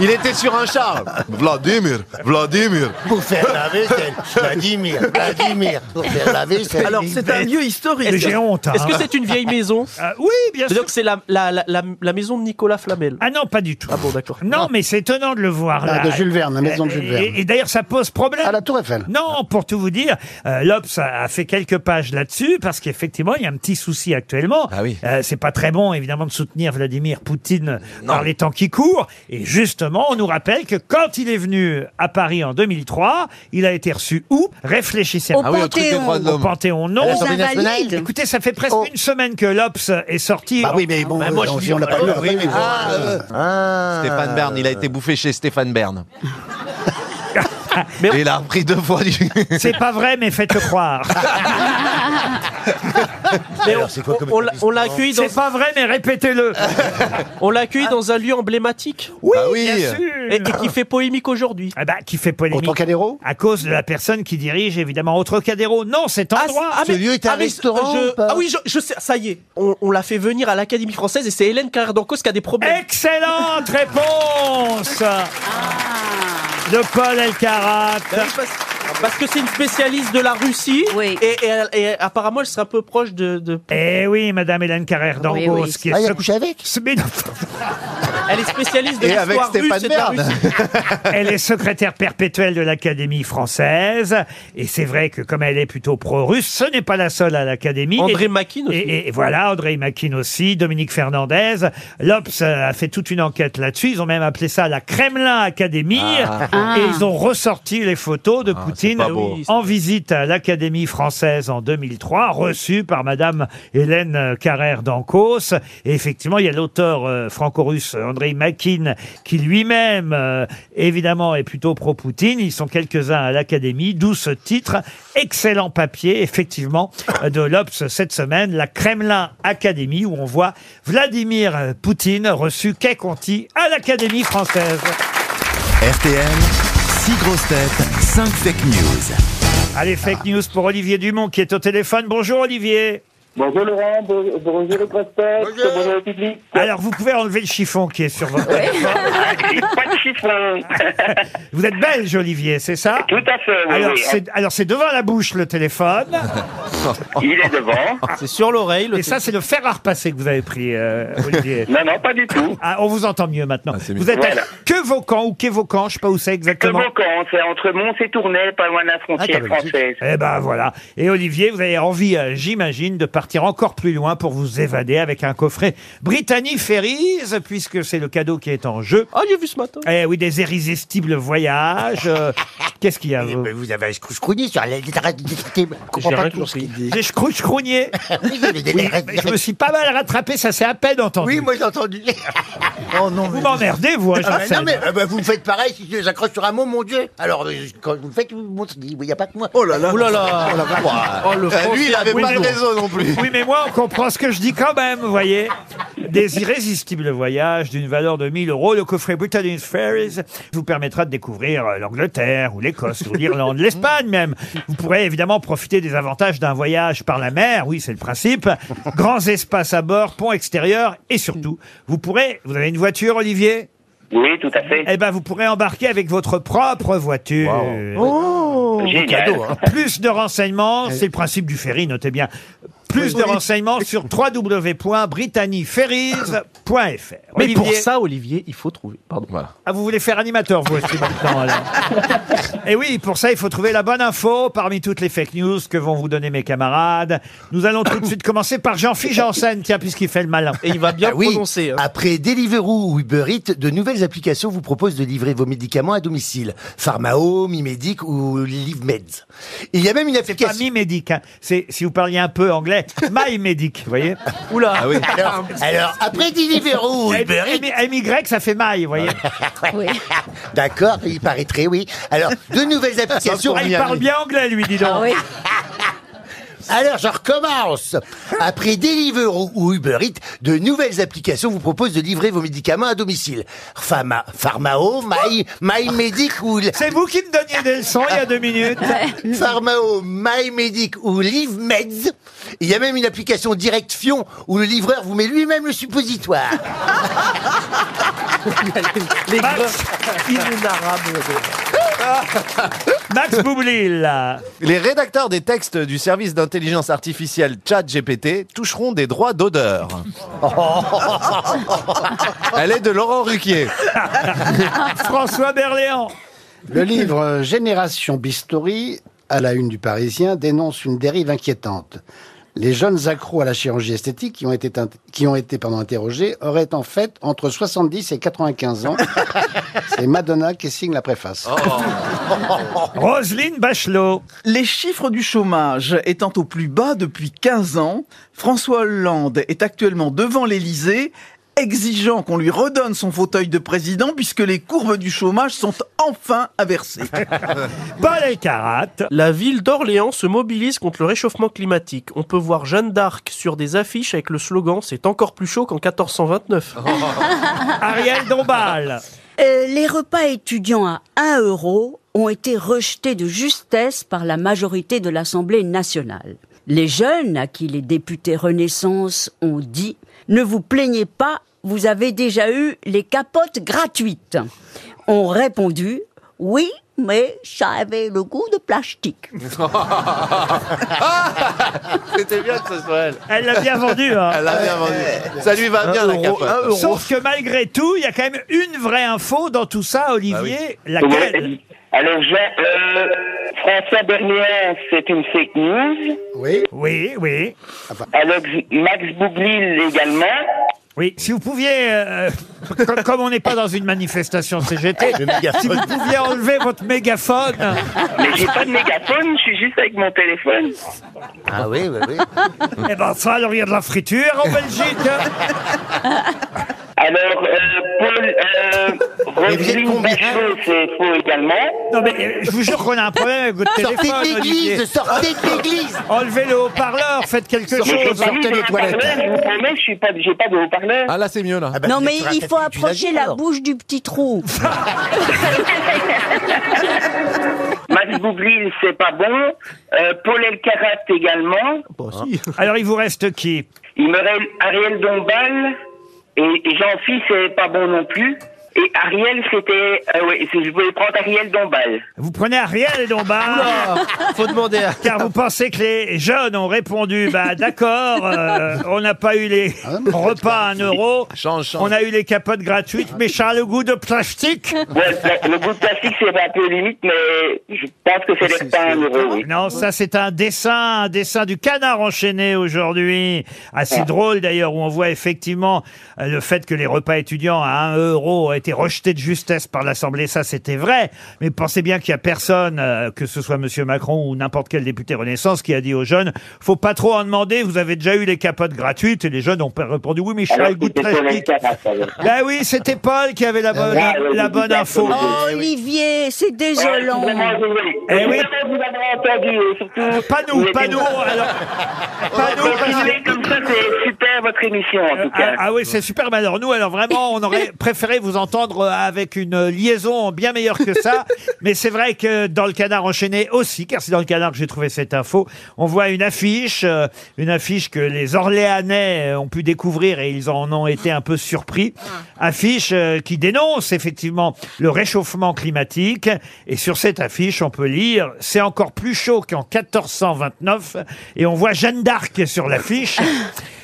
Il était sur un char. Vladimir, Vladimir. Pour faire la vaisselle, Vladimir, Vladimir, pour faire la vaisselle. Alors, c'est un lieu historique. Est-ce que- Est-ce que c'est une vieille maison hein. Ah, Oui, bien sûr. Donc c'est la, la, la, la- la maison de Nicolas Flamel. Ah non, pas du tout. Ah bon, d'accord. Non, mais c'est étonnant de le voir. Ah, là. de Jules Verne, la maison de Et- Jules Verne. Et, et d'ailleurs, ça pose problème. À la Tour Eiffel. Non, pour tout vous dire, euh, l'Obs a, a fait quelques pages là-dessus parce qu'effectivement, il y a un petit souci actuellement. Ah Euh, c'est pas très bon, évidemment, de soutenir Vladimir Poutine dans les temps qui courent. Et justement, on nous rappelle que quand il est venu à Paris en 2003, il a été reçu où Réfléchissez. Au Ah oui, au truc des Panthéon. droits de l'homme. Au Panthéon, non. À l'Assemblée Aux nationale Invalides. Écoutez, ça fait presque une semaine que l'Obs est sorti. Bah oui, mais bon, moi, je on- dis- on l'a pas lu, on l'a oui, pas mais lu. bon. Ah, euh, Stéphane Bern, il a euh. été bouffé chez Stéphane Bern. Et il a repris deux fois du. C'est pas vrai, mais faites-le croire. Ah. Mais on- on- on l'a- on l'a accueilli dans. C'est pas vrai, mais répétez-le. Ah. on l'a accueilli dans un lieu emblématique. Oui, Bah Ah oui. bien sûr. Et, et qui fait polémique aujourd'hui. Ah bah, qui fait polémique. Au Trocadéro À cause de la personne qui dirige, évidemment, au Trocadéro. Non, cet endroit. mais- ah, mais- je- Ah oui, je, je sais, ça y est, on, on l'a fait venir à l'Académie française et c'est Hélène Carrère d'Ancos qui a des problèmes. Excellente réponse de Paul Elkarat. Ah oui, Parce, parce que c'est une spécialiste de la Russie et, et elle- et apparemment elle serait un peu proche de. de- Eh oui, Madame Hélène Carrère d'Angos, Oui, oui. qui est Ah, il a couché avec. Elle est spécialiste de l'histoire russe et de la Russie. elle est secrétaire perpétuelle de l'Académie française. Et c'est vrai que comme elle est plutôt pro-russe, ce n'est pas la seule à l'Académie. André Et- Makin aussi. Et, et voilà, André Makin aussi, Dominique Fernandez. L'Obs euh, a fait toute une enquête là-dessus. Ils ont même appelé ça la Kremlin Académie. Ah. Et ils ont ressorti les photos de Poutine Ah, Ah pas beau. en visite à l'Académie française en 2003, reçue par Madame Hélène Carrère d'Ancos. Et effectivement, il y a l'auteur euh, franco-russe Andrei Makin, qui lui-même, euh, évidemment, est plutôt pro-Poutine. Ils sont quelques-uns à l'Académie, d'où ce titre. Excellent papier, effectivement, euh, de l'Obs cette semaine, la Kremlin Académie, où on voit Vladimir euh, Poutine reçu Quai Conti à l'Académie française. RTL, 6 grosses têtes, 5 fake news. Allez, fake news pour Olivier Dumont qui est au téléphone. Bonjour Olivier. Bonjour Laurent, bonjour bonjour les grosses têtes, bonjour, le public. Alors, vous pouvez enlever le chiffon qui est sur votre Ah, téléphone. Pas de chiffon. Vous êtes belge, Olivier, c'est ça Tout à fait, oui, Alors, oui. c'est- alors, c'est devant la bouche le téléphone. Il est devant. C'est sur l'oreille. Et ça, c'est le fer à repasser que vous avez pris, euh, Olivier. Non, non, pas du tout. Ah, on vous entend mieux maintenant. mieux. vous êtes Voilà. à Quevaucan ou Quévaucan, je sais pas où c'est Que exactement. bon camp, c'est entre Mons et Tournai, pas loin de la frontière française. Eh ben voilà. Et Olivier, vous avez envie, euh, j'imagine, de partir encore plus loin pour vous évader avec un coffret Brittany Ferries, puisque c'est le cadeau qui est en jeu. Ah, j'ai vu ce matin. Eh oui, des irrésistibles voyages. euh, Qu'est-ce qu'il y a vous Vous avez un scrouscrouni sur la arrête de discuter. Je comprends J'ai pas rien toujours ce qu'il dit. J'ai scrouche-crougné. Oui, mais des- Oui, mais je me suis pas mal rattrapé, ça s'est à peine entendu. Ah Oui, moi j'ai entendu. oh non, vous m'emmerdez, vous. hein, Ah, mais Janssen. non, mais euh, bah, vous me faites pareil si je les accroche sur un mot, mon Dieu. Alors, euh, quand vous le faites, vous montrez, il n'y a pas que moi. Oh là Oh là là. Oh, le Euh, lui, il français avait oui, pas mais de bon. réseau non plus. Oui, mais moi, on comprend ce que je dis quand même, vous voyez. Des irrésistibles voyages d'une valeur de 1000 euros. Le coffret Britannic Ferries vous permettra de découvrir euh, l'Angleterre ou l'Écosse ou l'Irlande, l'Espagne même. Vous pourrez évidemment profiter des avantages d'un voyage par la mer. Oui, c'est le principe. Grands espaces à bord, ponts extérieurs et surtout, vous pourrez, vous avez une voiture, Olivier? Oui, tout à fait. Eh ben, vous pourrez embarquer avec votre propre voiture. Oh, Génial. hein. hein. Euh. Plus de renseignements, c'est le principe du ferry, notez bien. Plus de renseignements sur www.britanniferries.fr. Mais pour Olivier- ça, Olivier, il faut trouver. Pardon. Ah, vous voulez faire animateur, vous aussi, maintenant, alors Et oui, pour ça, il faut trouver la bonne info parmi toutes les fake news que vont vous donner mes camarades. Nous allons tout de suite commencer par Jean-Philippe Janssen, tiens, puisqu'il fait le malin. Et il va bien hein. Ah oui, Après Deliveroo ou Uber Eats, de nouvelles applications vous proposent de livrer vos médicaments à domicile. Pharmao, Mimedic ou LiveMeds. Il y a même une application... C'est pas Mimedic, hein. c'est, si vous parliez un peu anglais, MyMedic, vous voyez Oula Ah alors, alors, après Deliveroo ou Uber Eats... MY, ça fait maille, vous voyez D'accord, il paraîtrait, oui. Alors, de nouvelles applications... Ah, il parle bien anglais, lui, dis donc. Alors, je recommence. Après Deliveroo ou Uber Eats, de nouvelles applications vous proposent de livrer vos médicaments à domicile. Pharma, Pharmao, My, My Medic ou... C'est vous qui me donniez des leçons il y a deux minutes. Pharmao, My Medic ou LiveMeds. Il y a même une application Direct Fion où le livreur vous met lui-même le suppositoire. Les Max Boublil. Les rédacteurs des textes du service d'intelligence artificielle ChatGPT toucheront des droits d'odeur. Oh. Elle est de Laurent Ruquier. François Berléand. Le livre euh, Génération Bistory, à la une du Parisien, dénonce une dérive inquiétante. Les jeunes accros à la chirurgie esthétique qui ont été, int- qui ont été pardon, interrogés auraient en fait entre 70 et 95 ans. C'est Madonna qui signe la préface. Oh, Roselyne Bachelot. Les chiffres du chômage étant au plus bas depuis 15 ans, François Hollande est actuellement devant l'Élysée exigeant qu'on lui redonne son fauteuil de président puisque les courbes du chômage sont enfin inversées. Pas les carates. La ville d'Orléans se mobilise contre le réchauffement climatique. On peut voir Jeanne d'Arc sur des affiches avec le slogan C'est encore plus chaud qu'en 1429. Ariel Dombal. Euh, les repas étudiants à 1 euro ont été rejetés de justesse par la majorité de l'Assemblée nationale. Les jeunes, à qui les députés Renaissance ont dit « Ne vous plaignez pas, vous avez déjà eu les capotes gratuites », ont répondu « Oui, mais ça avait le goût de plastique ». C'était bien que ce soit elle. Elle l'a bien vendu. Hein. Elle l'a bien vendu. Ça lui va Un bien, la euro, capote. un euro. Sauf que malgré tout, il y a quand même une vraie info dans tout Bah ça, Olivier. Laquelle Alors, Jean, euh, François Bernier, c'est une fake news. Oui. Oui, oui. Alors, Max Boublil également. Oui, si vous pouviez, euh, comme, comme on n'est pas dans une manifestation CGT, Le mégaphone. si vous pouviez enlever votre mégaphone. Mais j'ai pas de mégaphone, je suis juste avec mon téléphone. Ah oui, oui, oui. Eh ben enfin, alors il y a de la friture en Belgique. Alors, euh, Paul, euh, Roselyne Bachelot, c'est faux également. Non mais euh, je vous jure qu'on a un problème avec votre Sortez de téléphone. l'église, Olivier. sortez de l'église. Enlevez le haut-parleur, faites quelque Mais j'ai chose. pas mis de haut-parleur, Je vous promets, je suis pas, j'ai pas de haut-parleur. Ah là, c'est mieux là. non mais il faut approcher la bouche du petit trou. Max Boublil, c'est pas bon. Euh, Paul Elkarat également. Hein Alors il vous reste qui Il me reste Ariel Dombal. Et et Jean-Phi, c'est pas bon non plus. Et Ariel, c'était, euh, ouais, c'est- je voulais prendre Ariel Dombal. Vous prenez Ariel Dombal. Faut demander à... bah. Car vous pensez que les jeunes ont répondu, bah d'accord, euh, on n'a pas eu les repas à un euro, on a eu les capotes gratuites, mais ça a le goût de plastique. Ouais, la- le goût de plastique, c'est un peu limite, mais je pense que c'est les pains euros, oui. Non, ça c'est un dessin, un dessin du canard enchaîné aujourd'hui. Ah. Assez drôle d'ailleurs, où on voit effectivement euh, le fait que les repas étudiants à 1 euro ont été rejetés de justesse par l'Assemblée. Ça c'était vrai. Mais pensez bien qu'il y a personne, euh, que ce soit Monsieur Macron ou n'importe quel député Renaissance, qui a dit aux jeunes, faut pas trop en demander, vous avez déjà eu les capotes gratuites. Et les jeunes ont répondu, oui mais je suis Alors, le goût de c'était Paul plastique. Elkarat, alors. Ben oui, c'était Paul qui avait la bonne, Ah, ouais, Ah, la vous bonne dites info. absolument. Olivier, c'est désolant. Ouais, vraiment, désolé. Eh oui. Vous l'avez entendu, et surtout. Pas nous, vous pas êtes- nous, alors, pas nous, parce que- Continuez comme ça, c'est super votre émission en tout Ah, cas. ah oui, c'est super. Mais alors nous, alors vraiment, on aurait préféré vous l'entendre avec une liaison bien meilleure que ça. Mais c'est vrai que dans le canard enchaîné aussi, car c'est dans le canard que j'ai trouvé cette info, on voit une affiche, euh, une affiche que les Orléanais euh, ont pu découvrir et ils en ont été un peu surpris. Affiche euh, qui dénonce effectivement le réchauffement climatique. Et sur cette affiche, on peut lire « C'est encore plus chaud qu'en 1429 ». Et on voit Jeanne d'Arc sur l'affiche.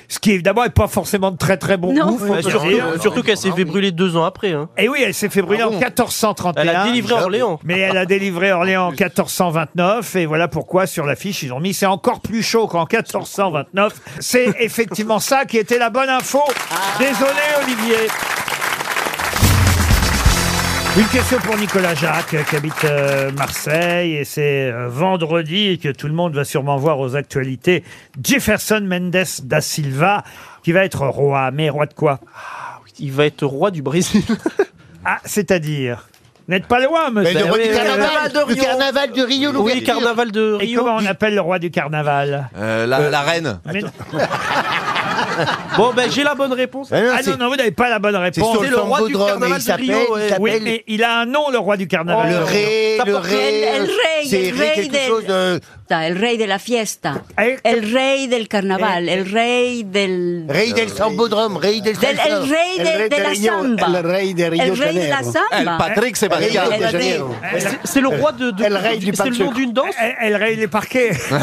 Ce qui évidemment n'est pas forcément de très très bon goût. faut Bah, le surtout dire. surtout qu'elle s'est fait brûler deux ans après. hein. Et Eh oui, elle s'est fait brûler Ah en bon 1431. Elle a délivré Orléans. Mais elle a délivré Orléans en 1429. Et voilà pourquoi, sur l'affiche, ils ont mis c'est encore plus chaud qu'en 1429. C'est effectivement ça qui était la bonne info. Désolé, Olivier. Une question pour Nicolas Jacques, euh, qui habite euh, Marseille, et c'est euh, vendredi que tout le monde va sûrement voir aux actualités Jefferson Mendes da Silva, qui va être roi. Mais roi de quoi Il va être roi du Brésil. ah, c'est-à-dire Vous n'êtes pas loin, monsieur. Mais le roi du carnaval, de le Rio. carnaval de Rio, Oui, l'ouverture. carnaval de Rio. Et comment on appelle le roi du carnaval Euh, la, la reine. Mais- Bon, ben j'ai la bonne réponse. Ah non, non, vous n'avez pas la bonne réponse. sur le C'est le roi du Sambodrome, carnaval il de Rio, s'appelle- ouais. il Oui, s'appelle- mais il a un nom, le roi du carnaval. Oh, Le de Rio. ré, Ça le porte- ré, El rey, c'est el ré rey quelque del- chose de... Ta, El rey de la fiesta. Eh, El rey del carnaval. El rey del. Rey del Sambodrome, Rey del Del- el rey de, de la samba. El rey de la samba. Eh, El rey- C'est le roi de. de- El rey du c'est le nom pain de d'une danse Elle, raye les parquets. C'est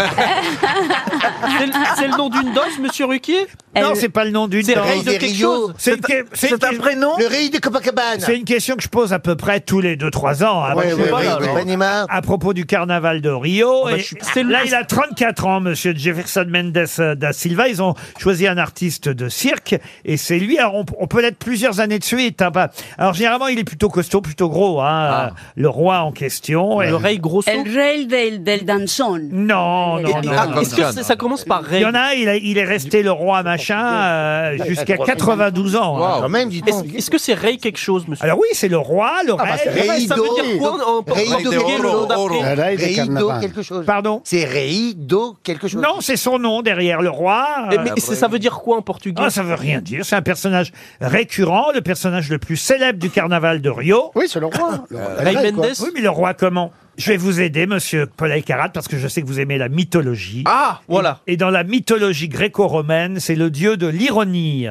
le- c'est le nom d'une danse, monsieur Ruquier Non, c'est pas le nom d'une C'est le danse. rey de quelque chose. C'est une que- c'est une que- prénom Le Rey de Copacabana. C'est une question que je pose à peu près tous les 2-3 ans. hein, Ouais, parce que ouais, voilà, ouais, alors, ouais. à propos du carnaval de Rio. bah, et- je suis- c'est le- là, il a 34 ans, monsieur Jefferson Mendes euh, da Silva. Ils ont choisi un artiste de cirque et c'est lui. Alors, on, on peut l'être plusieurs années de suite. hein, bah. Alors, généralement, il est plutôt costaud, plutôt gros, Ah. hein, euh, le roi en question. L'oreille grosse. El rey del, del danzón. Eh, ah, Non, non, non, non, Est-ce que non, c'est- non. ça commence par Il rey y en a, un, il, a- il est resté le roi machin euh, jusqu'à 92 ans. hein. Est-ce est-ce que c'est rey quelque chose, monsieur Alors oui, c'est le roi, le Ah, bah, rey. c'est vrai, ça veut dire quoi en- en portugais, le nom d'après Reido quelque chose. Pardon C'est Reido quelque chose. Non, c'est son nom derrière le roi. Euh, Eh, mais c'est- ça veut dire quoi en portugais Ah, ça veut rien dire. C'est un personnage récurrent, le personnage le plus célèbre du carnaval de Rio. Oui, c'est le roi. Le roi. Ray Euh, Mendes. Oui, mais le roi comment Je vais vous aider, monsieur Paul Aycarat, parce que je sais que vous aimez la mythologie. Ah, voilà. Et dans la mythologie gréco-romaine, c'est le dieu de l'ironie.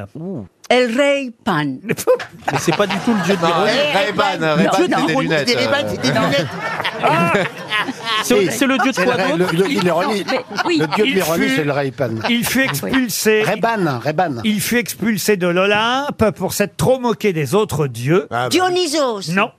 El rey pan. Mais c'est pas du tout le dieu de l'ironie. Ray-Ban, Ray-Ban, Non, non. c'est des lunettes. euh. Ah C'est c'est le Ah. dieu de C'est quoi le- d'autre le- l'ironie. mais oui. Le dieu de Il l'ironie, fut- c'est le Raypan. Il fut expulsé. Reban, Reban. Il fut expulsé de l'Olympe pour s'être trop moqué des autres dieux. Ah, bah. Dionysos. Non.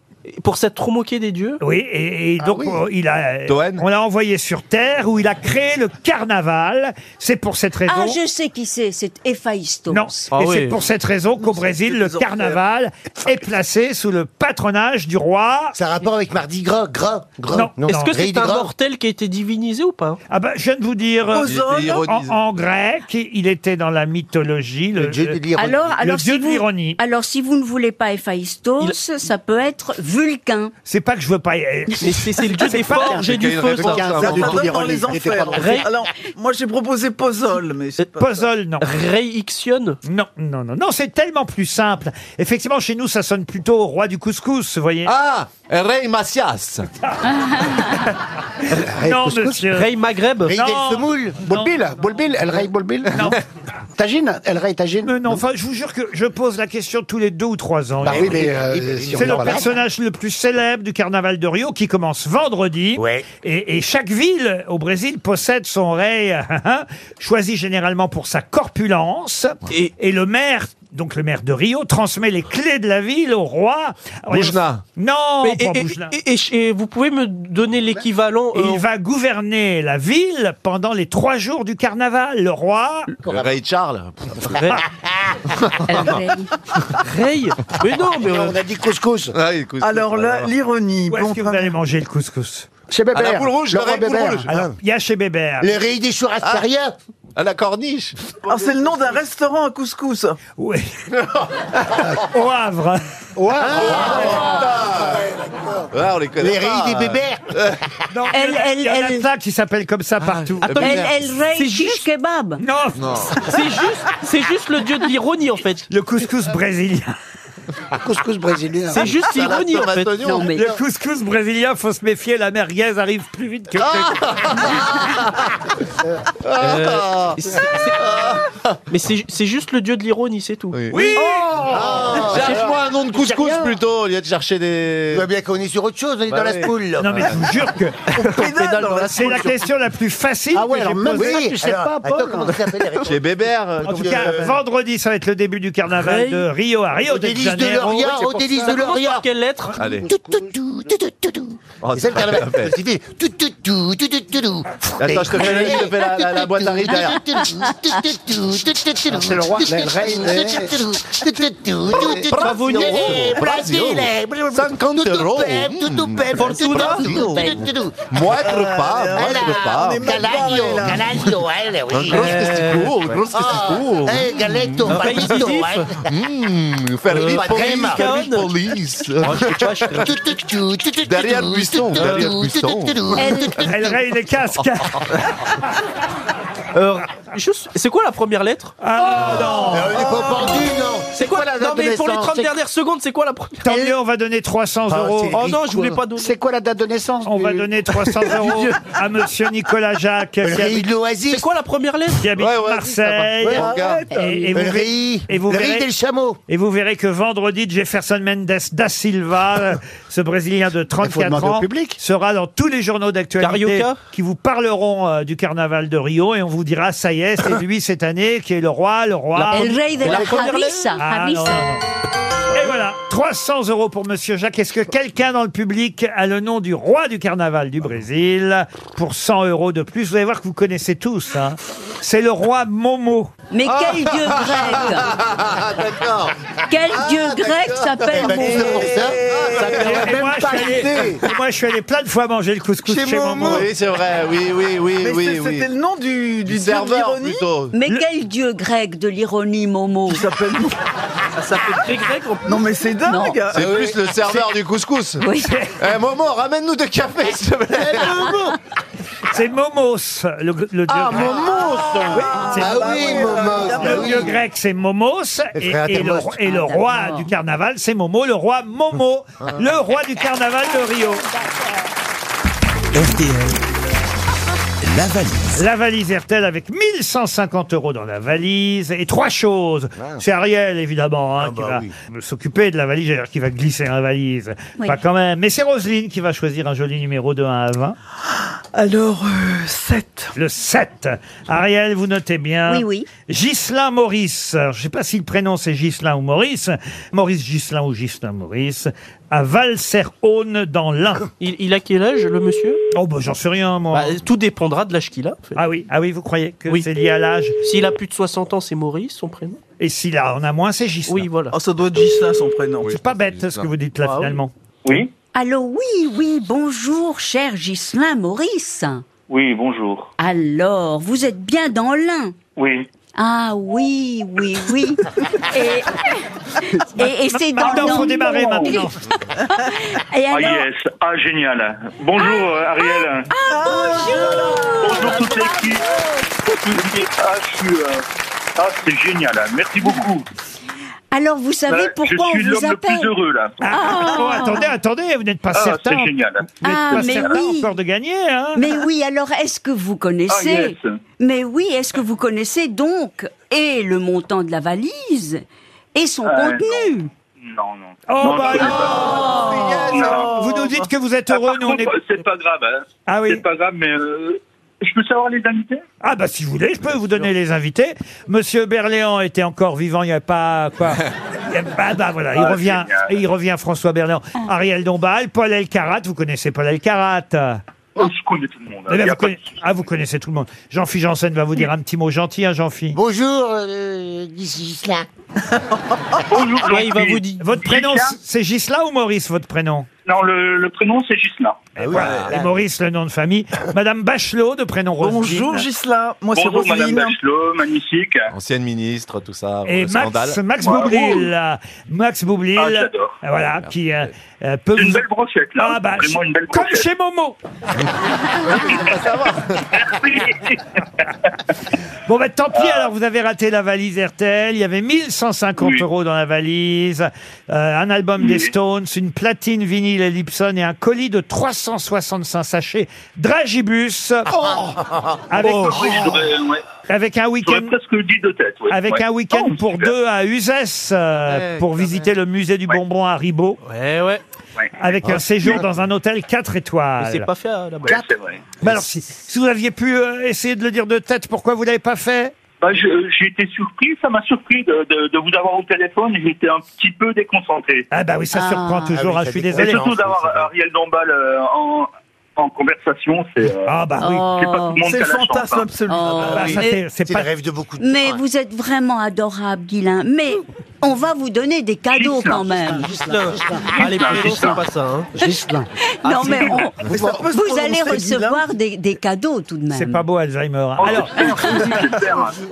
Pour s'être trop moqué des dieux Oui, et, et Ah donc oui. euh, il a, on l'a envoyé sur Terre où il a créé le carnaval. C'est pour cette raison. Ah, je sais qui c'est, c'est Héphaïstos. Non, Ah et oui. c'est pour cette raison qu'au Brésil, le carnaval est placé sous le patronage du roi. Ça a rapport avec Mardi Gras, Gras, Gras. Non. Est-ce que Rey c'est du un Gras. mortel qui a été divinisé ou pas Ah ben, je viens de vous dire, euh, Ozone. Il était en, ironisé. en grec, il était dans la mythologie, le, dieu de l'ironie. Alors, alors, le dieu si de vous- l'ironie. alors, si vous ne voulez pas Héphaïstos, ça peut être Vulcain. C'est pas que je veux pas. eh, Mais c'est c'est le Ah, dieu des forges et du feu, ça. Ça donne dans les enfers. Ray- Alors, moi j'ai proposé Pozol, mais c'est pas ça. Puzzle, non. Réixion Non, non, non, non, c'est tellement plus simple. Effectivement, chez nous, ça sonne plutôt au roi du couscous, vous voyez. Ah Ray Macias non, monsieur. Rey Maghreb Rey del Non. Semoule. Bolbil, Bolbil, El Rey Bolbil. Non. Tagine, El Rey Tagine. Mais non, enfin, je vous jure que je pose la question tous les deux ou trois ans. Bah oui, mais, euh, Et- si on c'est le parle- personnage le plus célèbre du carnaval de Rio qui commence vendredi. Et, et chaque ville au Brésil possède son rey, hein, choisi généralement pour sa corpulence. Et, le maire, donc le maire de Rio, transmet les clés de la ville au roi. Boujna. Non, Mais- et, pas et- Boujna. et- et- et vous pouvez me donner l'équivalent Et euh, il va gouverner la ville pendant les trois jours du carnaval. Le roi, Ray Charles Rey- Rey Mais non, mais euh, On a dit couscous. Ah, écoute, Alors là, l'ironie. où est-ce Bon, que vous allez manger le couscous Chez Bébert. À la poule rouge, le le roi Rey poule Bébert. rouge. Alors, il y a chez Bébert. Le Rey des Churrascaria. À la corniche ah, c'est le nom d'un restaurant à couscous. Oui. Au Havre. Ouais. Ah, on les connaît Les pas, Rey des euh. Bébères. Non, Elle- il y en a- elle- il y en a elle- plein qui s'appellent comme ça partout. attends, El, el C'est rey juste- shish kebab. Non, Ah, Ah. Non. c'est juste, c'est juste le dieu de l'ironie en fait. le couscous brésilien. Couscous brésilien. C'est juste ironie, en fait. Non, mais- Le couscous brésilien, faut se méfier, la merguez arrive plus vite que... Ah, Ah. Euh, c'est- c'est- Mais c'est ju- c'est juste le dieu de l'ironie, c'est tout. Oh Oui. Oh. Ah, Cherche-moi un nom de couscous hein. plutôt, au lieu de chercher des. Tu bien qu'on est sur autre chose, on est dans la spoule. là. Non, mais je vous jure que... pédale dans la C'est la spoule. question la plus facile Ah ouais, que alors j'ai même posée. ça, tu sais Alors, pas, Paul. attends, comment ça s'appelle, les réponses Chez Bébert. En tout cas, vendredi, ça va être le début du carnaval Ray. de Rio à Rio Aux de délices Janeiro. de Loria, Oui, c'est aux pour délices ça. de Ça commence Loria. par quelle lettre Allez. Oh, C'est le carnaval. parfait. Parce qu'il fait tout, tout, tout, tout, tout, tout, tout. Attends, je te fais la- je te fais la- la- la boîte à rythme derrière. C'est Ah, le roi, la reine, eh. Bravo, Eh, Nero. Brésil, eh, blablabla. 50 Tout, tout, euros. Hmm. pep, tout, tout, pep, Fortuna. tout, tout, pep, tout, tout. Moindre pas, Ah, moindre là, pas. on est mal Canario, barré, là. Canario, elle, oui. Un gros Euh, testico, un gros Ah, testico. eh, Galetto, Un Palmito, réquisitif. hein. Mmh, Fermi Euh, police, Patrema. Fermi police. Oh, Derrière Buisson, derrière Buisson. Elle raye les casques. Euh, juste- c'est quoi la première lettre Ah Oh. non Ah. non C'est la quoi, la date Non mais de pour les naissance 30 C'est- dernières secondes, c'est quoi la première Tant mieux, on va donner 300 euros. Oh non, je voulais pas donner. Ah, C'est quoi la date de naissance On va donner 300 euros à monsieur Nicolas Jacques. qui habite- C'est quoi la première lettre qui habite Marseille. Ouais, arrête. Euh, et, et Le vous verrez- riz. et vous Le riz verrez, del Et vous verrez que vendredi, Jefferson Mendes da Silva, euh, ce Brésilien de faut 34 demander au ans, sera dans tous les journaux d'actualité Carioca qui vous parleront euh, du carnaval de Rio et on vous dira, ça y est, c'est lui cette année qui est le roi, le roi. La- El rey de la la première Javissa, Ah, non, non, Javissa. non. Et voilà, 300 euros pour Monsieur Jacques. Est-ce que quelqu'un dans le public a le nom du roi du carnaval du Brésil pour 100 euros de plus Vous allez voir que vous connaissez tous. hein. C'est le roi Momo. Mais quel dieu Ah, grec D'accord. Quel dieu grec Eh s'appelle ben, Momo Ah, Et moi, je suis allé- et moi, je suis allé plein de fois manger le couscous chez, Momo. Oui, c'est vrai, oui, oui, oui, Mais oui. c'est- oui. c'était le nom du, du serveur plutôt. Mais quel dieu grec de l'ironie, Momo s'appelle Ah, Ça fait très grec en plus. Non mais c'est dingue. C'est plus le serveur du couscous. Oui. Eh, Momo, ramène-nous de café, s'il te plaît. C'est Momos, le, le dieu Ah, grec. Momos. Oui, c'est- Ah oui, Momos, Le oui. dieu grec, c'est Momos. Et Et, frère et le, Athémos. et le Ah, roi d'accord. Ah. du carnaval, c'est Momo, le roi Momo, le roi du carnaval de Rio. La valise. La valise RTL avec 1150 euros dans la valise et trois choses. C'est Ariel, évidemment, hein, qui va s'occuper de la valise, c'est-à-dire qui va glisser dans la valise. Oui. Pas quand même. Mais c'est Roselyne qui va choisir un joli numéro de 1 à 20. Alors, 7. Le 7. Ariel, vous notez bien. Oui, oui. Ghislain Maurice. Alors, je sais pas si le prénom c'est Ghislain ou Maurice. Maurice Ghislain ou Ghislain Maurice. À Valserhaune dans l'Ain. Il, il a quel âge, le monsieur Oh, bah, j'en sais rien, moi. Bah, Tout dépendra de l'âge qu'il a. Ah oui, ah oui, vous croyez que c'est lié à l'âge S'il a plus de 60 ans, c'est Maurice, son prénom Et si là on a moins, c'est Ghislain. Oui, voilà. Oh, ça doit être Gislain son prénom. C'est pas bête ce que vous dites là Ah oui. finalement. Oui. Allô, oui, oui, bonjour, cher Ghislain Maurice. Oui, bonjour. Alors, vous êtes bien dans l'un Oui. Ah oui, oui, oui. Et, et, et c'est dans Maintenant, l'un. faut démarrer maintenant. Et alors, Ah Ah, yes, ah génial. Bonjour euh, Ariel. bonjour. toute l'équipe. Toute l'équipe. Ah, je suis, euh, ah, c'est génial. Merci beaucoup. alors vous savez Euh, pourquoi je on suis vous l'homme le appelle plus heureux là. Ah, oh, attendez, attendez, vous n'êtes pas Ah, certain. c'est génial. Vous n'êtes Ah, pas mais certain oui. encore de gagner, hein Mais oui, alors est-ce que vous connaissez Oh, Ah, yes. Mais oui, est-ce que vous connaissez donc et le montant de la valise et son Ah, contenu Non, non. Oh, Non, bah je sais non Non. Vous nous dites que vous êtes Ah, heureux, par nous on est. contre, C'est pas grave. hein. Ah oui. C'est pas grave, mais euh, je peux savoir les invités Ah bah si vous voulez, je peux vous donner les invités. Monsieur Berléand était encore vivant, il n'y a pas quoi. Il y a- Bah, bah voilà, il Ah, revient, génial. il revient François Berléand. Ariel Dombal, Paul Elkarat, vous connaissez Paul Elkarat Oh, Je connais tout le monde. Eh Il ben, y a vous pas conna- Ah, vous connaissez tout le monde. Jean-Philippe Janssen va vous dire un petit mot gentil, hein, Jean-Philippe Bonjour, euh, Gisela. de- Bonjour, Ah, il Jean-Philippe. va Ah, vous dire. Votre prénom, Gisela c'est Gisla ou Maurice, votre prénom Non, le, le prénom, c'est Gisela. Voilà. Et Maurice, le nom de famille. Madame Bachelot, de prénom Roselyne. Bonjour Gisela, moi c'est Bonjour, Madame Roselyne. Bachelot, magnifique. Ancienne ministre, tout ça. Et euh, Max, scandale. Max Bravo. Boublil, euh, Max Boublil, Ah, j'adore. euh, voilà, qui euh, euh, peut Une vous- belle brochette, là. Ah, bah, Vraiment je- une belle comme brochette. chez Momo. Bon, bah, tant pis, Ah. alors vous avez raté la valise RTL. Il y avait 1150 euros dans la valise, euh, un album des Stones, une platine vinyle Ellipson et un colis de 365 sachets Dragibus. Oh. avec, Oh, oui, je devrais- ouais. avec un week-end. J'aurais presque dit de tête. ouais. Avec Ouais. un week-end Oh, pour super. deux à Uzès euh, Ouais, pour quand visiter le musée du bonbon à Ribot. Ouais, ouais. Avec Ah, un séjour dans un hôtel 4 étoiles. Mais c'est pas fait là-bas. Ouais, c'est vrai. Mais Bah alors, si, si vous aviez pu euh, essayer de le dire de tête, pourquoi vous l'avez pas fait Bah, je- j'ai été surpris, ça m'a surpris de, de- de vous avoir au téléphone, j'étais un petit peu déconcentré. Ah bah oui, ça Ah. surprend toujours, Ah oui, hein, ça je suis désolé. Et surtout d'avoir Ariel Dombal euh, en, en conversation, c'est... euh, Ah bah oui. c'est pas tout le monde qui a la chance, hein. Ah bah, ça, Mais- c'est- c'est pas- Ah. Mais vous êtes vraiment adorable, Guilin. Mais on va vous donner des cadeaux quand même. Gislin. Ah, les prénoms, c'est pas ça. Hein. Gislin. Non, mais on- Mais ça peut se vous allez prononcer recevoir des, des cadeaux tout de même. C'est pas beau Alzheimer. hein. Oh. Alors,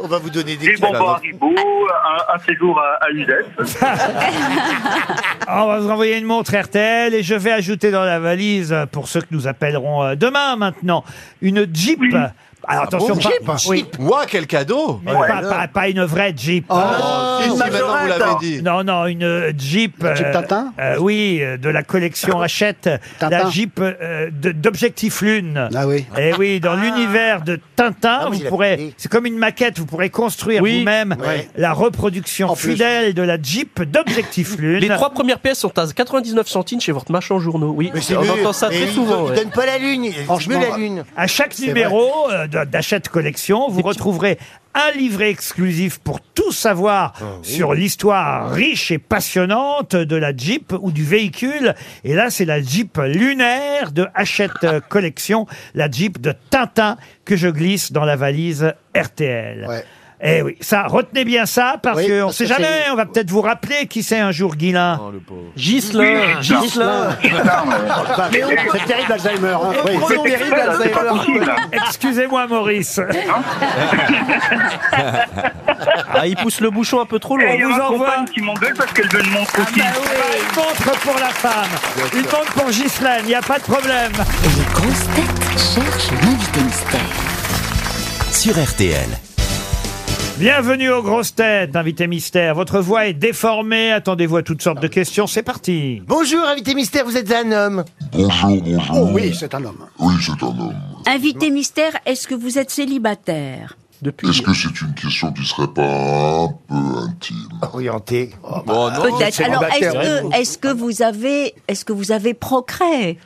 On va vous donner Des bonbons Haribo, un, un séjour à, à Uzès. Ah, on va vous envoyer une montre RTL et je vais ajouter dans la valise, euh, pour ceux que nous appellerons euh, demain maintenant, une Jeep. Alors attention, Ah bon, pas, Jeep oui. Ouah, quel cadeau Oh Mais pas, pas- pas une vraie Jeep. Euh, si, si, maintenant vous l'avez dit. Non, non, une euh, Jeep. Jeep Tintin euh, Oui, euh, de la collection Hachette. La Jeep euh, de- d'Objectif Lune. Ah oui. Et oui, dans l'univers de Tintin, vous pourrez. C'est comme une maquette, vous pourrez construire Oui. vous-même Ouais. la reproduction fidèle de la Jeep d'Objectif Lune. Les trois premières pièces sont à 99 centimes chez votre marchand journaux. Oui, Eh, on entend ça très souvent. ouais. pas la lune. Franchement, ah, mieux la lune. À chaque C'est numéro euh, de- d'Achète Collection, vous retrouverez un livret exclusif pour tout savoir Ah sur l'histoire riche et passionnante de la Jeep ou du véhicule. Et là, c'est la Jeep lunaire de Hachette euh, Collection, la Jeep de Tintin que je glisse dans la valise RTL. Eh oui, ça, retenez bien ça, parce Oui, qu'on ne parce sait que jamais, c'est- on va peut-être vous rappeler qui c'est un jour, Guilin. Ghislain, Ghislain. Mais on- C'est terrible Alzheimer. hein. Oui, On c'est prend terrible l'enfer, c'est pas Alzheimer. possible. Excusez-moi, Maurice. Ah, il pousse le bouchon un peu trop Eh, loin. Et il y a ma compagne qui m'engueule parce qu'elle veut une montre aussi. Ah, Une montre bah pour la femme, une montre pour Ghislaine, il n'y a pas de problème. Les grosses têtes cherchent l'invité mystère. Sur RTL. Bienvenue aux grosses têtes, invité mystère. Votre voix est déformée, attendez-vous à toutes sortes de questions, c'est parti. Bonjour, invité mystère, vous êtes un homme. Bonjour, bonjour. Oh oui, c'est un homme. Oui, c'est un homme. Invité mystère, est-ce que vous êtes célibataire Est-ce que c'est une question qui serait pas un peu ah. intime Orienté. Oh, Bon, Ah, non, Peut-être. c'est Alors, un est-ce bactère. que, est-ce que vous avez, est-ce que vous avez procréé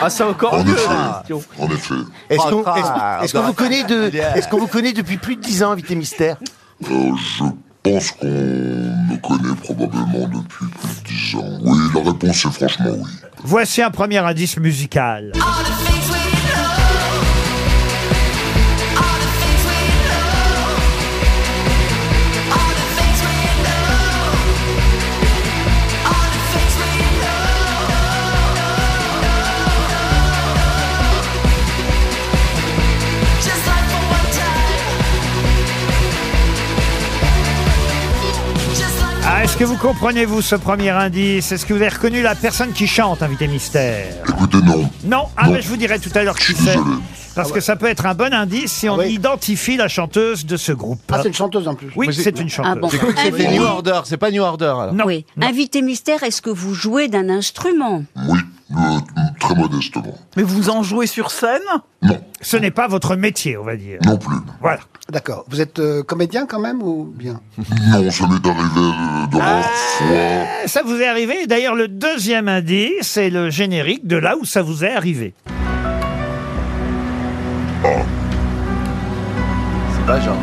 Ah, c'est encore mieux. Oh, la question. En effet. Ah. Est-ce qu'on Oh, ah, est-ce- est-ce qu'on bah. vous connaît de Yeah. est-ce qu'on vous connaît depuis plus de 10 ans, invité mystère Euh, je pense qu'on me connaît probablement depuis plus de 10 ans. Oui, la réponse est franchement oui. Voici un premier indice musical. Ah, est-ce que vous comprenez, vous, ce premier indice Est-ce que vous avez reconnu la personne qui chante, invité mystère Écoutez, non. Non Ah, ben, je vous dirai tout à l'heure qui c'est. Ah Parce ouais. que ça peut être un bon indice si on identifie la chanteuse de ce groupe. Ah, c'est une chanteuse en plus. Oui, c'est une chanteuse. Ah bon. J'ai cru que c'était New Order, c'est pas New Order. Alors. Oui. Invité mystère, est-ce que vous jouez d'un instrument Oui, euh, très modestement. Mais vous en jouez sur scène Ce n'est pas votre métier, on va dire. Non plus. Voilà. D'accord. Vous êtes euh, comédien quand même ou bien Non, ça m'est arrivé euh, de rares Ah. fois. Euh, Ça vous est arrivé. D'ailleurs, le deuxième indice, c'est le générique de là où ça vous est arrivé. C'est pas genre.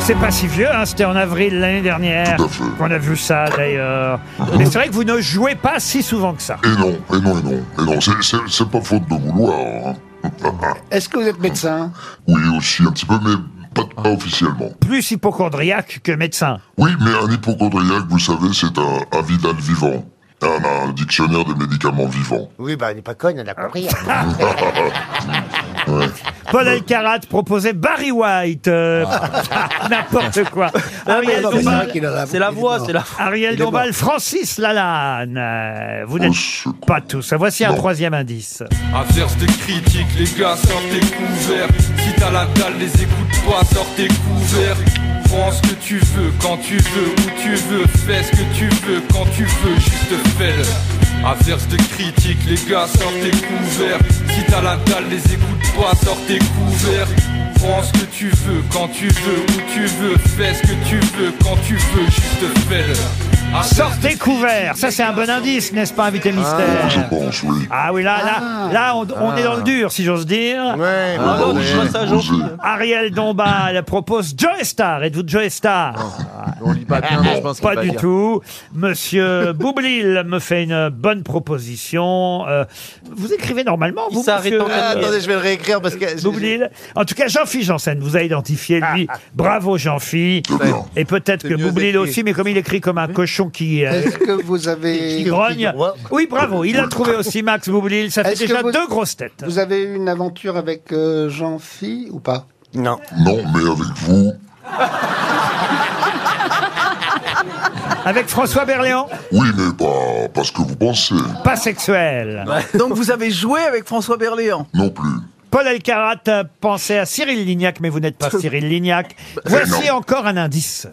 C'est pas si vieux, hein, c'était en avril l'année dernière qu'on a vu ça d'ailleurs. Ah Mais c'est vrai que vous ne jouez pas si souvent que ça. Et non, et non, et non, et non, c'est- c'est c'est pas faute de vouloir. hein. Est-ce que vous êtes médecin Oui, aussi, un petit peu, mais pas, pas officiellement. Plus hypochondriaque que médecin. Oui, mais un hypochondriaque, vous savez, c'est un, un Vidal vivant. Un, un dictionnaire des médicaments vivants. Oui, bah, elle n'est pas conne, elle a compris. Paul Ah. Elkarat proposait Barry White. euh, N'importe quoi. Ariel non, Ah, mais c'est Dombal- vrai qu'il a la- C'est la il est voix, mort. c'est la- Ariel Il est Dombal, mort. Francis Lalanne. Euh, Vous n'êtes pas tous. Voici un troisième indice. Averse de critiques, les gars, sortez couverts. Si t'as la dalle, les écoute pas, sortez couverts. Prends ce que tu veux, quand tu veux, où tu veux. Fais ce que tu veux, quand tu veux, juste fais-le. Averse de critiques, les gars, sortez couverts. Si t'as la dalle, les écoute pas, sortez couverts. Prends ce que tu veux, quand tu veux, où tu veux. Fais ce que tu veux, quand tu veux, juste fais-le. Sortez couverts. Ça, c'est un bon indice, n'est-ce pas, invité mystère Je pense, oui. Ah oui, là, là, là on, on est dans le dur, si j'ose dire. Ah non, tu vois ça, gentil. Ariel Dombal propose Joe Star. Êtes-vous Joe Star Oh. On lit pas bien, mais je pense qu'il Pas va du lire. tout. Monsieur Boublil me fait une bonne proposition. Euh, vous écrivez normalement, vous, monsieur euh, Ah, attendez, je Ah, vais le réécrire parce que. Boublil. En tout cas, Jean-Philippe Janssen vous a identifié, lui. Bravo, Jean-Philippe. Et peut-être C'est que mieux Boublil écrit. aussi, mais comme il écrit comme un cochon qui... euh, Est-ce que vous avez. qui grogne. Oui, bravo. Il a trouvé aussi Max Boublil. Ça fait Est-ce que déjà vous- deux grosses têtes. Vous avez eu une aventure avec euh, Jean-Phi ou pas Non. Non, mais avec vous, Avec François Berléand oui, mais pas, pas ce que vous pensez. Pas sexuel. Donc vous avez joué avec François Berléand Non plus. Paul Elkarat euh, pensait à Cyril Lignac, mais vous n'êtes pas Cyril Lignac. Bah, Voici non. encore un indice.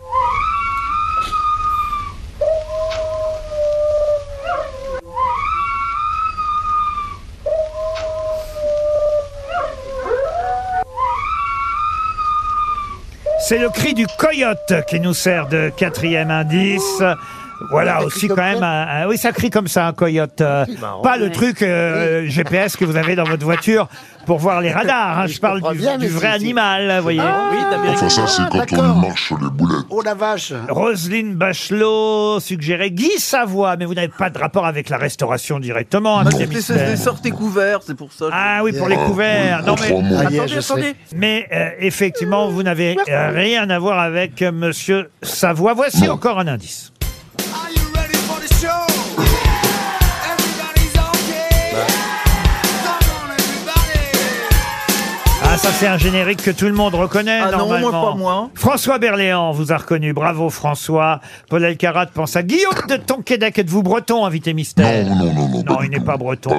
C'est le cri du coyote qui nous sert de quatrième indice. Voilà Ça aussi crie quand comme même. ça un- un- oui, ça crie comme ça un coyote. euh, C'est marrant. pas le Ouais. truc euh, GPS que vous avez dans votre voiture pour voir les radars. hein. Je parle du, du vrai animal, vous voyez. Ah, Enfin, ça, c'est quand on marche sur les boulettes. Oh la vache Roselyne Bachelot suggérait Guy Savoie, mais vous n'avez pas de rapport avec la restauration directement. Bah, Monsieur c'était- Mystère. C'était sorti couvert, c'est pour ça. Ah oui, pour Oh, les couverts. Non, mais attendez, attendez. Mais euh, effectivement, vous n'avez euh, rien à voir avec euh, Monsieur Savoie. Voici encore un indice. Ah, ça c'est un générique que tout le monde reconnaît Ah non, moi, normalement. pas moi. François Berléand vous a reconnu. Bravo François. Paul Elkarat pense à Guillaume de Tonquédec. Êtes-vous breton, invité mystère Non, non, non, non. Non, il n'est pas breton.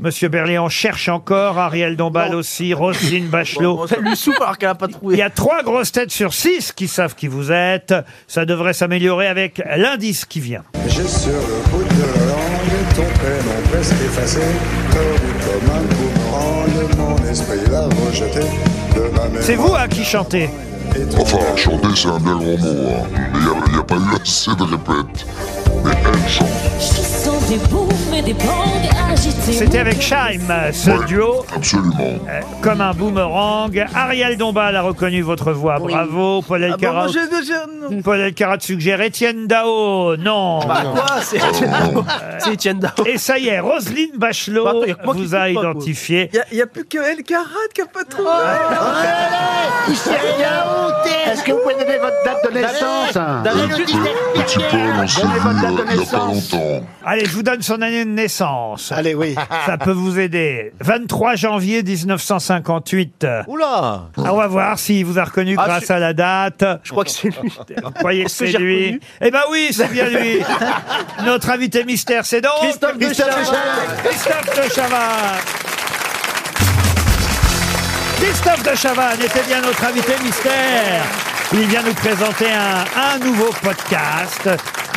Monsieur Berléand cherche encore. Ariel Dombal aussi. Roselyne Bachelot. Bon, ça lui soupe alors qu'elle n'a pas trouvé. Il y a trois grosses têtes sur six qui savent qui vous êtes. Ça devrait s'améliorer avec l'indice qui vient. J'ai sur le bout de la langue ton prénom presque effacé, tordu comme un boomerang, mon esprit l'a rejeté de ma mémoire. C'est vous à qui chantez Enfin, chanter, c'est un bien grand mot. hein. Mais il n'y a, pas eu assez de répètes. Mais elle chante. C'était avec Scheim, euh, ce Ouais, duo. Absolument. Euh, Comme un boomerang. Ariel Dombal a reconnu votre voix. Bravo. Paul Ah bon, moi, Elkarat. j'ai déjà- non. Paul Elkarat suggère Étienne Dao. Non. Bah, quoi, c'est- C'est Étienne Dao. Et ça y est, Roselyne Bachelot Attends, Bah, y a que moi qui vous a trouve pas, quoi. identifié. Il n'y a, plus que El Karat qui n'a pas trouvé. Il s'est rien ôté Est-ce que vous pouvez donner votre date de naissance Petit Paul, on s'est vu Donnez votre euh, il date de n'y a pas naissance. longtemps. Allez, je vous donne son année de naissance. Allez, oui. Ça peut vous aider. 23 janvier 1958. Oula Ah, on va voir s'il vous a reconnu Ah, grâce je- à la date. Je crois que c'est lui. Vous croyez que Est-ce que c'est j'ai lui reconnu Eh ben oui, c'est bien lui. Notre invité mystère, c'est donc Christophe de Christophe Chavannes. Chavannes. Christophe de Chavannes. Christophe de Chavannes était bien notre invité mystère. Il vient nous présenter un, un nouveau podcast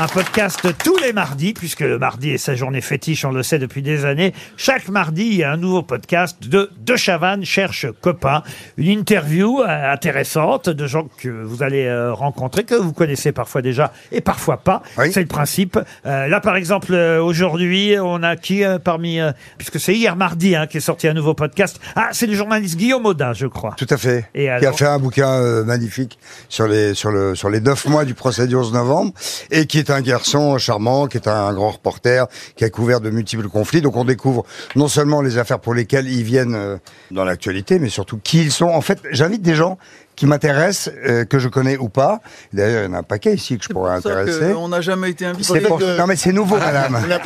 Un podcast tous les mardis, puisque le mardi est sa journée fétiche, on le sait depuis des années. Chaque mardi, il y a un nouveau podcast de De Chavannes cherche copain. Une interview euh, intéressante de gens que vous allez euh, rencontrer, que vous connaissez parfois déjà et parfois pas. C'est le principe. Euh, là, par exemple, euh, aujourd'hui, on a qui euh, parmi... euh, puisque c'est hier mardi hein, qu'est sorti un nouveau podcast. Ah, c'est le journaliste Guillaume Audin, je crois. Tout à fait. Et qui a alors fait un bouquin euh, magnifique sur les sur le sur les neuf mois du procès du 11 novembre et qui est un garçon charmant, qui est un grand reporter, qui a couvert de multiples conflits. Donc on découvre non seulement les affaires pour lesquelles ils viennent euh, dans l'actualité, mais surtout qui ils sont. En fait, j'invite des gens qui m'intéressent, euh, que je connais ou pas. D'ailleurs, il y en a un paquet ici que je pourrais C'est pour ça que intéresser. on n'a jamais été invité. C'est Ah, pour- Non mais c'est nouveau, madame. Eh hein.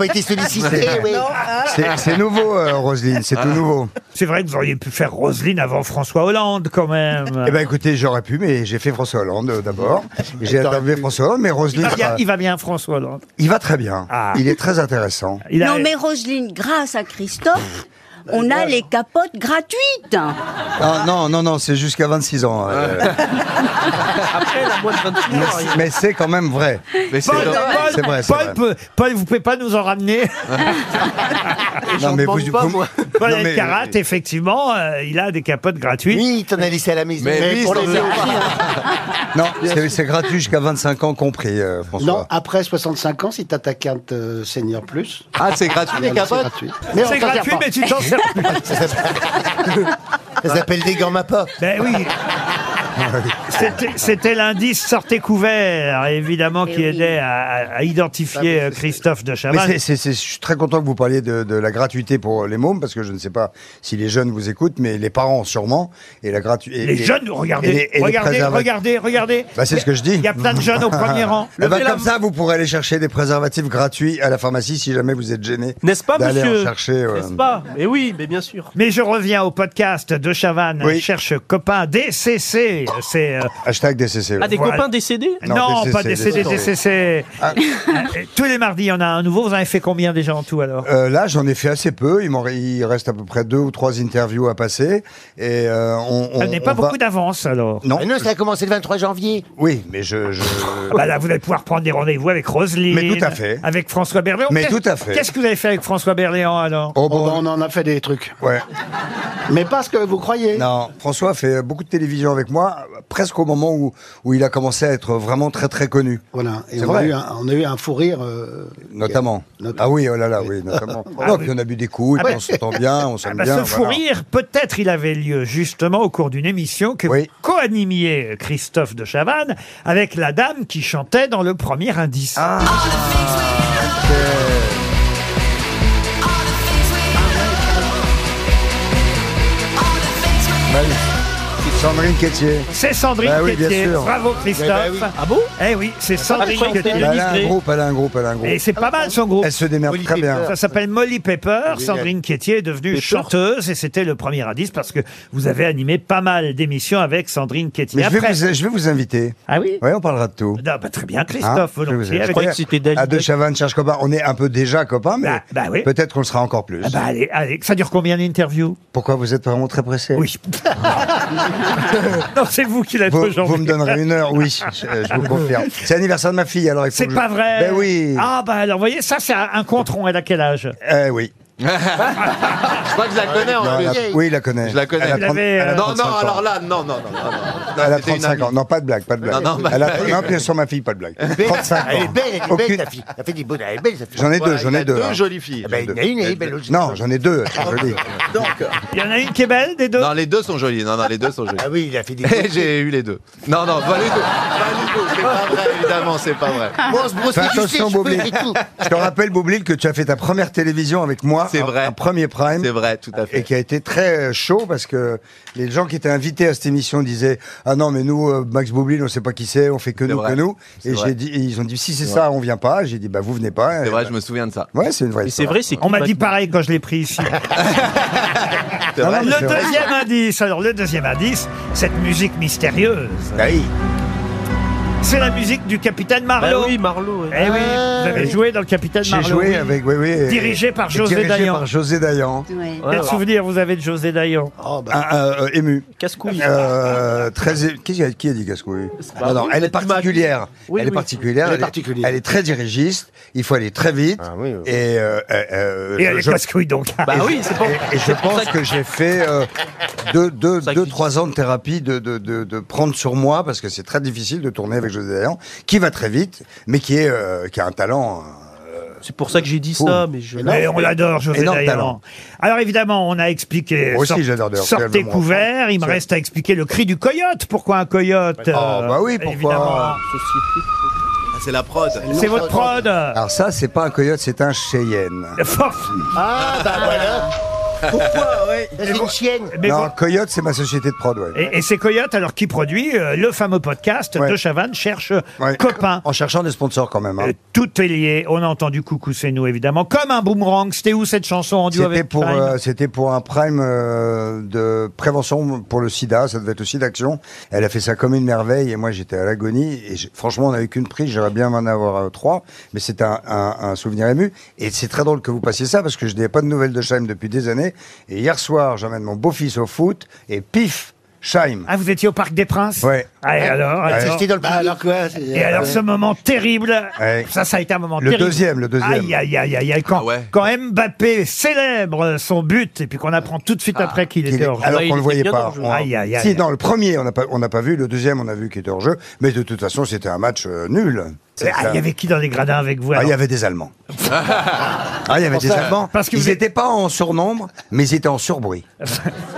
C'est- C'est nouveau, euh, Roselyne, c'est tout nouveau. C'est vrai que vous auriez pu faire Roselyne avant François Hollande, quand même. Eh ben écoutez, j'aurais pu, mais j'ai fait François Hollande euh, d'abord. J'ai interviewé François Hollande, mais Il Roselyne. va bien, sera- il va Ah. bien, François Hollande. Il va très bien. Il est très intéressant. Non, mais Roselyne, grâce à Christophe, on a les capotes gratuites. Non, Ah, non, non, non, c'est jusqu'à 26 ans. euh, Après, la moitié de 26 mais ans, c'est- mais c'est quand même vrai. Paul, Paul, C'est vrai, c'est Paul vrai. peut- Paul, vous pouvez pas nous en ramener Non, mais vous, vous- Paul Non, mais- Elkarat, effectivement, euh, il a des capotes gratuites. Oui, t'en as laissé à la maison. Mais Mais oui, pour t'en les as- Non, Bien c'est- sûr. c'est gratuit jusqu'à 25 ans compris, euh, François. Non, après 65 ans, si t'as ta carte euh, senior plus. Ah, c'est gratuit, les Non, capotes C'est gratuit, C'est gratuit, mais tu t'en plus. sers Ça s'appelle des gants mappa. Ben oui. C'était- C'était l'indice sortez couvert, évidemment, qui aidait à, à identifier euh, Christophe de Mais Chavannes. c'est- c'est- c'est- je suis très content que vous parliez de, de la gratuité pour les mômes, parce que je ne sais pas si les jeunes vous écoutent, mais les parents sûrement. Et la gratuité. Les jeunes, regardez, regardez, regardez, regardez. Bah, c'est ce que je dis. Il y a plein de jeunes au premier rang. Eh ben, comme ça, vous pourrez aller chercher des préservatifs gratuits à la pharmacie si jamais vous êtes gêné. N'est-ce pas, d'aller monsieur en chercher. euh, ouais. N'est-ce pas Mais oui, mais bien sûr. Mais je reviens au podcast de Chavannes, cherche copain DCC. C'est euh, Hashtag DCC. ouais. Ah, des Voilà. copains décédés non, pas DCD, DCC. Euh, Tous les mardis, il y en a un nouveau. Vous en avez fait combien déjà en tout alors Euh, là, j'en ai fait assez peu. Il, m'en- il reste à peu près deux ou trois interviews à passer. Et euh, on, on- Ça n'est pas on va- beaucoup d'avance alors. Non. Ah Mais non, ça a commencé le 23 janvier. Oui, mais je. je... Ah bah là, vous allez pouvoir prendre des rendez-vous avec Roselyne. Mais tout à fait. Avec François Berléand. Mais Qu'est-ce- tout à fait. Qu'est-ce que vous avez fait avec François Berléand alors Oh, Oh, bon. bah, on en a fait des trucs. Ouais. Mais pas ce que vous croyez. Non, François fait beaucoup de télévision avec moi, presque au moment où, où il a commencé à être vraiment très très connu. Voilà. Et C'est on, a vrai. eu un, on a eu un fou rire. euh, Notamment. Ah oui, oh là là, oui, notamment. Ah bah. Non, oui. puis on a bu des coups, et puis on s'entend bien, on s'aime Bah, Eh bien. ce fou voilà. rire, peut-être il avait lieu justement au cours d'une émission que co-animait Christophe de Chavannes avec la dame qui chantait dans le premier indice. Ah. Magnifique. Sandrine Quétier. C'est Sandrine Bah oui, bien Quétier. sûr. Bravo Bah Christophe. oui. Ah bon Eh oui, c'est Sandrine Quétier. Elle a un groupe, elle a un groupe, elle a un groupe. Et c'est pas mal son groupe. Elle se démerde très bien. Ça s'appelle Molly Pepper. Génial. Sandrine Quétier est devenue Pepper. chanteuse et c'était le premier indice parce que vous avez animé pas mal d'émissions avec Sandrine Quétier. Mais je vais, Après, vous, je vais vous inviter. Ah oui Oui, on parlera de tout. Ah, bah, très bien, Christophe, Hein Je vais vous volontiers. inviter. Je croyais que c'était Dalida. À De Chavannes, cherche copain. On est un peu déjà copains, mais Bah, bah oui. peut-être qu'on le sera encore plus. Ah bah, allez, allez, ça dure combien d'interviews Pourquoi vous êtes vraiment très pressé Oui. non, c'est vous qui l'êtes vous, aujourd'hui. vous me donnerez une heure, oui, je, je vous confirme. C'est l'anniversaire de ma fille, alors il faut C'est que je- pas vrai Ben oui. Ah bah alors, vous voyez, ça c'est un contron. Elle a quel âge Eh oui. Je crois que je la connais en Non, elle a- plus. oui, il la connaît. Je la connais. Elle a Il trente- avait, elle a euh, Non, 35 non, ans. alors là, non, non, non. non, non. Elle a c'était une 35 ans. amie. Non, pas de blague, pas de blague. Non, non, pas elle de a... blague. non, bien sûr, ma fille, pas de blague. Belle. 35 ans. Elle est belle, elle est belle, Aucune- ta fille. Elle fait des beaux, elle est belle, sa fille. J'en ai Voilà, deux, j'en ai deux. hein. Ah ben, il y en a une, elle est belle aussi. Non, j'en ai deux, elles sont jolies. Il y en a une qui est belle, des deux euh. Non, les deux sont jolies. Non, non, les deux sont jolies. Ah oui, il a fait des. J'ai eu les deux. Non, non, pas les deux. Pas les deux, c'est pas vrai, évidemment, c'est pas vrai. Ah. Bon, on se brosse Fais les attention, cheveux, je peux Boublil. dire tout. Je te rappelle, Boublil, que tu as fait ta première télévision avec moi. C'est un- vrai. Un premier prime. C'est vrai, tout à fait. Et qui a été très euh, chaud parce que les gens qui étaient invités à cette émission disaient Ah non, mais nous, euh, Max Boublil, on sait pas qui c'est, on fait que C'est nous, vrai. que nous. C'est Et vrai. j'ai dit, et ils ont dit Si c'est C'est ça, on vient pas. J'ai dit Bah vous venez pas. C'est Et vrai, bah, je me souviens de ça. Ouais, c'est une vraie Et c'est histoire. vrai, c'est On m'a dit pareil quand je l'ai pris ici. C'est vrai, c'est le vrai. Ben deuxième indice, alors le deuxième indice, cette musique mystérieuse. C'est la musique du Capitaine Marlowe. Bah oui, Marlowe, oui. Eh oui, vous avez Ah Oui. joué dans le Capitaine J'ai Marlowe. joué oui. avec, oui, oui. Dirigé par José dirigé Dayan. par José Dayan. Quel souvenir vous avez de José Dayan Un- un, euh, ému. Casse-couille. Euh, très é- qui, a- qui a dit casse-couille pas Non, non, vous, elle est peut-être particulière. Oui, elle est oui. particulière. Elle est Elle est, elle est très dirigiste. Il faut aller très vite. Et, euh, euh, euh, Et elle est je- casse-couille donc. Bah oui, c'est pas- Et, et je c'est pour pense ça que- que j'ai fait euh, deux, deux, deux, trois ans de thérapie de, de, de, de prendre sur moi parce que c'est très difficile de tourner avec José Dayan, qui va très vite, mais qui est euh, qui a un talent. euh, C'est pour ça que j'ai dit ça, mais je. Mais on l'adore, José Énorme Dayan. talent. Alors évidemment, on a expliqué. Moi aussi, sort- j'adore d'ailleurs, Sortez tellement. couvert. Il me C'est- reste à expliquer le cri du coyote. Pourquoi un coyote Ah, euh, bah oui, pourquoi évidemment. c'est la prod. Ah, C'est votre prod. Alors ça, c'est pas un coyote, c'est un Cheyenne. Ah, bah voilà. Ah Pourquoi ouais. C'est une chienne. non, Coyote, c'est ma société de prod, ouais. Et, et c'est Coyote alors qui produit euh, le fameux podcast De Chavannes cherche copain. En cherchant des sponsors quand même. hein. Euh, Tout est lié. On a entendu Coucou, c'est nous évidemment. Comme un boomerang. C'était où cette chanson en duo C'était avec pour, Prime euh, c'était pour un prime euh, de prévention pour le sida, ça devait être aussi d'action. Elle a fait ça comme une merveille et moi j'étais à l'agonie. Et j'ai- franchement, on n'avait qu'une prise, j'aurais bien aimé en avoir euh, trois, mais c'est un, un- un souvenir ému. Et c'est très drôle que vous passiez ça parce que je n'avais pas de nouvelles de Chaim depuis des années. Et hier soir, j'emmène mon beau-fils au foot et pif, Chaim. Ah, vous étiez au Parc des Princes Ouais. Ah, et alors, Ouais. alors Ah, alors quoi c'est- Et alors ce moment terrible, Ouais. ça, ça a été un moment Le terrible. deuxième, le deuxième. Aïe, aïe, aïe, aïe, aïe. Quand, quand Mbappé célèbre son but, et puis qu'on apprend tout de suite Ah. après qu'il qu'il était est- hors jeu. alors qu'on le voyait pas. On- Aïe, aïe, aïe. Si, dans le premier, on n'a pas, on n'a pas vu. Le deuxième, on a vu qu'il était hors jeu. Mais de toute façon, c'était un match euh, nul. Ah, Il C'est ça. y avait qui dans les gradins avec vous Ah, il alors y avait des Allemands. Ah, il y avait Pour des ça, Allemands. parce que ils vous êtes- n'étaient pas en surnombre, mais ils étaient en surbruit.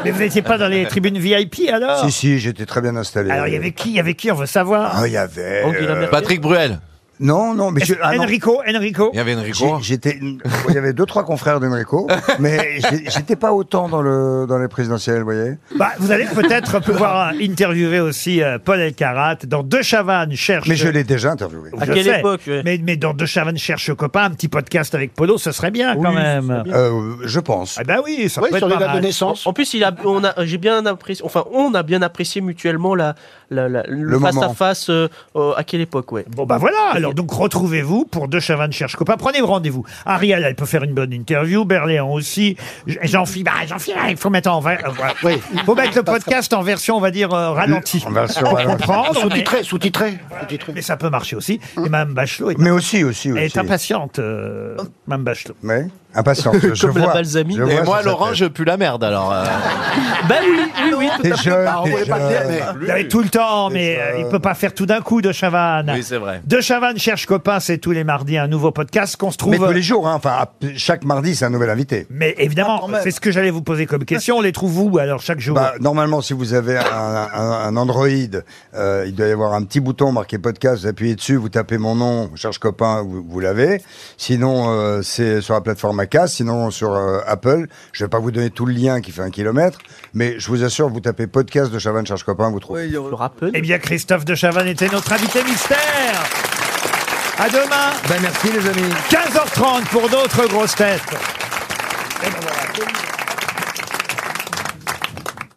Mais vous n'étiez pas dans les tribunes VIP alors Si, si, j'étais très bien installé. Alors il y avait qui Il y avait qui On veut savoir. Ah, il y avait. euh, Patrick Bruel. Non, non, mais je- ah, non. Enrico, Enrico. Il y avait Enrico. J'ai- J'étais, il y avait deux trois confrères d'Enrico, mais j'ai- j'étais pas autant dans le dans les présidentielles, vous voyez. Bah, vous allez peut-être pouvoir euh, interviewer aussi euh, Paul Elkarat dans Deux Chavannes cherche. Mais je l'ai déjà interviewé. Ah, Je sais. mais, mais dans Deux Chavannes cherche copain, un petit podcast avec Polo, ce serait bien quand même. Euh, je pense. Ah bah oui, ça Oui, peut sur les être pas dates de mal. naissance. En plus, il a, on a, j'ai bien apprécié, enfin, on a bien apprécié mutuellement la, la- la- le Le face moment. à face. euh, euh, à quelle époque, ouais. Bon bah voilà, alors donc retrouvez-vous pour Deux Chavannes cherche copain. Prenez rendez-vous. Ariel, elle peut faire une bonne interview, Berléand aussi. J- Jean-Philippe, bah, Jean-Philippe, il faut mettre en ver- euh, voilà. faut mettre le podcast en version, on va dire, euh, ralentie. En version Pour ralentie. comprendre, mais, Sous-titré, sous-titré. mais ça peut marcher aussi. Et Mme Bachelot est, Mais aussi, aussi, elle aussi. est impatiente, euh, Mme Bachelot. Mais impatiente. je Comme la vois. balsamine. Je Et vois moi, sur sa Laurent, tête. je pue la merde alors. euh. Bah oui, oui, oui, tout T'es à fait. Bah, jeune, Ah, on t'es voulait pas le dire, jeune. mais- Vous avez tout le temps, mais euh, il peut pas faire tout d'un coup de Chavannes. Oui, c'est vrai. De Chavannes cherche copain, c'est tous les mardis un nouveau podcast qu'on se trouve. euh, Mais tous les jours, hein, enfin, à- chaque mardi, c'est un nouvel invité. Mais évidemment, Bah, c'est ce que j'allais vous poser comme question. On les trouve où alors chaque jour Bah, normalement, si vous avez un, un- un Android, euh, il doit y avoir un petit bouton marqué podcast, vous appuyez dessus, vous tapez mon nom, on cherche copain, vous, vous l'avez. Sinon, euh, c'est sur la plateforme ACAS, sinon sur euh, Apple. Je vais pas vous donner tout le lien qui fait un kilomètre, mais je vous assure, vous tapez podcast de Chavannes cherche copain, vous trouvez. Le rappel. Eh bien, Christophe de Chavannes était notre invité mystère. À demain, Ben, merci les amis. 15h30 pour d'autres grosses têtes.